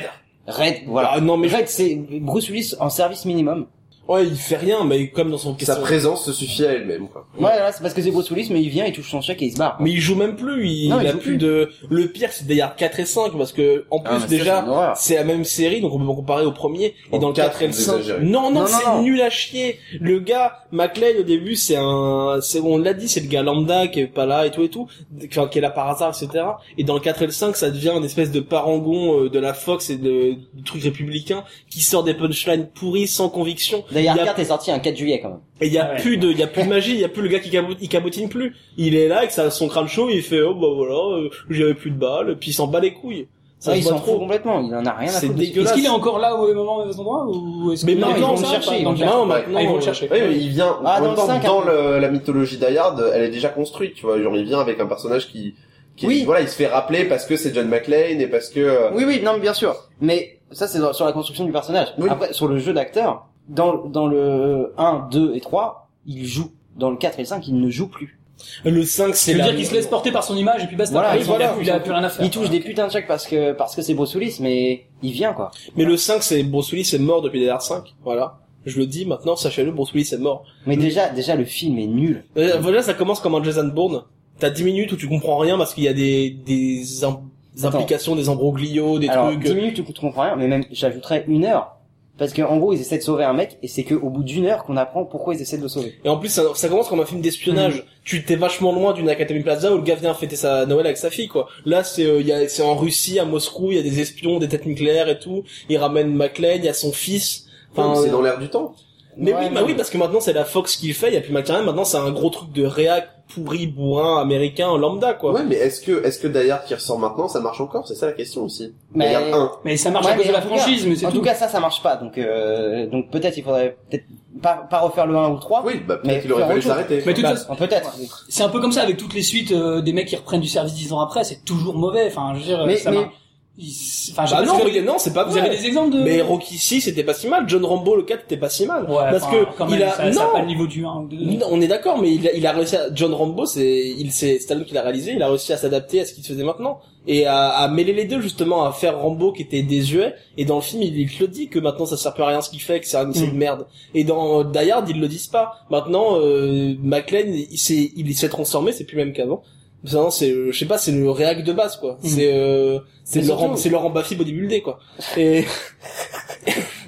Red, voilà.
Ah, non, mais je-
Red, c'est Bruce Willis en service minimum.
Ouais, il fait rien, mais comme dans son
Sa
question.
présence se suffit à elle-même, quoi.
Ouais, là, c'est parce que c'est Bruce Willis, mais il vient, il touche son chèque et il se barre.
Mais il joue même plus, il,
Non, il
il a
joue
plus,
plus.
de. Le pire, c'est d'ailleurs 4 et 5 parce que en
Ah,
plus
mais ça, c'est une
déjà,
horreur.
c'est la même série, donc on peut comparer au premier et
En
dans le 4
quatre,
et le
vous
5.
exagérez.
Non, non,
Non,
c'est
non, non.
nul à chier. Le gars, McLean au début, c'est un, c'est on l'a dit, c'est le gars lambda qui est pas là et tout et tout, enfin, qui est là par hasard, etc. Et dans le 4 et le 5, ça devient une espèce de parangon euh, de la Fox et de du truc républicain qui sort des punchlines pourries sans conviction.
D'ailleurs,
Il y a-
Carte est sorti un 4 juillet quand même.
et il y a
Ouais.
plus de, il y a plus de magie, il y a plus le gars qui cabotine, il cabotine plus. Il est là avec sa, son crâne chaud, il fait oh bah voilà, euh, j'avais plus de balles, puis il s'en bat les couilles. Ça
Ouais,
se
il
voit
s'en fout
trop.
complètement, il en a rien à
C'est
foutre. dessus.
dégueulasse.
Est-ce qu'il est encore là au même moment, au même endroit ou est-ce
Mais
qu'il-
maintenant,
Non,
ils vont
ça,
le chercher,
ils vont le
ils vont
chercher.
Non, maintenant,
Ah, ils vont le
euh,
chercher.
Oui, mais il vient
Ah,
en
dans
même
le
temps,
cinq,
dans
hein.
le- la mythologie d'Ayard, elle est déjà construite, tu vois. Genre, il vient avec un personnage qui, qui
Oui.
voilà, il se fait rappeler parce que c'est John McClane et parce que euh,
Oui, oui, non, mais bien sûr. Mais ça, c'est sur la construction du personnage.
Oui.
Après, sur le jeu d'acteur, dans, dans le 1, 2 et 3, il joue. Dans le 4 et le 5, il ne joue plus.
Le 5, c'est
Tu veux
la-
dire qu'il se laisse porter par son image et puis basta.
Voilà,
Après,
et
il a
voilà.
plus- il a plus rien à faire.
Il touche des putains de chèques parce que, parce que c'est Bruce Willis, mais il vient, quoi.
Mais le 5, c'est Bruce Willis est mort depuis DDR 5. Voilà. Je le dis maintenant, sachez-le, Bruce Willis est mort.
Mais déjà, déjà, le film est nul.
Euh, Voilà, ça commence comme un Jason Bourne. T'as 10 minutes où tu comprends rien parce qu'il y a des, des, im- des
Attends.
implications, des embroglios, des
Alors,
trucs.
10 minutes, tu comprends rien, mais même, j'ajouterais une heure. Parce qu'en gros, ils essaient de sauver un mec, et c'est qu'au bout d'une heure qu'on apprend pourquoi ils essaient de le sauver.
Et en plus, ça, ça commence comme un film d'espionnage.
Mm-hmm.
Tu t'es vachement loin d'une Academy Plaza où le gars vient fêter sa Noël avec sa fille, quoi. Là, c'est euh, il y a- c'est en Russie, à Moscou, il y a des espions, des têtes nucléaires et tout. Il ramène McLean, il y a son fils.
Oh,
Enfin,
c'est
euh,
dans l'air du temps.
mais
Ouais,
oui, bah
non.
oui, parce que maintenant c'est la Fox qui le fait, il y a plus McLaren, maintenant c'est un gros truc de réac pourri, bourrin, américain, lambda, quoi.
Ouais, mais est-ce que, est-ce que Dayard qui ressort maintenant, ça marche encore? C'est ça la question aussi.
Mais-
Dayard 1.
Mais ça marche
Ouais,
à cause
mais
de la
en tout cas-
franchise, mais c'est
En tout
tout.
cas, ça, ça marche pas. Donc, euh, donc peut-être il faudrait peut-être pas, pas refaire le 1 ou le 3.
Oui, bah,
Ah. Mais
peut-être qu'il aurait
faire
fallu
autre chose.
s'arrêter.
Mais de toute
Bah,
façon,
Peut-être.
c'est un peu comme ça avec toutes les suites euh, des mecs qui reprennent du service dix ans après, c'est toujours mauvais. Enfin, je veux dire,
Mais-
ça
mais-
marche. Ils- Enfin, je sais
Bah non,
pas si vous
mais-
avez-
non, c'est pas
vous
vrai.
avez des exemples de.
Mais Rocky 6 c'était pas si mal, John Rambo le 4 c'était pas si mal.
Ouais,
parce
enfin,
que
quand
il
même,
a
ça,
non,
ça a pas le niveau du 1 ou 2.
Non, on est d'accord, mais il a, il a réussi à, John Rambo, c'est, il, c'est Stallone qui l'a réalisé, il a réussi à s'adapter à ce qu'il se faisait maintenant. Et à, à mêler les deux, justement, à faire Rambo qui était désuet. Et dans le film, il, il te le dit que maintenant ça sert plus à rien ce qu'il fait, que c'est un essai
Mm.
de merde. Et dans euh, Die Hard, ils le disent pas. Maintenant, euh, McLean, il s'est, il s'est transformé, c'est plus le même qu'avant. Maintenant, c'est, euh, je sais pas, c'est le réac de base, quoi.
Mm.
C'est, euh, c'est
Mais
Laurent,
surtout-
c'est Laurent Baffy bodybuildé, quoi. Et,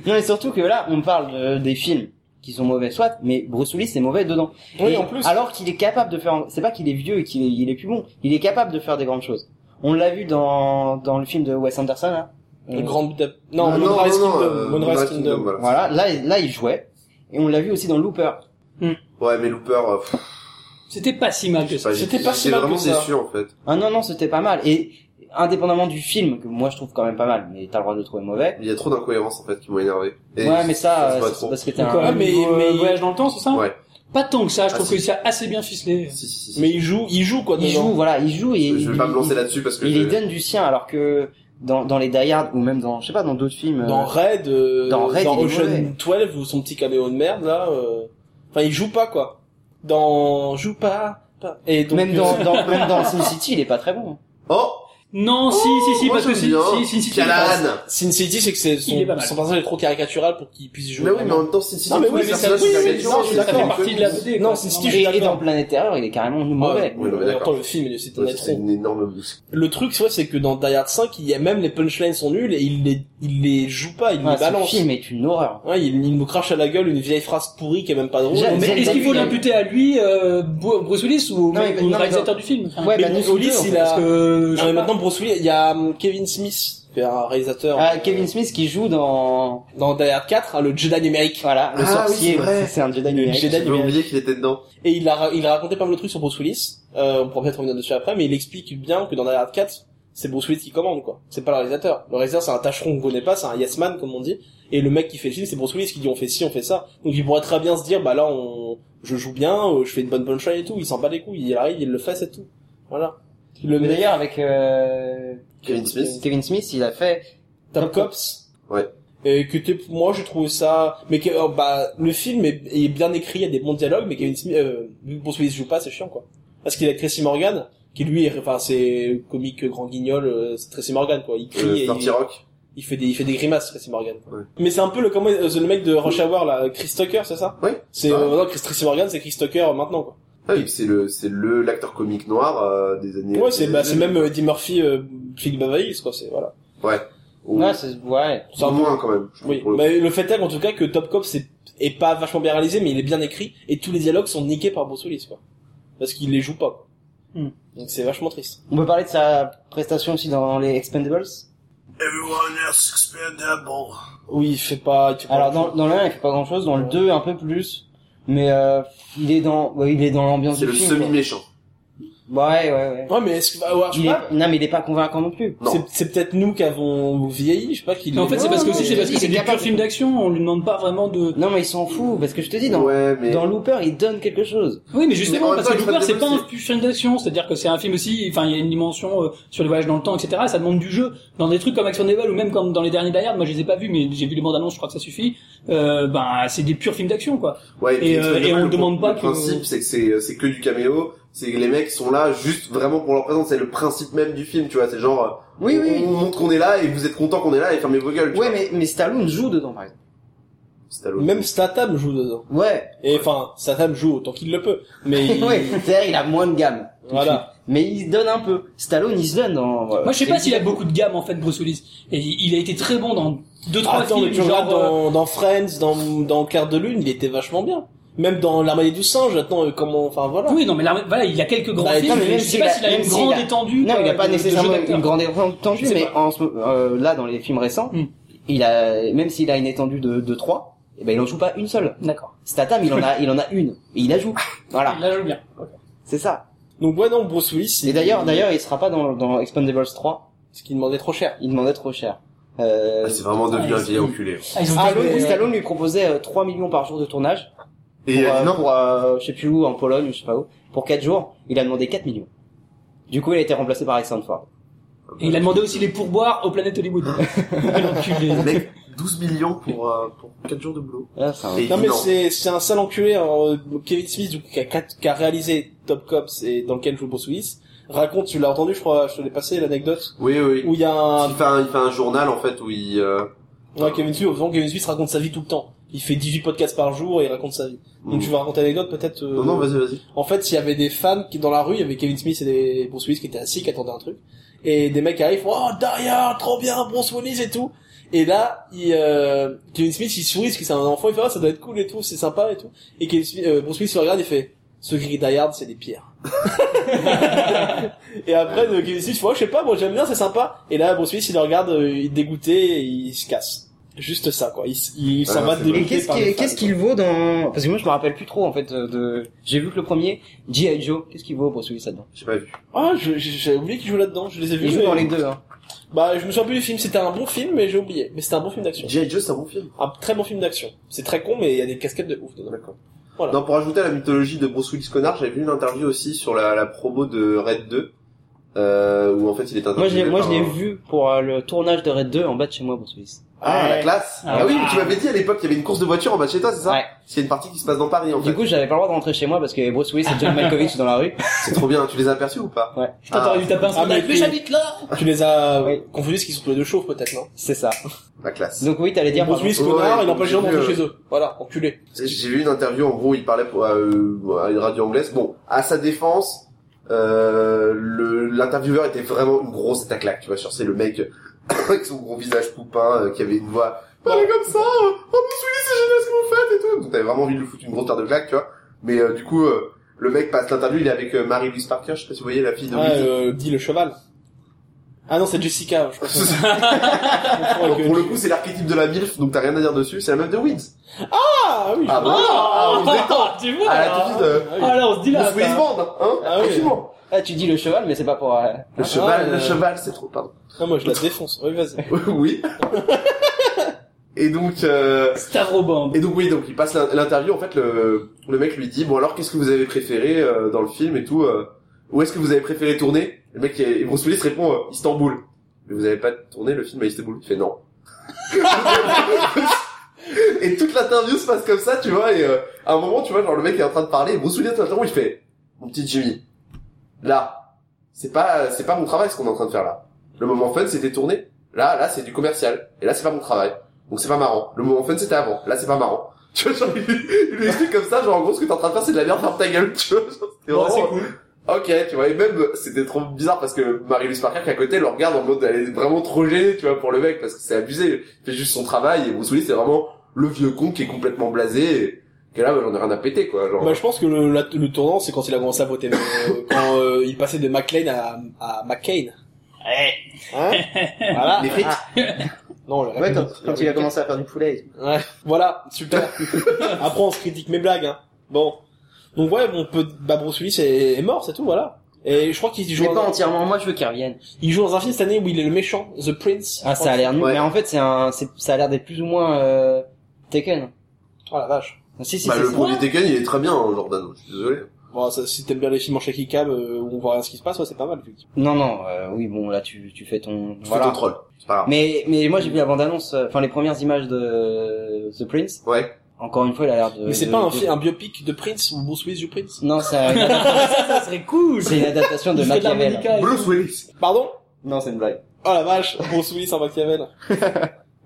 Non, mais surtout que là, on parle de- des films qui sont mauvais, soit, mais Bruce Willis est mauvais dedans.
oui,
Et
en plus.
Alors qu'il est capable de faire, c'est pas qu'il est vieux et qu'il est, il est plus bon, il est capable de faire des grandes choses. On l'a vu dans, dans le film de Wes Anderson, là.
Le
Euh,
grand Budap- non,
Ah,
Moonrise Kingdom,
euh,
Moonrise
Moonrise
Kingdom.
Kingdom, voilà.
Voilà, là, là, il jouait. Et on l'a vu aussi dans Looper.
Ouais, mais Looper, euh, pff,
C'était pas si mal que
je sais
ça.
pas, j'ai-
C'était pas si
j'étais
mal
vraiment
que ça.
déçu, en fait.
Ah non, non, c'était pas mal. Et, indépendamment du film, que moi je trouve quand même pas mal, mais t'as le droit de le trouver mauvais.
Il y a trop d'incohérences, en fait, qui m'ont énervé. Et
ouais, mais ça,
se
euh,
voit
c'est
trop.
parce que t'es
Donc, euh,
un...
Ouais, mais-
niveau, euh,
mais-
voyage dans le temps, c'est ça
Ouais.
Pas tant que ça, je
Ah,
trouve
si.
que c'est assez bien ficelé.
Si, si, si, si.
Mais il joue, il joue, quoi,
Il
dedans.
joue, voilà, il joue et
Je vais
il-
pas me lancer
il-
là-dessus parce que
il
je-
lui donne du sien alors que dans, dans les Die Hard ou même dans je sais pas dans d'autres films
dans
euh,
Raid, euh,
dans Raid, il est mauvais.
Ocean 12 ou son petit caméo de merde là. euh, Enfin, il joue pas quoi. Dans joue pas. pas- Et donc,
même
euh,
dans, dans même dans Sin City il est pas très bon hein.
Oh!
Non, si, si, si,
moi,
parce que
j'aime
c'est,
bien.
si, si, si, si,
oh, Callahan.
Sin City, c'est que c'est son,
Il est pas mal.
son personnage est trop caricatural pour qu'il puisse jouer.
Mais oui, mais en
vraiment.
même temps, Sin City,
Non, mais
tous
oui,
les
mais ça-
personnages
oui,
sont
oui,
caricatures,
non, je suis
c'est
ça fait
d'accord.
partie
caricatures.
de la BD.
Non,
quoi.
c'est
Non,
Steve.
mais-
suis
et, et
d'accord.
dans Planète Terror il est carrément
Ah ouais,
mauvais
Oui, non, mais
mais
d'accord.
attends, le film, il- c'est un
Ouais, C'est
atron.
une énorme bouse.
Le truc, soit c'est que dans Die Hard 5, il y a même les punchlines sont nuls et il les, il les joue pas, il
Ah,
les
ce
balance.
film est une horreur
Ouais, il, il nous crache à la gueule une vieille phrase pourrie qui est même pas drôle.
J'ai-
Mais
j'ai-
est-ce qu'il faut l'imputer à lui, euh, Bru- Bruce Willis ou
Non, mais-
au
non, mais-
réalisateur du film Enfin,
ouais
mais
bah, nous,
Bruce Willis,
deux, en fait.
il a-
Parce que, je
Non,
sais
mais
pas.
maintenant, Bruce Willis, il y a hum, Kevin Smith, qui est un réalisateur,
Ah, Kevin Smith qui joue dans
dans Die Hard 4, hein, le Jedi numérique.
voilà le
Ah, oui,
sorcier
c'est vrai.
c'est un Jedi
Le
numérique
Jedi
J'ai oublié qu'il était dedans.
Et il a, ra- il a raconté pas mal de trucs sur Bruce Willis. Euh, on pourra peut-être revenir dessus après, mais il explique bien que dans Die Hard 4, c'est Bruce Willis qui commande, quoi. C'est pas le réalisateur. Le réalisateur, c'est un tâcheron qu'on connaît pas, c'est un yes man, comme on dit. Et le mec qui fait le film, c'est Bruce Willis qui dit on fait ci, on fait ça. Donc il pourrait très bien se dire, bah là, on, je joue bien, euh, je fais une bonne bonne et tout. Il s'en bat les couilles, il arrive, il le fait, c'est tout. Voilà. Le
Mais
meilleur
d'ailleurs avec euh,
Kevin Smith.
Kevin Smith il a fait
Top Cops.
Ouais.
Et que t'es- moi j'ai trouvé ça, mais que euh, bah le film est, est bien écrit, il y a des bons dialogues, mais Kevin Smith, euh, vu que Bruce Willis joue pas, c'est chiant quoi. Parce qu'il a Tracy Morgan, qui lui, est, enfin c'est comique grand guignol, euh, c'est Tracy Morgan quoi. Il crie
Euh,
et
Dirty
il,
Rock.
il fait des, il fait des grimaces, Tracy Morgan.
Ouais.
Mais c'est un peu le, comment, euh, le mec de Rush Hour, là, Chris Tucker, c'est ça?
Oui.
C'est,
Ah.
euh, non, Chris, Tracy Morgan, c'est Chris Tucker euh, maintenant, quoi.
Ah oui, c'est le, c'est le, l'acteur comique noir, euh, des années.
Ouais, c'est,
des
bah,
années-
c'est même euh, Eddie Murphy, euh, Philippe Bavaïs, quoi, c'est, voilà.
Ouais. Ou,
Ouais, c'est, ouais.
C'est un
ou
peu-
moins quand même. je trouve,
Oui,
pour le-
mais le fait est en tout cas que Top Cop c'est est pas vachement bien réalisé, mais il est bien écrit et tous les dialogues sont niqués par Bruce Willis quoi, parce qu'il les joue pas. quoi.
Hmm.
Donc c'est vachement triste.
On peut parler de sa prestation aussi dans les Expendables.
Oui, il fait pas. Tu
Alors dans, dans le 1, il fait pas grand chose, dans le 2, un peu plus. Mais euh, il est dans, ouais, il est dans l'ambiance
C'est
du
le
film. quoi.
semi-méchant.
Ouais, ouais, ouais.
Ouais, mais est-ce que bah, ouais, je sais
Il est...
pas,
Non, mais il est pas convaincant non plus.
Non.
c'est c'est peut-être nous qui avons vieilli, je sais pas qui.
Mais en fait, c'est
Non,
parce que
non,
aussi, c'est
il-
parce
il
que c'est
est
des
capable.
purs films d'action, on lui demande pas vraiment de...
Non, mais il s'en fout, parce que je te dis, dans,
Ouais, mais.
dans Looper, il donne quelque chose.
Oui, mais
Mais
justement,
en
parce
même
que
temps,
Looper,
il
c'est
faut
pas un
développer.
film d'action, c'est-à-dire que c'est un film aussi, enfin, il y a une dimension euh, sur les voyages dans le temps, etc., ça demande du jeu. Dans des trucs comme Action Devil ou même comme dans les derniers Die Hard, moi je les ai pas vus, mais j'ai vu les bandes annonces, je crois que ça suffit, euh, ben, c'est des purs films d'action, quoi.
Ouais,
Et,
puis,
euh, et on
le-
demande pas
Le
que-
principe, c'est que c'est, euh, c'est que du caméo. C'est que les mecs sont là juste vraiment pour leur présence. C'est le principe même du film, tu vois. C'est genre. euh,
Oui,
on,
oui.
on montre qu'on est là et vous êtes content qu'on est là et fermez vos gueules. tu
Ouais,
vois.
mais, mais Stallone joue dedans, par exemple.
Stallone.
Même Statham joue dedans.
Ouais.
Et enfin, Statham joue autant qu'il le peut, mais il-
ouais. C'est-à-dire, il a moins de gamme.
voilà.
Mais il se donne un peu. Stallone, il se donne dans... euh,
Moi je sais pas s'il a beaucoup de gamme en fait, Bruce Willis. Et il il a été très bon dans deux,
Ah,
trois
Attends, mais
films,
tu regardes
genre... euh,
dans, dans Friends, dans dans Clair de lune, il était vachement bien. Même dans l'armée des douze singes, attends, euh, comment, enfin voilà.
Oui, non, mais là, voilà, il a quelques grands
Bah,
films,
non, mais
mais
même
je sais
s'il
pas
a-
s'il a
même
une
s'il
grande
a-
étendue.
Non, il a
euh,
pas
de- de jeu
nécessairement
d'acteur.
une grande étendue,
Je sais
mais
pas.
en ce- euh, là, dans les films récents,
Hmm.
il a, même s'il a une étendue de, de 3, eh ben, il en joue pas une seule.
D'accord.
Statham, il en a, il en a une. Et il la joue. Voilà.
Là, je veux bien.
C'est ça.
Donc ouais, non, Bruce Willis.
Et
il-
d'ailleurs, d'ailleurs, il sera pas dans, dans Expendables 3.
ce qui demandait trop cher.
Il demandait trop cher. Euh,
Ah, c'est vraiment devenu un vieil enculé.
Ah, ils ont
Stallone,
tapé, euh,
Stallone lui proposait euh, 3 millions par jour de tournage.
Et
Pour,
il a
euh,
dit non.
pour, euh, je sais plus où, en Pologne, ou je sais pas où. Pour 4 jours, il a demandé 4 millions. Du coup, il a été remplacé par Alexandre Ford.
Et il a demandé aussi les pourboires aux planètes Hollywood. Quel enculé.
Mec, 12 millions pour, euh, pour 4 jours de boulot.
Ah, c'est un-
Et il
Non
dit
mais
non.
c'est c'est un sale enculé. Alors, euh, Kevin Smith du coup, qui, a, quatre- qui a réalisé Top Cops et dans lequel joue Bruce Willis raconte, tu l'as entendu, je crois, je te l'ai passé l'anecdote
Oui, oui.
où il y a un
Il fait, un, il fait un journal en fait où il. euh,
ouais, Kevin Smith, au fond, Kevin Smith raconte sa vie tout le temps. Il fait 18 podcasts par jour et il raconte sa vie. Donc
mm.
tu vas raconter l'anecdote peut-être. euh,
Non, non, vas-y, vas-y.
En fait, il y avait des fans qui dans la rue, il y avait Kevin Smith et des Bruce Willis qui étaient assis, qui attendaient un truc. Et des mecs arrivent, oh derrière, trop bien, Bruce Willis et tout. Et là, il, euh, Kevin Smith il sourit parce que c'est un enfant, il fait ah ça doit être cool et tout, c'est sympa et tout. Et Kevin Smith, euh, Bruce Willis il regarde et fait, ce gris d'Ayard c'est des pierres. et après euh, Kevin Smith, il fait, Ouais, je sais pas, moi j'aime bien, c'est sympa. Et là Bruce Willis il le regarde, euh, il est dégoûté et il se casse. Juste ça quoi, il, s- il s'en
Ah,
va
c'est
dégoûté
Et qu'est-ce
par les
qu'il
fans,
qu'est-ce qu'il vaut dans parce que moi je me rappelle plus trop en fait euh, de j'ai vu que le premier G.I. Joe qu'est-ce qu'il vaut pour celui là dedans
J'ai pas vu.
Ah, je- je- j'ai oublié qu'il joue là-dedans, je les ai vus.
il joue
mais-
dans les deux hein.
Bah, je me souviens plus du film. C'était un bon film, mais j'ai oublié. Mais c'était un bon film d'action.
G.I. Joe, c'est un bon film.
Un très bon film d'action. C'est très con, mais il y a des casquettes de ouf dedans.
D'accord.
Voilà.
Non, pour ajouter à la mythologie de Bruce Willis connard, j'avais vu une interview aussi sur la, la promo de Red 2, euh, où en fait il est
moi je l'ai
interviewé.
moi je
par
l'ai
un-
vu pour euh, le tournage de Red 2 en bas de chez moi pour celui
Ah, la classe. Ah,
Ah
oui,
ouais.
mais tu m'avais dit à l'époque qu'il y avait une course de voiture en bas de chez toi, c'est ça
Ouais.
C'est une partie qui se passe dans Paris en
du
fait.
coup j'avais pas le droit de rentrer chez moi parce que Bruce Willis et John Malkovich dans la rue
C'est trop bien, tu les as aperçus ou pas
ouais
Putain, t'aurais dû taper un
Ah, mais
scandale.
tu-
Mais j'habite là!
Oh,
Tu les as euh,
Oui.
confondus parce qu'ils sont tous les deux chauves, peut-être, non
c'est ça
La classe.
donc oui t'allais dire
Bruce
pardon.
Willis, connard,
Ouais,
il empêche les gens
j'ai
de rentrer
vu,
chez
euh,
eux. Voilà, enculé.
J'ai vu une interview, en gros, il parlait pour, euh, à une radio anglaise. Bon, à sa défense, euh, le- l'intervieweur était vraiment une grosse tête à claque, tu vois, sur c'est le mec avec son gros visage poupin, euh, qui avait une voix, parlez comme ça, euh, oh, vous suivez, c'est génial ce que vous faites et tout. Donc t'avais vraiment envie de lui foutre une grosse paire de claques, tu vois. Mais euh, du coup, euh, le mec passe l'interview, il est avec euh, Marie-Louise Parker, je sais pas si vous voyez la fille de
Ah,
Whitney.
euh, dit le cheval. Ah non, c'est Jessica, je pense.
Alors, pour le coup, c'est l'archétype de la MILF, donc t'as rien à dire dessus, c'est la meuf de Weeds.
Ah oui,
Ah bon Ah, on se détend
tu vois!
Ah, là, tout de suite, euh,
Ah, là, on se dit
on
là!
se fait une
ça.
bande, hein
Ah oui.
Franchement.
ah tu dis le cheval mais c'est pas pour euh,
Ah,
Le cheval,
euh,
le cheval, c'est trop, pardon.
Non, Ah, moi je la défonce. Oui, vas-y.
oui. et donc, euh,
Stavroband.
et donc oui, donc il passe l'in- l'interview. En fait, le, le mec lui dit bon alors qu'est-ce que vous avez préféré euh, dans le film et tout euh, Où est-ce que vous avez préféré tourner Le mec et Bruce Willis répond euh, Istanbul. Mais vous avez pas tourné le film à Istanbul Il fait non. et toute l'interview se passe comme ça, tu vois. Et euh, à un moment, tu vois, genre le mec est en train de parler et Bruce Willis l'interview, il fait mon petit Jimmy, là, c'est pas c'est pas mon travail ce qu'on est en train de faire là. Le moment fun, c'était tourner. Là, là, c'est du commercial. Et là, c'est pas mon travail. Donc c'est pas marrant. Le moment fun, c'était avant. Là, c'est pas marrant. Tu vois, genre, il, il lui explique comme ça, genre, en gros, ce que t'es en train de faire, c'est de la merde, ferme ta gueule, tu vois. genre, c'était
Bon,
vraiment-
c'est cool.
Ok, tu vois, et même, c'était trop bizarre parce que Marie-Louise Parker qui est à côté, elle le regarde en mode, elle est vraiment trop gênée, tu vois, pour le mec, parce que c'est abusé. Il fait juste son travail, et vous souvenez, c'est vraiment le vieux con qui est complètement blasé, et que là, bah, j'en ai rien à péter, quoi, genre.
Bah, je pense que le, la- le tournant, c'est quand il a commencé à voter, euh, quand euh, il passait de McLean à, à McCain. Hein voilà.
Les frites
Non, le
Ouais, quand, quand il a commencé à faire du poulet. et tout.
Ouais, voilà, super. Après, on se critique mes blagues, hein. Bon. Donc, ouais, on peut, bah, Bruce Willis est, est mort, c'est tout, voilà. Et je crois qu'il
Je
joue,
l'ai pas
dans,
entièrement. Moi, je veux qu'il revienne.
il joue dans un film cette année où il est le méchant, The Prince.
Ah, ça a l'air nul.
Ouais.
Mais en fait, c'est un, c'est, ça a l'air d'être plus ou moins euh, Taken.
Oh la vache.
Ah, Si, si,
Bah,
c'est
le
ça.
premier Tekken, il est très bien, hein, Jordan, je suis désolé.
Bon, ça, si t'aimes bien les films en shaky cam euh, où on voit rien ce qui se passe, ouais, c'est pas mal. effectivement.
Non, non. euh, oui, bon, là, tu, tu fais ton.
Tu
voilà.
fais ton troll. C'est pas grave.
Mais, mais moi, j'ai vu la bande-annonce. euh, Enfin, les premières images de euh, The Prince.
Ouais.
Encore une fois, il a l'air de.
Euh,
Mais c'est
de-
pas un,
de-
fi- un biopic de Prince ou Bruce Willis du Prince.
Non, c'est un-
ça serait cool.
c'est une adaptation de
Il fait de
Machiavel.
l'harmonica et tout.
Bruce Willis.
Pardon
Non, c'est une blague.
Oh la vache, Bruce Willis en Machiavel.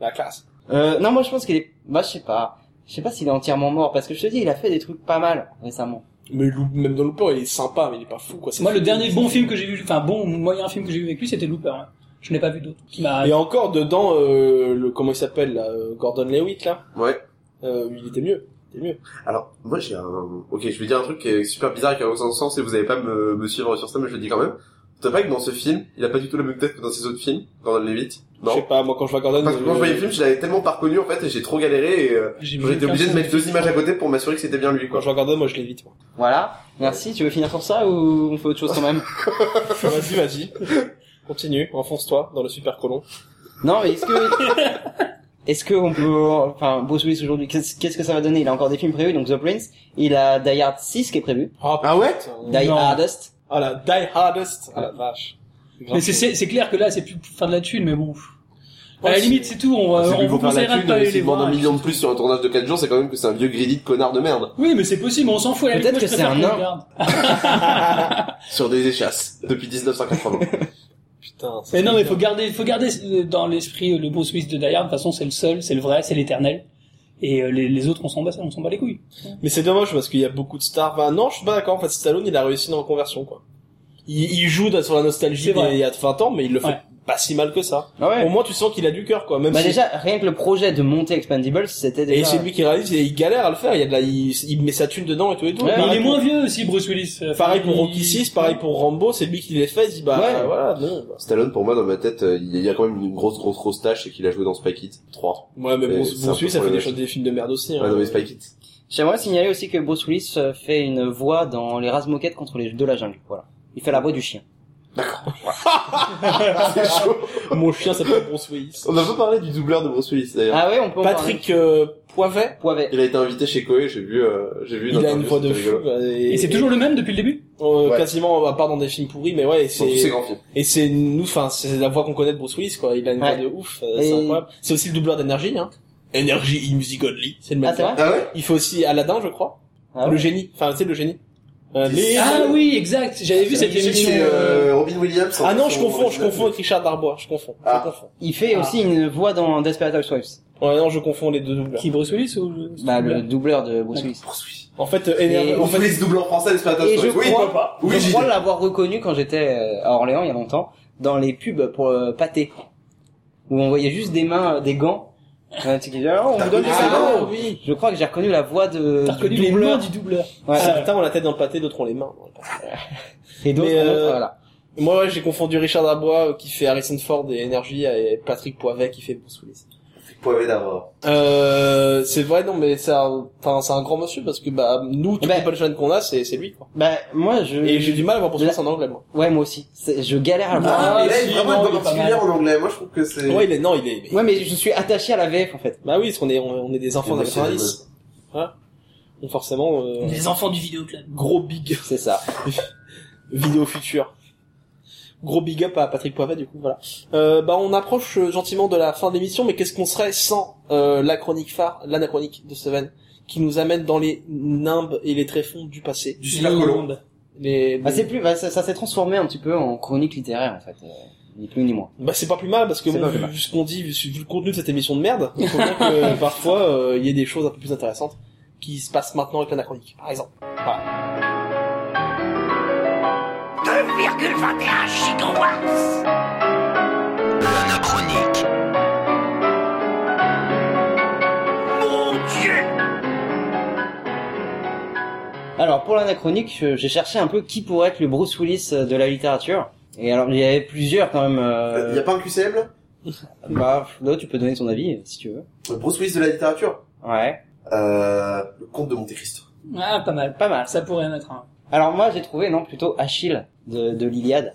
la classe.
Euh, non, moi, je pense qu'il est. Bah, je sais pas. Je sais pas s'il est entièrement mort parce que je te dis, il a fait des trucs pas mal récemment.
Mais Lou- même dans Looper, il est sympa, mais il est pas fou, quoi. C'est
Moi, le
fou.
dernier bon film que j'ai vu, enfin bon moyen film que j'ai vu avec lui, c'était Looper. hein. Je n'ai pas vu d'autre. Qui m'a-
Et encore dedans, euh, le, comment il s'appelle, là, euh, Gordon Lewitt, là.
Ouais.
Euh, il était mieux. Il était mieux.
Alors, moi, j'ai un, ok, je vais dire un truc qui est super bizarre et qui a aucun sens et vous allez pas me, me suivre sur ça, mais je le dis quand même. T'as pas que dans ce film, il a pas du tout la même tête que dans ses autres films, Gordon Levitt.
Je sais
Non.
pas, moi quand je euh, vois Gordon.
Parce que quand je voyais le film, je l'avais tellement pas reconnu en fait et j'ai trop galéré et euh,
J'ai
j'étais
aucun
obligé de
film.
mettre deux images à côté pour m'assurer que c'était bien lui
Euh,
Quand
quoi.
je vois Gordon, moi je l'évite. moi.
Voilà. Merci. Tu veux finir sur ça ou on fait autre chose quand même
Vas-y, vas-y. Continue, enfonce-toi dans le super colon.
Non, mais est-ce que est-ce que on peut enfin Bruce Willis aujourd'hui qu'est-ce qu'est-ce que ça va donner Il a encore des films prévus donc The Prince, il a Die Hard 6 qui est prévu,
Oh,
Ah ouais
putain.
Die
Non.
Hardest.
Ah la Die Hardest. Ah la vache.
Mais c'est- c'est c'est clair que là, c'est plus pour faire de la thune, mais bon.
Ouais,
à la
c'est-
limite, c'est tout. On, va-
C'est
on
lui
vous
pour faire la
conseillera de
thune,
pas
mais
aller les
s'il demande
voir.
un million de plus sur un tournage de 4 jours, c'est quand même que c'est un vieux greedy de connard de merde.
Oui, mais c'est possible. On s'en fout. à la limite,
Peut-être
moi,
que
je
c'est
préfère
un
qu'on
nain.
regarde.
Sur des échasses. Depuis 1980.
Putain. ça
Mais non,
fait
mais
bien.
faut garder, faut garder euh, dans l'esprit euh, le Bruce Willis de Die Hard. De toute façon, c'est le seul, c'est le vrai, c'est l'éternel. Et euh, les, les autres, on s'en bat, on s'en bat les couilles.
Mais c'est dommage parce qu'il y a beaucoup de stars. Bah non, je suis pas d'accord. En fait, Stallone, il a réussi dans la conversion quoi. Il, il joue dans- sur la nostalgie
C'est vrai.
d'il y a 20 ans, mais il le fait
Ouais.
pas si mal que ça.
Ah
Au moins, tu sens qu'il a du cœur quoi. Même
Bah
si-
déjà rien que le projet de monter Expendables, c'était
Et
déjà
c'est lui qui réalise, il galère à le faire. Il y a de la, il, il met sa thune dedans et tout et tout.
Ouais,
Mais il
Pareil
est
pour-
moins vieux aussi, Bruce Willis. Enfin,
Pareil pour
il-
Rocky 6, pareil pour Rambo, c'est lui qui les fait, il dit bah
Ouais.
voilà, non. bah.
Stallone, pour moi, dans ma tête, euh, il y a quand même une grosse, grosse, grosse tâche, c'est qu'il a joué dans Spy Kids 3.
Ouais, mais
Et
bon,
c'est
bon
un
celui,
peu
ça fait des,
problématique.
choses, des films de merde aussi.
Ouais,
hein.
non, mais Spy Kids.
J'aimerais signaler aussi que Bruce Willis euh, fait une voix dans Les Rases Moquettes contre les de la jungle, voilà. Il fait la voix du chien.
C'est chaud.
Mon chien s'appelle Bruce Willis.
On a pas parlé du doubleur de Bruce Willis, d'ailleurs.
Ah ouais, on peut en
Patrick euh, Poivet,
parler. Poivet.
Il a été invité chez Koei, j'ai vu, euh, j'ai vu
il a une
interview,
voix de
c'était
fou.
rigolo.
Et c'est toujours le même depuis le début
euh,
Ouais.
quasiment à part dans des films pourris, mais ouais, et
Dans tous ses
c'est
grands films.
et c'est nous, enfin, c'est la voix qu'on connaît de Bruce Willis, quoi. Il a une
Ouais.
voix de ouf, euh,
Et-
c'est incroyable. C'est aussi le doubleur d'Energy, hein. Energy in Music Only, c'est le même.
Ah, c'est
gars.
vrai
Ah ouais?
il fait aussi Aladdin, je crois.
Ah ouais.
Le génie, enfin, c'est le génie. Euh, les-
Ah oui, exact. J'avais vu cette
Tu sais que
émission.
c'est, euh, Robin Williams. en
Ah
fait,
non, je
son
confonds, je
original.
confonds avec Richard Darbois, je confonds.
Ah.
Je confonds.
Il fait
Ah.
aussi une voix dans Desperate Housewives.
Ouais, non, je confonds les deux doubleurs.
Qui Bruce Willis ou le-
Bah le doubleur de Bruce Willis.
En fait, euh, Ener-
Et-
en
On fait
fait,
les doubles en français, les Spatos.
Et je
Oui,
crois-
papa. Oui,
je
j'y
crois
vais.
l'avoir reconnu quand j'étais euh, à Orléans il y a longtemps, dans les pubs pour euh, pâté, où on voyait juste des mains, euh, des gants. Euh, tu dis, alors, on vous donne des
Ah,
gants.
oui.
Je crois que j'ai reconnu la voix de
T'as
du
reconnu les mains
doubleur.
du doubleur.
Ouais.
Certains ont la tête dans le pâté, d'autres ont les mains.
Et d'autres,
Ah. Mais,
d'autres,
euh,
voilà.
Moi, ouais, j'ai confondu Richard Darbois euh, qui fait Harrison Ford et Energy et Patrick Poivet qui fait Bruce Willis.
Poivet d'abord.
Euh, c'est vrai, non, mais c'est un, enfin, c'est un grand monsieur parce que, bah, nous,
Eh
tous
ben-
les punchlines qu'on a, c'est, c'est lui, quoi.
Bah moi
Euh,
je,
Et j'ai du mal à voir Bruce Willis
Là-
en anglais, moi.
ouais moi aussi, C'est- je galère à le voir.
Ah, mais là, il
si,
est vraiment
non,
une
il est
voix
pas
particulière en anglais. Moi, je trouve que c'est...
Ouais, il est, non, il est,
Ouais mais je suis attaché à la VF en fait.
bah oui, parce qu'on est, on, on est des enfants
Et
de
moi, c'est
90. Voilà. Donc, forcément, euh,
Les enfants du vidéoclub.
gros big.
C'est ça.
vidéo future. Gros big up à Patrick Poivet du coup voilà. Euh, bah on approche euh, gentiment de la fin de l'émission mais qu'est-ce qu'on serait sans euh, la chronique phare, l'anachronique de Seven qui nous amène dans les nimbes et les tréfonds du passé. Mmh.
Du super colon.
Les Ah,
Bah c'est plus, bah, ça, ça s'est transformé un petit peu en chronique littéraire en fait. euh, Ni plus ni moins.
Bah c'est pas plus mal parce que
C'est
bon,
pas
vu,
plus mal.
vu ce qu'on dit, vu, vu le contenu de cette émission de merde, il faut bien que parfois euh, il y ait des choses un peu plus intéressantes qui se passent maintenant avec l'anachronique, par exemple. Voilà.
2,21 gigawatts. L'anachronique. Mon Dieu.
Alors pour l'anachronique, je- j'ai cherché un peu qui pourrait être le Bruce Willis euh, de la littérature. Et alors il y avait plusieurs quand même.
Il
euh,
a pas un QCM
Bah, Flo, tu peux donner ton avis euh, si tu veux.
là Bruce Willis de la littérature
Ouais.
euh, Le comte de Monte Cristo.
Ah, pas mal.
Pas mal.
Ça pourrait en être un.
Alors moi j'ai trouvé non plutôt Achille de, de l'Iliade.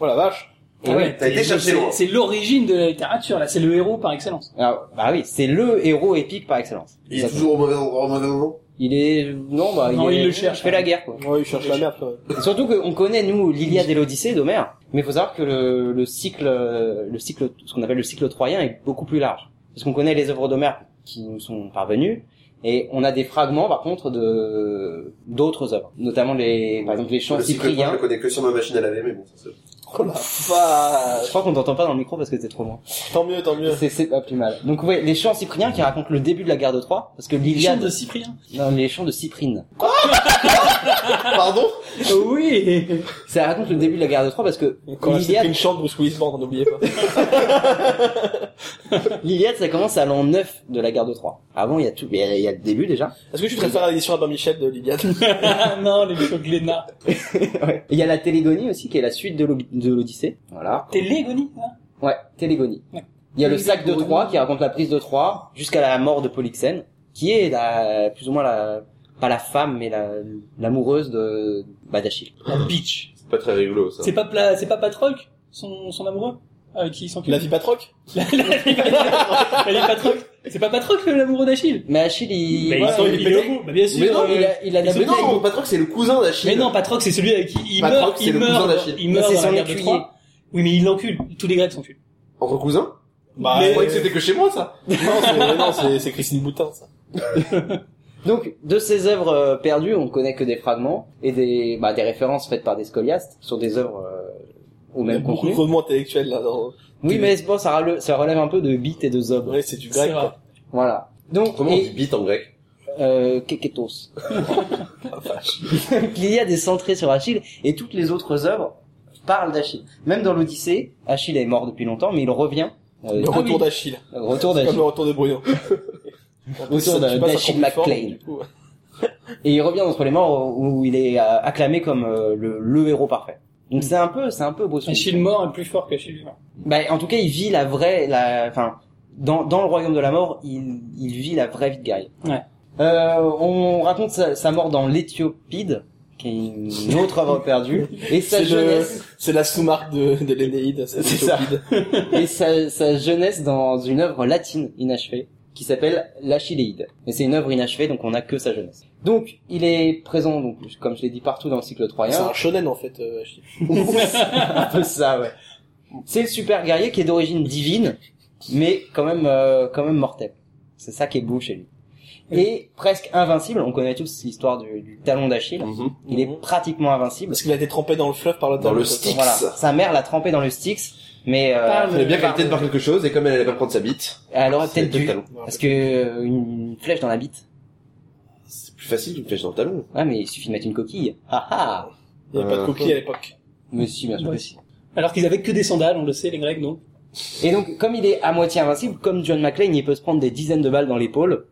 Oh la vache.
Ah
Et oui.
T'as été chercher loin.
Ah C'est- C'est l'origine de la littérature, là. C'est le héros par excellence.
Alors, bah oui, c'est le héros épique par excellence.
Il est
Exactement.
toujours au mauvais endroit, au mauvais moment.
Il est non bah
Non,
est-
il le cherche,
fait
quand
la
même.
guerre quoi.
Ouais, il cherche la merde quand même.
Et surtout qu'on connaît nous l'Iliade et l'Odyssée d'Homère, mais il faut savoir que le, le cycle, euh, le cycle, ce qu'on appelle le cycle troyen est beaucoup plus large, parce qu'on connaît les œuvres d'Homère qui nous sont parvenues, et on a des fragments par contre de d'autres œuvres, notamment les, par exemple les chants
Le cycle point, je
cypriens.
le connais que sur ma machine à laver, mais bon, ça c'est...
Oh la vache Ah, Je crois qu'on t'entend pas dans le micro parce que t'es trop loin.
Tant mieux, tant mieux.
C'est c'est pas plus mal. Donc ouais, les chants cypriens qui racontent le début de la guerre de Troie, parce que
Chant
l'Iliade,
de Cyprien.
non les chants de Cyprine.
Pardon
oui.
Ça raconte le début de la guerre de Troie parce que
Quand il y a
l'Iliade
une chante Bruce Willis mort, n'oubliez pas.
L'Iliade, ça commence à l'an 9 de la guerre de Troie. Avant, il y a tout, il y a, il y a le début déjà.
Est-ce que tu préfères l'édition Albin Michel de l'Iliade
Ah, non, les choses Glénat.
Ouais. Il y a la Télégonie aussi, qui est la suite de l'Ob- de l'Odyssée. Voilà.
T'es légonie, hein
Ouais, Télégonie.
Ouais.
Il y a le sac de Troie qui raconte la prise de Troie jusqu'à la mort de Polyxène, qui est la, plus ou moins la, pas la femme, mais la, l'amoureuse de, bah, d'Achille.
La bitch.
C'est pas très rigolo, ça.
C'est pas, pla... c'est pas Patroc, son, son amoureux euh, qui s'encule.
La vie patroque
La la- la vie Patroc. La vie Patroc. C'est pas Patroc le- l'amoureux d'Achille.
Mais Achille, il,
Bah,
ouais,
il, s'en-
il-
il est au bout. Bah, bien sûr.
mais non,
euh,
il a, il a la
Mais
bouteille.
non, Patroc, c'est le cousin d'Achille.
Mais non, Patroc, c'est celui avec qui il
Patroc,
meurt.
c'est
Il
le cousin
meurt.
d'Achille.
Il meurt.
Mais
dans
c'est
la
son
guerre de
écuyer.
Troie. Oui, mais il l'encule. Tous les Grecs s'enculent.
Entre cousins
Bah,
Je
euh,
croyais que c'était que chez moi, ça.
non, c'est- non, c'est c'est Christine Boutin, ça.
Donc, de ces œuvres euh, perdues, on connaît que des fragments et des, bah, des références faites par des scoliastes sur des œuvres euh, au
Il y a
même
beaucoup
contenu.
de mots intellectuels, là. dans-
Oui, mais bon, ça, rele- ça relève un peu de bit et de zob.
Ouais, c'est du
C'est
grec.
vrai.
quoi.
Voilà. Donc,
Comment on dit
et,
bite en grec
euh, keketos.
Ah,
L'Iliade est centrée sur Achille et toutes les autres œuvres parlent d'Achille. Même dans l'Odyssée, Achille est mort depuis longtemps, mais il revient. euh,
Le
ah
retour
oui,
d'Achille.
le retour
Comme
d'Achille.
le retour de Bruno.
Retour
Ça, tu
de-
passes à
d'Achille
Combe-Fort,
McLean.
du coup, ouais.
Et il revient entre les morts où il est euh, acclamé comme euh, le, le héros parfait.
Mm.
Donc c'est un peu, c'est un peu Bruce Willis.
Achille mort est plus fort qu'Achille vivant.
Bah, en tout cas, il vit la vraie, la, enfin, dans, dans le royaume de la mort, il, il vit la vraie vie de Guy.
Ouais.
Euh, on raconte sa, sa mort dans l'Éthiopide, qui est une autre œuvre perdue, et sa
C'est le-
jeunesse,
c'est la sous-marque de, de l'Énéide. C'est
C'est ça.
stupide.
et sa, sa jeunesse dans une œuvre latine inachevée, qui s'appelle l'Achilleide. Et c'est une œuvre inachevée, donc on a que sa jeunesse. Donc, il est présent, donc, comme je l'ai dit partout dans le cycle
C'est
troyen.
un shonen, en fait, euh, Achille.
un peu ça, ouais. C'est le super guerrier qui est d'origine divine, mais quand même, euh, quand même mortel. C'est ça qui est beau chez lui. Et presque invincible, on connaît tous l'histoire du, du talon d'Achille. Il est pratiquement invincible.
Parce qu'il a été trempé dans le fleuve par le
Dans le
temps.
Styx.
Voilà. Sa mère l'a trempé dans le Styx, mais euh,
Pas
Elle a bien qualité de voir quelque chose, et comme elle allait pas prendre sa bite,
elle aurait
C'est
peut-être dû.
le talon.
Parce que euh, une flèche dans la bite.
c'est plus facile d'une flèche dans le talon.
Ouais, mais il suffit de mettre une coquille. Ah ah.
Il n'y avait pas de
Euh,
coquille à l'époque.
Mais si, bien sûr que si.
Alors qu'ils avaient que des sandales, on le sait, les Grecs, donc.
Et donc, comme il est à moitié invincible, comme John McClane, il peut se prendre des dizaines de balles dans l'épaule.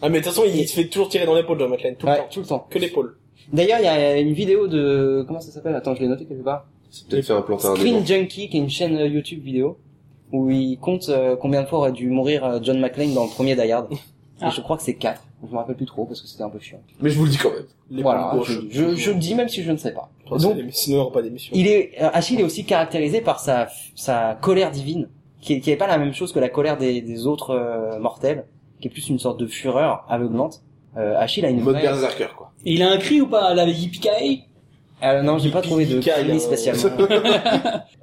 Ah, mais de toute façon, il se fait toujours tirer dans l'épaule, John McClane. Tout le
Ouais,
temps.
tout le temps.
Que l'épaule.
D'ailleurs, il y a une vidéo de comment ça s'appelle Attends, je l'ai noté quelque part.
C'est peut-être faire implanter un
Screen
démon.
Junkie, qui est une chaîne euh, YouTube vidéo où il compte euh, combien de fois aurait dû mourir euh, John McClane dans le premier Die Hard.
Ah.
Et je crois que c'est 4. Je me rappelle plus trop parce que c'était un peu chiant.
Mais je vous le dis quand même.
L'épaule
Voilà,
gauche.
je, je, je le dis même si je ne sais pas.
Enfin, c'est
Donc,
des- Sinon, il n'y aura pas d'émission.
il est euh, Achille est aussi caractérisé par sa sa colère divine, qui est, qui est pas la même chose que la colère des, des autres euh, mortels, qui est plus une sorte de fureur aveuglante. Euh, Achille a une
Mode
vraie-
berserker, quoi.
Et il a un cri ou pas La yippee
Euh, non, j'ai pas trouvé de
Yippee-ki-yay,
cri
euh,
spécialement.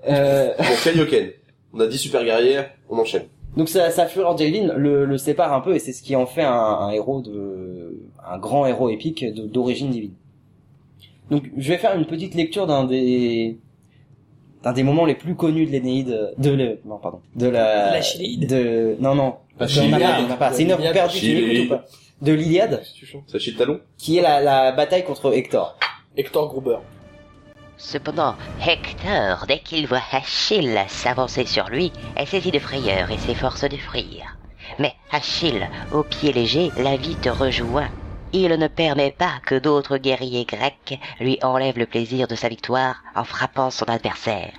euh,
Bon, Kaioken. On a dit super guerrière, on enchaîne.
Donc sa, sa fureur Jaylin le, le sépare un peu et c'est ce qui en fait un, un héros de un grand héros épique de- d'origine divine. Donc je vais faire une petite lecture d'un des d'un des moments les plus connus de l'Énéide, de le, non, pardon, de la,
De la Chiliade.
de, non, non,
La
Parce qu'on en a
Chiliade.
pas, on en a pas. c'est une œuvre
Chiliade.
perdue, tu l'écoutes ou pas? De l'Iliade,
Ça chie le talon
qui est la, la bataille contre Hector.
Hector Gruber.
Cependant, Hector, dès qu'il voit Achille s'avancer sur lui, est saisi de frayeur et s'efforce de fuir. Mais Achille, au pied léger, l'a vite rejoint. Il ne permet pas que d'autres guerriers grecs lui enlèvent le plaisir de sa victoire en frappant son adversaire.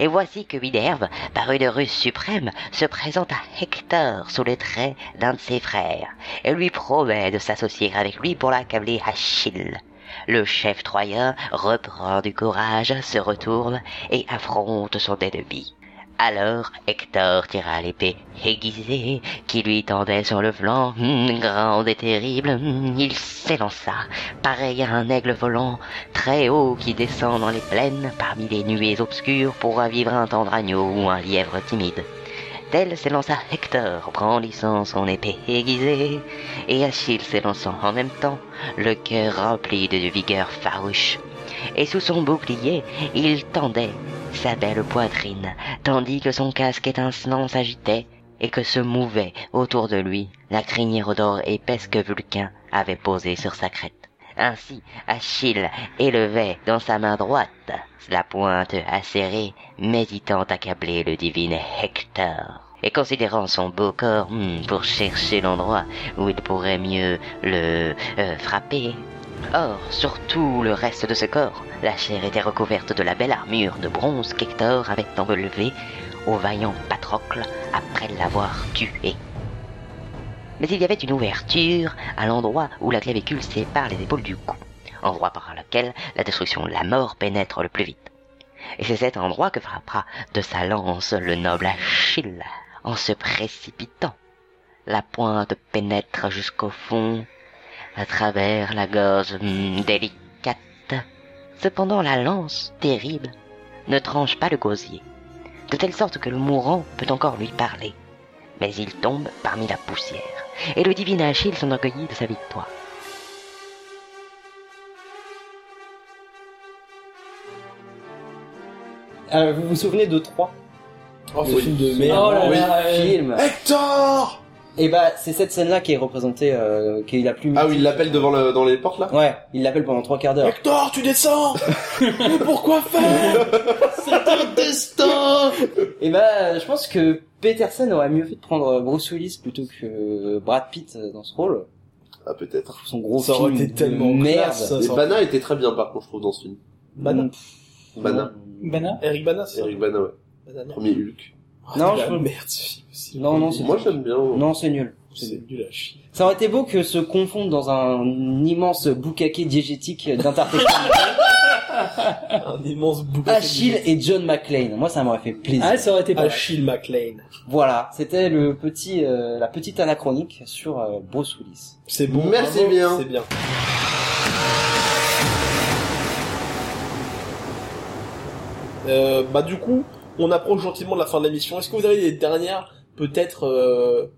Et voici que Minerve, par une ruse suprême, se présente à Hector sous les traits d'un de ses frères, et lui promet de s'associer avec lui pour l'accabler Achille. Le chef troyen reprend du courage, se retourne et affronte son ennemi. Alors Hector tira l'épée aiguisée qui lui tendait sur le flanc, Hmm, grande et terrible, Hmm, il s'élança, pareil à un aigle volant, très haut qui descend dans les plaines parmi les nuées obscures pour vivre un tendre agneau ou un lièvre timide. Tel s'élança Hector, brandissant son épée aiguisée, et Achille s'élançant en même temps, le cœur rempli de vigueur farouche. Et sous son bouclier, il tendait sa belle poitrine, tandis que son casque étincelant s'agitait, et que se mouvait autour de lui la crinière d'or épaisse que Vulcain avait posée sur sa crête. Ainsi, Achille élevait dans sa main droite la pointe acérée, méditant accabler le divine Hector, et considérant son beau corps hmm, pour chercher l'endroit où il pourrait mieux le euh, frapper. Or, sur tout le reste de ce corps, la chair était recouverte de la belle armure de bronze qu'Hector avait enlevée au vaillant Patrocle après l'avoir tué mais il y avait une ouverture à l'endroit où la clavicule sépare les épaules du cou, endroit par lequel la destruction de la mort pénètre le plus vite. Et c'est cet endroit que frappera de sa lance le noble Achille en se précipitant. La pointe pénètre jusqu'au fond, à travers la gorge hum, délicate. Cependant la lance, terrible, ne tranche pas le gosier, de telle sorte que le mourant peut encore lui parler mais il tombe parmi la poussière, et le divin Achille s'enorgueillit de sa victoire.
Euh, vous vous souvenez de 3?
Oh,
Le film de merde.
Oh là là,
Oui,
euh,
film.
Hector
Et bah, c'est cette scène-là qui est représentée, euh, qui est la plus
Ah oui, il l'appelle devant le, dans les portes là
Ouais, il l'appelle pendant trois quarts d'heure.
Hector, tu descends Mais pourquoi faire C'est un destin
Et bah, je pense que Peterson aurait mieux fait de prendre euh, Bruce Willis plutôt que euh, Brad Pitt dans ce rôle.
Ah peut-être.
Son gros
Ça aurait
film
été
de
tellement
merde.
classe, ça.
Mais Bana était très bien par contre, je trouve, dans ce film.
Bana.
Bah
Bana.
Ben
Bana
Eric Bana, c'est
Eric Bana, ouais.
Bana. non.
Premier Hulk.
Oh,
Non,
c'est
je
la
veux-
merde ce film aussi.
Non, non, c'est
Moi j'aime bien.
non, c'est nul.
c'est nul à chier.
Ça aurait été beau que se confondre dans un immense boucaquet diégétique d'interprétation
Un immense bouquin.
Achille et John McClane. Moi, ça m'aurait fait plaisir.
Ah, ça aurait été pas mal.
Achille McLean.
Voilà, c'était le petit, euh, la petite anachronique sur euh, Bruce Willis.
C'est bon.
Merci
bravo,
bien.
C'est bien. Euh, bah du coup, on approche gentiment de la fin de l'émission. Est-ce que vous avez des dernières, peut-être, euh,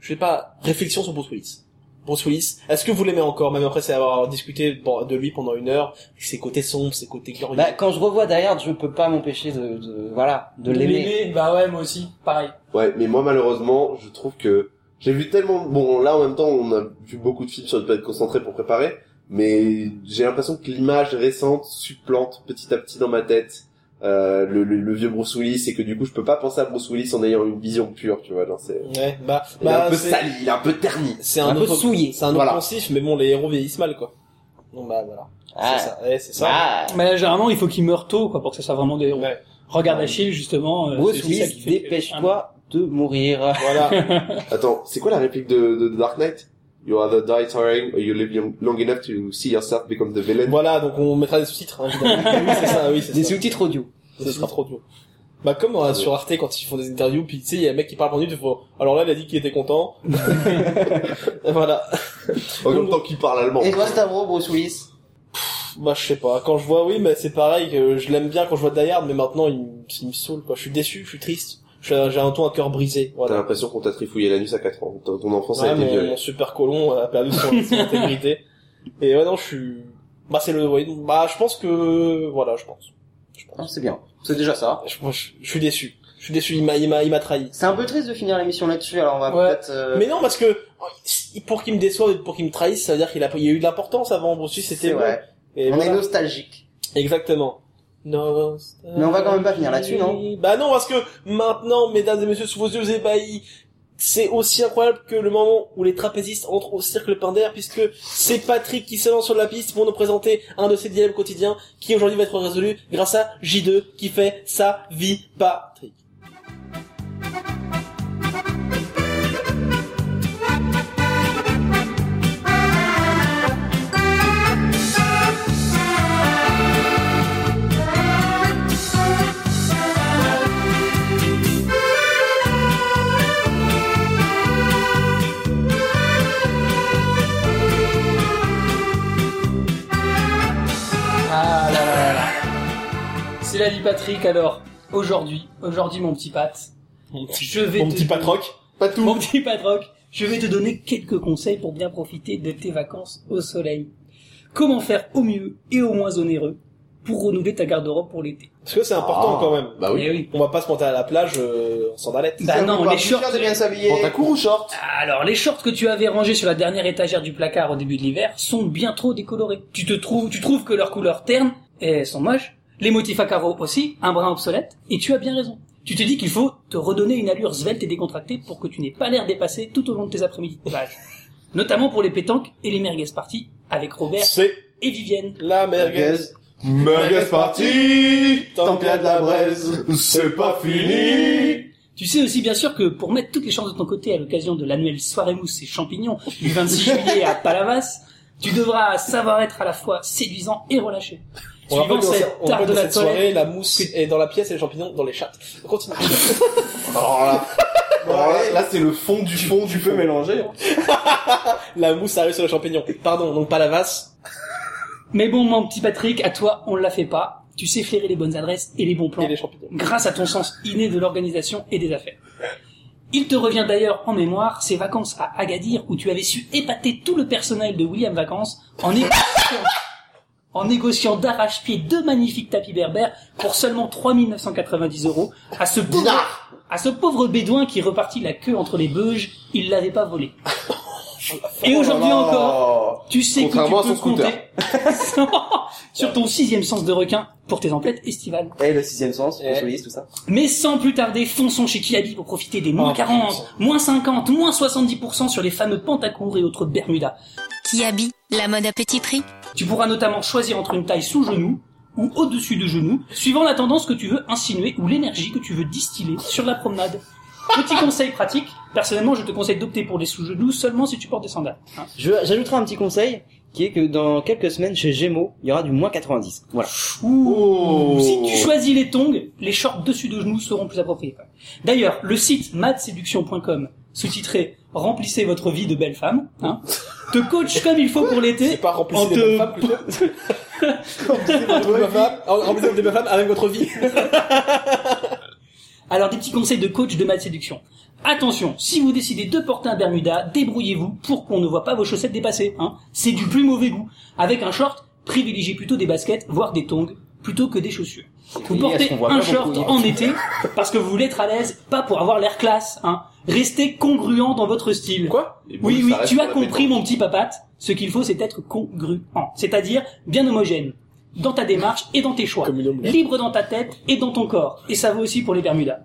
je sais pas, réflexions sur Bruce Willis Bruce Willis, est-ce que vous l'aimez encore, même après avoir discuté pour- de lui pendant une heure, ses côtés sombres, ses côtés glorieux
Bah, quand je revois derrière, je peux pas m'empêcher de, de- voilà, de l'aimer.
Bah ouais, moi aussi, pareil.
Ouais, mais moi malheureusement, je trouve que j'ai vu tellement bon là en même temps, on a vu beaucoup de films sur lesquels être concentré pour préparer, mais j'ai l'impression que l'image récente supplante petit à petit dans ma tête euh, le, le- le vieux Bruce Willis et que du coup je peux pas penser à Bruce Willis en ayant une vision pure, tu vois, genre c'est
Ouais, bah,
il est un
bah
peu
c'est-
sali, il est un peu terni.
c'est
Un
un,
peu
autre
souillé.
c'est un autre
Voilà.
pensif, mais bon, les héros vieillissent mal quoi. Donc bah voilà,
Ah.
c'est ça, ouais, c'est ça.
Ah.
Mais généralement, il faut qu'il meure tôt, quoi, pour que ça soit vraiment des héros.
Ouais.
Regarde Achille, justement. euh,
Bruce
c'est ça
Willis,
qui fait que-
dépêche-toi de mourir.
Voilà. Attends, c'est quoi la réplique de, de, de Dark Knight? You either die trying or you live young- long enough to see yourself become the villain.
Voilà, donc on mettra des sous-titres. Hein, évidemment. oui, c'est ça, oui, c'est
Des
ça.
sous-titres audio.
Des sous-titres audio. Bah comme euh, sur Arte quand ils font des interviews, puis tu sais, il y a un mec qui parle pendant une minute, il faut... Alors là, il a dit qu'il était content. voilà.
En même temps qu'il parle allemand.
Et toi, Stavro, Bruce Willis
Bah je sais pas. Quand je vois, oui, mais c'est pareil. Que je l'aime bien quand je vois Die Hard, mais maintenant il, me- il me saoule. Quoi. Je suis déçu, je suis triste. Je- J'ai un ton à cœur brisé.
T'as
Voilà.
l'impression qu'on t'a trifouillé l'anus à 4 ans. Ton ton enfance
Ouais,
a été
mon,
violée.
mon super colon a perdu son, son intégrité. Et ouais, non, je suis. Bah c'est le. ouais, donc, bah je pense que voilà, je pense.
c'est bien. C'est déjà ça.
Ah, Je, moi, je- je suis déçu. Je suis déçu. Il m'a, il m'a, il m'a trahi.
C'est un peu triste de finir l'émission là-dessus, alors on va
Ouais.
peut-être... euh,
Mais non, parce que euh, pour qu'il me déçoive et pour qu'il me trahisse, ça veut dire qu'il a, il y a eu de l'importance avant. Bruce Lee, c'était
C'est
bon.
vrai.
Et
on
voilà.
est nostalgique.
Exactement.
Mais on va quand même pas finir là-dessus, non
Bah non, parce que maintenant, mesdames et messieurs, sous vos yeux ébahis, c'est aussi incroyable que le moment où les trapézistes entrent au cercle Pinder, puisque c'est Patrick qui s'avance sur la piste pour nous présenter un de ses dilemmes quotidiens qui aujourd'hui va être résolu grâce à J2 qui fait sa vie Patrick.
Ah là là là là. C'est la vie Patrick alors. Aujourd'hui, aujourd'hui mon petit Pat, je vais
mon
te
petit
donner-
Patroc, pas tout.
Mon petit Patroc, je vais te donner quelques conseils pour bien profiter de tes vacances au soleil. Comment faire au mieux et au moins onéreux pour renouveler ta garde-robe pour l'été
Parce que c'est important
Ah,
quand même.
bah oui. Eh oui.
On va pas se monter à la plage euh, en sandalette.
Bah non, les shorts.
ou short
Alors, les shorts que tu avais rangés sur la dernière étagère du placard au début de l'hiver sont bien trop décolorés. Tu te trouves, tu trouves que leurs couleurs ternes eh, sont moches, les motifs à carreaux aussi, un brin obsolète, et tu as bien raison. Tu te dis qu'il faut te redonner une allure svelte et décontractée pour que tu n'aies pas l'air dépassé tout au long de tes après-midi de plage. Notamment pour les pétanques et les merguez parties avec Robert
C'est
et Vivienne.
la merguez.
Merguez parti Tant qu'il y a de la braise, c'est pas fini
Tu sais aussi bien sûr que pour mettre toutes les chances de ton côté à l'occasion de l'annuelle soirée mousse et champignons du 26 juillet à Palavas, tu devras savoir être à la fois séduisant et relâché.
On rappelle
Suivant
que
cette
on
tarte
rappelle
de
que
la
cette soirée,
toilette,
la mousse est dans la pièce et les champignons dans les chattes. Continue.
Alors là, alors là, là, c'est le fond du fond du feu mélangé. hein.
la mousse arrive sur les champignons. Pardon, donc pas la vase.
Mais bon, mon petit Patrick, à toi, on ne la fait pas. Tu sais flairer les bonnes adresses et les bons plans
Et les champignons.
grâce à ton sens inné de l'organisation et des affaires. Il te revient d'ailleurs en mémoire ces vacances à Agadir où tu avais su épater tout le personnel de William Vacances en négociant, en négociant d'arrache-pied deux magnifiques tapis berbères pour seulement 3990 euros à ce pauvre, à ce pauvre bédouin qui repartit la queue entre les beuges, il l'avait pas volé. Et aujourd'hui
Oh là là.
encore, tu sais que tu
Contrairement à
peux
son scooter.
compter sur ton sixième sens de requin pour tes emplettes estivales.
Et Eh, le sixième sens,
Eh.
on se lise, tout ça.
Mais sans plus tarder, fonçons chez Kiabi pour profiter des moins
Oh,
40, moins 50, moins 70% sur les fameux pantacours et autres Bermudas.
Kiabi, la mode à petit prix.
Tu pourras notamment choisir entre une taille sous genou ou au-dessus de genou, suivant la tendance que tu veux insinuer ou l'énergie que tu veux distiller sur la promenade. Petit conseil pratique, personnellement je te conseille d'opter pour les sous-genoux seulement si tu portes des sandales. hein.
Je J'ajouterai un petit conseil, qui est que dans quelques semaines, chez Gémeaux, il y aura du moins 90. Voilà.
Ouh. Si tu choisis les tongs, les shorts dessus de genoux seront plus appropriés. D'ailleurs, le site madséduction.com, sous-titré Remplissez votre vie de belles femmes, hein, te coach comme il faut pour l'été.
Pas
en
remplissez
te-
des belles femmes plutôt. Remplissez votre femme. En- Remplissez des belles femmes avec votre vie.
Alors, des petits conseils de coach de Mad Séduction. Attention, si vous décidez de porter un Bermuda, débrouillez-vous pour qu'on ne voit pas vos chaussettes dépasser. Hein. C'est du plus mauvais goût. Avec un short, privilégiez plutôt des baskets, voire des tongs, plutôt que des chaussures. Vous
payé à ce
portez
qu'on voit
un
pas vos
short
couilles.
en été parce que vous voulez être à l'aise, pas pour avoir l'air classe. Hein. Restez congruent dans votre style.
Quoi
Oui,
bon,
oui,
ça reste
tu as
la
compris, mon petit papate. Ce qu'il faut, c'est être congruent, c'est-à-dire bien homogène dans ta démarche et dans tes choix, libre dans ta tête et dans ton corps. Et ça vaut aussi pour les Bermudas.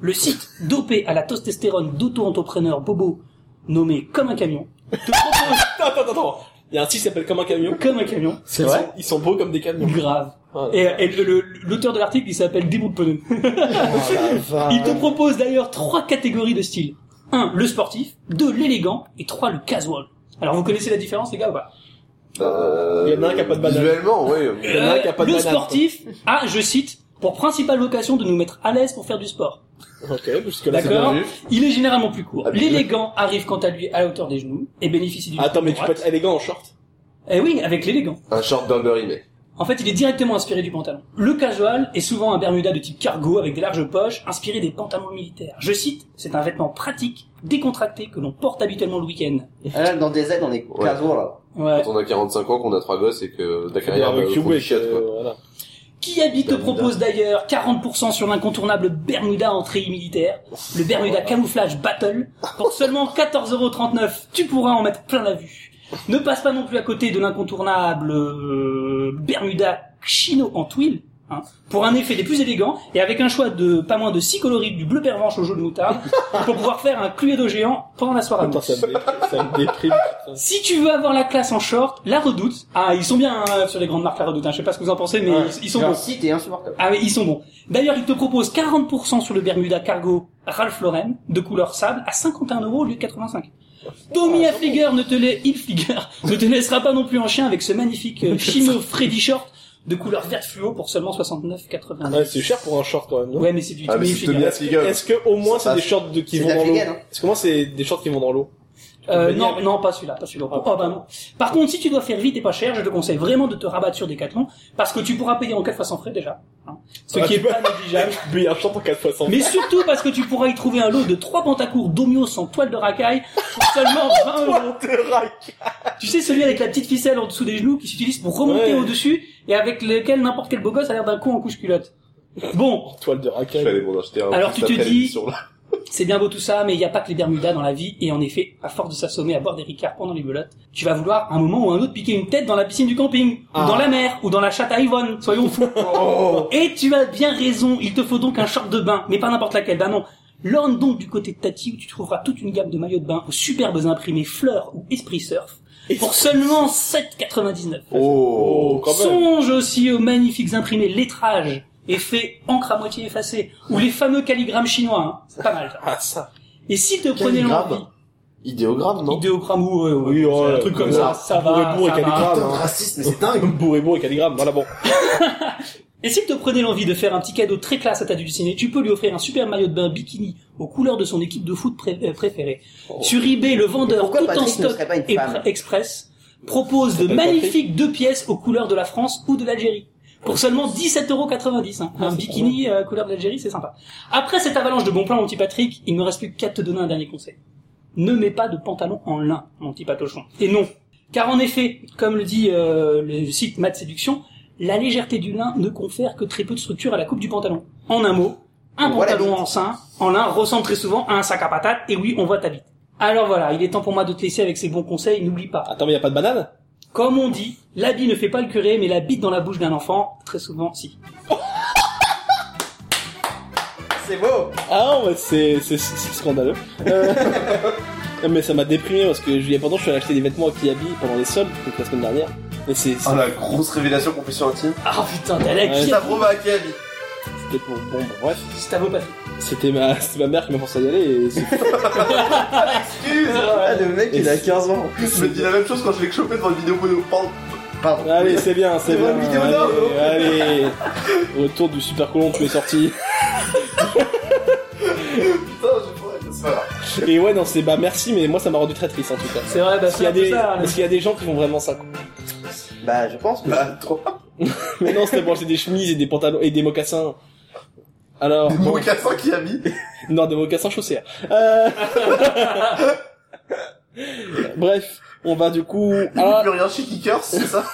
Le site dopé à la testostérone d'auto-entrepreneur Bobo, nommé comme un camion, te propose
Attends, attends, attends. Il y a un site qui s'appelle Comme un camion. Ah,
comme un camion,
C'est vrai Ils sont beaux comme des camions.
grave.
Voilà.
Et, et le- le- l'auteur de l'article, il s'appelle Des bouts de pneus.
Oh,
Il te propose d'ailleurs trois catégories de styles. 1. Le sportif, 2. L'élégant, et 3. Le casual. Alors vous connaissez la différence les gars ou pas
Il y en a un qui a pas de banane.
Euh, Visuellement, oui.
Il y en a un qui a pas de
Le
banane.
sportif a, je cite, pour principale vocation de nous mettre à l'aise pour faire du sport.
Ok, jusque-là, c'est bien
D'accord
vu.
Il est généralement plus court.
Habitué.
L'élégant arrive quant à lui à la hauteur des genoux et bénéficie d'une
Attends, mais tu
droite.
peux être élégant en short.
Eh oui, avec l'élégant.
Un short Burberry, mais.
En fait, il est directement inspiré du pantalon. Le casual est souvent un Bermuda de type cargo avec des larges poches, inspiré des pantalons militaires. Je cite, c'est un vêtement pratique, décontracté, que l'on porte habituellement le week-end.
Ah là, dans des aides, on est 15 jours, là.
Ouais.
Quand on a 45 ans, qu'on a trois gosses et que ta carrière
Barbecue
bah, faut du
et que,
shot, quoi.
voilà.
Qui habite te propose d'ailleurs 40% sur l'incontournable Bermuda entrée militaire, le Bermuda Camouflage Battle. Pour seulement 14,39€, tu pourras en mettre plein la vue. Ne passe pas non plus à côté de l'incontournable euh, Bermuda Chino en tuile, hein, pour un effet des plus élégants et avec un choix de pas moins de 6 coloris du bleu pervenche au jaune moutarde pour pouvoir faire un cluedo géant pendant la soirée.
Attends, Ah, ça me, dé- ça me déprime. putain.
Si tu veux avoir la classe en short, la redoute. Ah, ils sont bien hein, sur les grandes marques, la redoute. Hein. Je sais pas ce que vous en pensez, mais
Ouais.
ils- ils sont
Leur
bons.
site est insupportable.
Ah oui, ils sont bons. D'ailleurs, ils te proposent 40% sur le Bermuda Cargo Ralph Lauren de couleur sable à 51 euros au lieu de 85.
Ah,
Tommy Hilfiger ne te la- Hilfiger ne te laissera pas non plus en chien avec ce magnifique euh, chino Freddy Short de couleur verte fluo pour seulement 69,90.
Ouais, Ah, c'est cher pour un short quand même, non
Ouais, mais c'est du
Ah, mais
Tommy
c'est Tommy
Hilfiger.
Hilfiger. Est-ce que au moins c'est
Ça
des
passe.
shorts de- qui
C'est
vont
de la
dans l'eau
vegan, hein.
Est-ce que moi c'est des shorts qui vont dans l'eau
Euh,
Compagnie
non,
avec-
non, pas celui-là, pas celui-là.
Ah.
Oh, bah non. Par contre, si tu dois faire vite et pas cher, je te conseille vraiment de te rabattre sur Decathlon parce que tu pourras payer en 4 fois sans frais déjà. hein. Ce
Ah,
qui est
tu peux-
pas négligeable.
Mais un short en 4 fois sans
Mais surtout parce que tu pourras y trouver un lot de trois pantacours Domios en toile de racaille pour seulement 20 euros. Tu sais, celui avec la petite ficelle en dessous des genoux qui s'utilise pour remonter
Ouais.
au-dessus et avec lequel n'importe quel beau gosse a l'air d'un con en couche-culotte. Bon.
Toile de racaille.
Je vais aller m'en acheter un
Alors tu
juste
te
après
dis,
l'émission, là.
c'est bien beau tout ça, mais il n'y a pas que les Bermudas dans la vie, et en effet, à force de s'assommer à boire des ricards pendant les belotes, tu vas vouloir un moment ou un autre piquer une tête dans la piscine du camping,
Ah.
ou dans la mer, ou dans la chatte à Yvonne, soyons fous. Et tu as bien raison, il te faut donc un short de bain, mais pas n'importe laquelle, bah non. L'orne donc du côté de Tati où tu trouveras toute une gamme de maillots de bain aux superbes imprimés fleurs ou esprit surf pour seulement 7,99.
Oh, quand même.
Songe aussi aux magnifiques imprimés lettrage et faits encre à moitié effacée ou les fameux calligrammes chinois. hein. C'est pas mal. ça.
Ah ça.
Et si te prenez l'envie,
Idéogramme, non
Idéogramme, ouais, ouais,
Oui,
c'est
ouais,
un truc comme ça, ça va,
Bourré-bourré et
ça va.
Ah,
calligramme.
Putain,
hein.
raciste, mais
c'est dingue.
Bourré-bourré et calligramme, voilà bon.
et si te prenez l'envie de faire un petit cadeau très classe à ta dulcinée, tu peux lui offrir un super maillot de bain bikini aux couleurs de son équipe de foot pré- euh, préférée. Sur eBay, le
Mais
vendeur
pourquoi
tout en
Patrick ne
stock
serait pas une
et
femme
pr- express propose de
s'appelle Patrick
magnifiques deux pièces aux couleurs de la France ou de l'Algérie. Pour seulement 17,90€. hein. Un bikini euh, couleur de l'Algérie, c'est sympa. Après cette avalanche de bons plans, mon petit Patrick, il ne me reste plus qu'à te donner un dernier conseil. ne mets pas de pantalon en lin, mon petit patochon. Et non, car en effet, comme le dit euh, le site Math Séduction, la légèreté du lin ne confère que très peu de structure à la coupe du pantalon. En un mot, un
On voit la
pantalon en sein, en lin, ressemble très souvent à un sac à patates, et oui, on voit ta bite. Alors voilà, il est temps pour moi de te laisser avec ces bons conseils, n'oublie pas.
Attends, mais y a pas de banane
Comme on dit, l'habit ne fait pas le curé, mais la bite dans la bouche d'un enfant, très souvent, si.
C'est beau Ah non, mais c'est c'est- c'est- c'est scandaleux. Euh, mais ça m'a déprimé parce que il y a pendant je suis allé acheter des vêtements à Kiabi pendant les soldes, donc la semaine dernière. Et c'est... c'est-
Ah, la grosse révélation confession intime.
Ah putain, t'es allé
Ouais.
à Kiabi.
Gustavo Maccabi.
C'était pour... Bon, bah, bref.
Gustavo Patrick.
C'était ma... c'était ma mère qui m'a forcé à y aller et... c'est-
Excuse Ah, le mec,
Et
il a
c'est-
15 ans. Je me dis la même chose quand je l'ai chopé devant une vidéo porno. Pardon. Pardon.
Allez, Ah c'est bien, c'est
Devant
bien.
une vidéo d'or.
allez, allez. Retour du super colon, tu es sorti.
Putain, je pourrais. C'est pas grave.
Et ouais, non, c'est bah merci, mais moi ça m'a rendu très triste en tout cas.
C'est vrai, bah,
Parce qu'il y, a
c'est un peu
des...
ça, hein.
parce qu'il y a des gens qui font vraiment ça. quoi.
Bah, je pense que.
Bah, trop.
Mais non, c'était brancher des chemises et des pantalons et des mocassins. Alors.
Mon cassin qui a mis.
Non, des mocassins chaussés. Euh... Bref, on va du coup.
Il n'y
Ah,
plus rien chez Kickers, c'est ça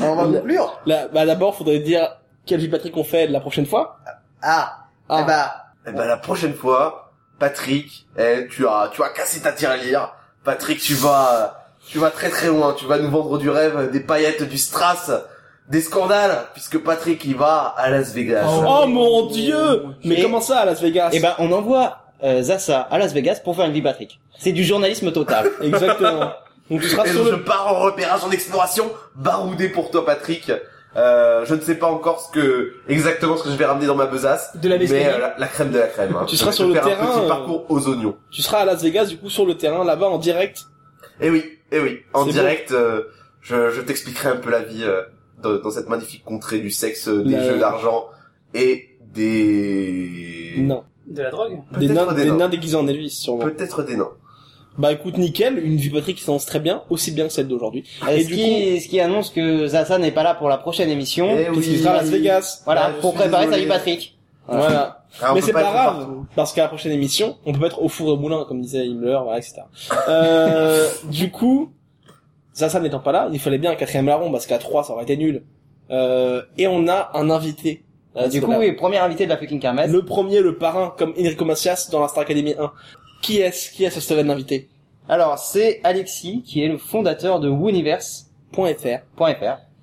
On va conclure
là, bah d'abord, faudrait dire quel vie Patrick on fait la prochaine fois.
Ah,
Ah.
Eh bah,
Eh ben, la prochaine fois, Patrick, eh, tu as, tu as cassé ta tirelire. Patrick, tu vas, euh, tu vas très très loin. Tu vas nous vendre du rêve, des paillettes, du strass, des scandales, puisque Patrick, il va à Las Vegas.
Oh, mon dieu Mais
Et-
comment ça à Las Vegas
Et ben, on envoie euh, Zassa à Las Vegas pour faire une vie Patrick. C'est du journalisme total.
Exactement. Donc tu seras
Et
sur
je
le.
pars en repérage, en exploration, baroudé pour toi, Patrick. Euh, je ne sais pas encore ce que exactement ce que je vais ramener dans ma besace,
De la
mais
mescaline.
euh, la, la crème de la crème. hein.
Tu
Je
seras
vais
sur le
faire
terrain,
Un petit
euh,
parcours aux oignons.
Tu seras à Las Vegas du coup sur le terrain là-bas en direct.
Eh oui, eh oui. En
C'est
direct, euh, je, je t'expliquerai un peu la vie euh, dans, dans cette magnifique contrée du sexe, euh, des
La-
jeux d'argent et des
Non.
De la drogue
Peut-être
Des nains,
des
des
nains.
nains déguisés en Elvis sûrement.
peut-être des nains.
Bah écoute nickel, une vie Patrick qui s'annonce très bien, aussi bien que celle d'aujourd'hui.
Euh,
Et
ce,
du
qui, ce qui annonce que Zaza n'est pas là pour la prochaine émission.
Eh
coup, puisqu'il sera à Las Vegas.
Ouais,
Voilà,
Ah, je
pour
suis
préparer sa
désolé.
vie Patrick.
Voilà.
Ah, on
mais
peut
c'est pas,
être
grave,
partout.
parce qu'à la prochaine émission, on peut pas être au four et au moulin, comme disait Himmler, voilà, etc. Euh, du coup, Zaza n'étant pas là, il fallait bien un quatrième larron, parce qu'à 3, ça aurait été nul. Euh, et on a un invité. Euh,
Et du coup, oui, premier invité de la fucking kermesse.
Le premier, le parrain, comme Enrico Macias dans la Star Academy 1. Qui est-ce Qui est-ce cette semaine l'invité
Alors, c'est Alexis, qui est le fondateur de Wooniverse.fr.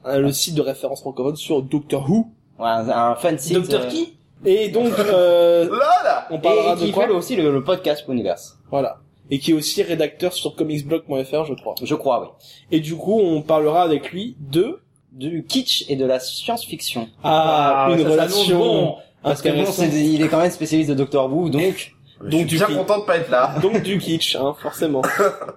Euh, le site de référence francophone sur Doctor Who.
Ouais, un un fan site.
Doctor
euh,
qui Et donc, euh, on parlera
et
de
qui
quoi
fait aussi le, le podcast Wooniverse.
Voilà. Et qui est aussi rédacteur sur comicsblog.fr, je crois.
Je crois, oui.
Et du coup, on parlera avec lui de
Du kitsch et de la science-fiction.
ah,
ouais,
une
ça s'annonce
relation.
bon. Parce que bon,
intéressante.
c'est- il est quand même spécialiste de Doctor Who, donc
donc
je suis
du
bien
kitsch.
content de pas être là.
donc du kitsch, hein, forcément.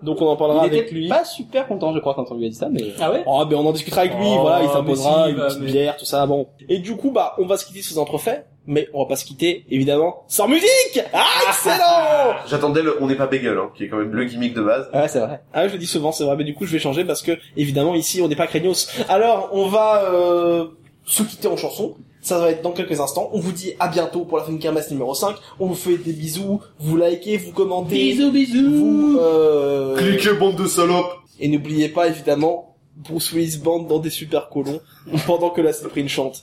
Donc on en parlera
il
avec
était
lui.
pas super content, je crois, quand on lui a dit ça, mais...
Ah ouais
Oh, ben on en discutera avec lui,
Oh,
voilà, il s'imposera
mais si,
une
bah,
petite
mais-
bière, tout ça, bon. Et du coup, bah, on va se quitter sous un trophée, mais on va pas se quitter, évidemment, sans musique Ah, excellent
J'attendais le On n'est pas bégueule, hein, qui est quand même le gimmick de base.
Ouais, c'est vrai.
Ah, je le dis souvent, c'est vrai, mais du coup, je vais changer parce que, évidemment, ici, on n'est pas craignos. Alors, on va euh, se quitter en chanson. Ça va être dans quelques instants. On vous dit à bientôt pour la fin de kermesse numéro 5. On vous fait des bisous, vous likez, vous commentez.
Bisous, bisous.
Vous, euh,
Cliquez, bande de salopes
Et n'oubliez pas, évidemment, Bruce Willis bande dans des super colons pendant que la Cyprine chante.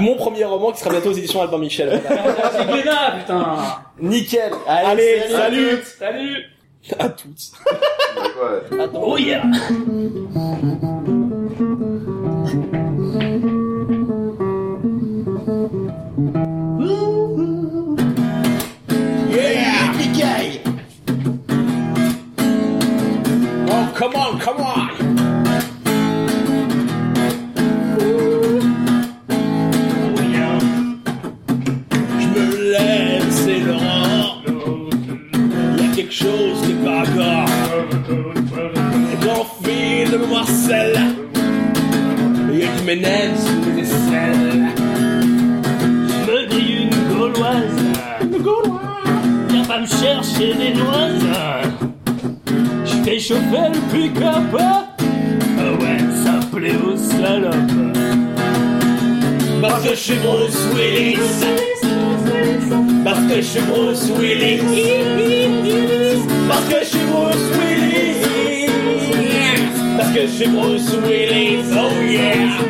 Mon premier roman qui sera bientôt aux éditions Albin Michel.
Ah, c'est Glénat, putain
Nickel
Allez,
Allez,
salut.
salut
Salut
À toutes
Ouais.
Oh yeah
Yeah, Mickey! Oh, come on, come on! Oh, yeah. Je me lève, c'est Laurent. Il y a quelque chose qui n'est pas encore. Confine-moi celle. Il y a du ménage sous les aisselles. Je me grille une gauloise. Viens pas me chercher des noises. Je fais chauffer le pick-up. Ah ouais, ça plaît aux salopes. Parce que je suis Bruce Willis. Parce que je suis Bruce Willis. Parce que je suis Bruce Willis. Parce que je suis Bruce Willis. Oh yeah.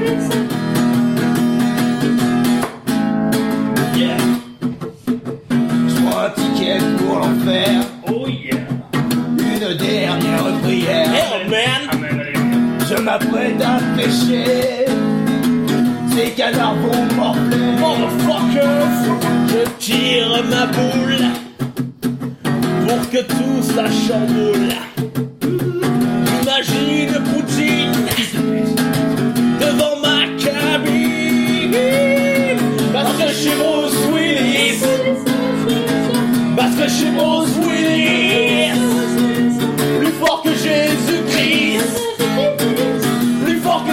Yeah.
Je prends un ticket pour l'enfer,
Oh yeah.
une dernière prière.
Hell man.
Je m'apprête à pécher, ces canards vont morfler.
Motherfucker, je tire ma boule pour que tout ça chamboule. Imagine Poutine devant ma cabine. Parce que je suis Bruce Willis. Parce que je suis Bruce Willis. Plus fort que Jésus-Christ. Plus fort que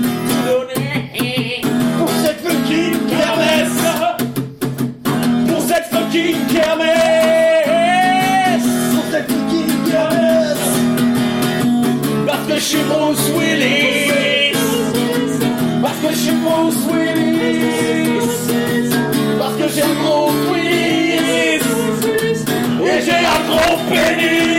Pour cette fucking kermesse Pour cette fucking kermesse
pour cette fucking kermesse.
Parce que je suis Bruce Willis Parce que je suis Bruce Willis Parce que j'ai un gros Willis Et j'ai un gros pénis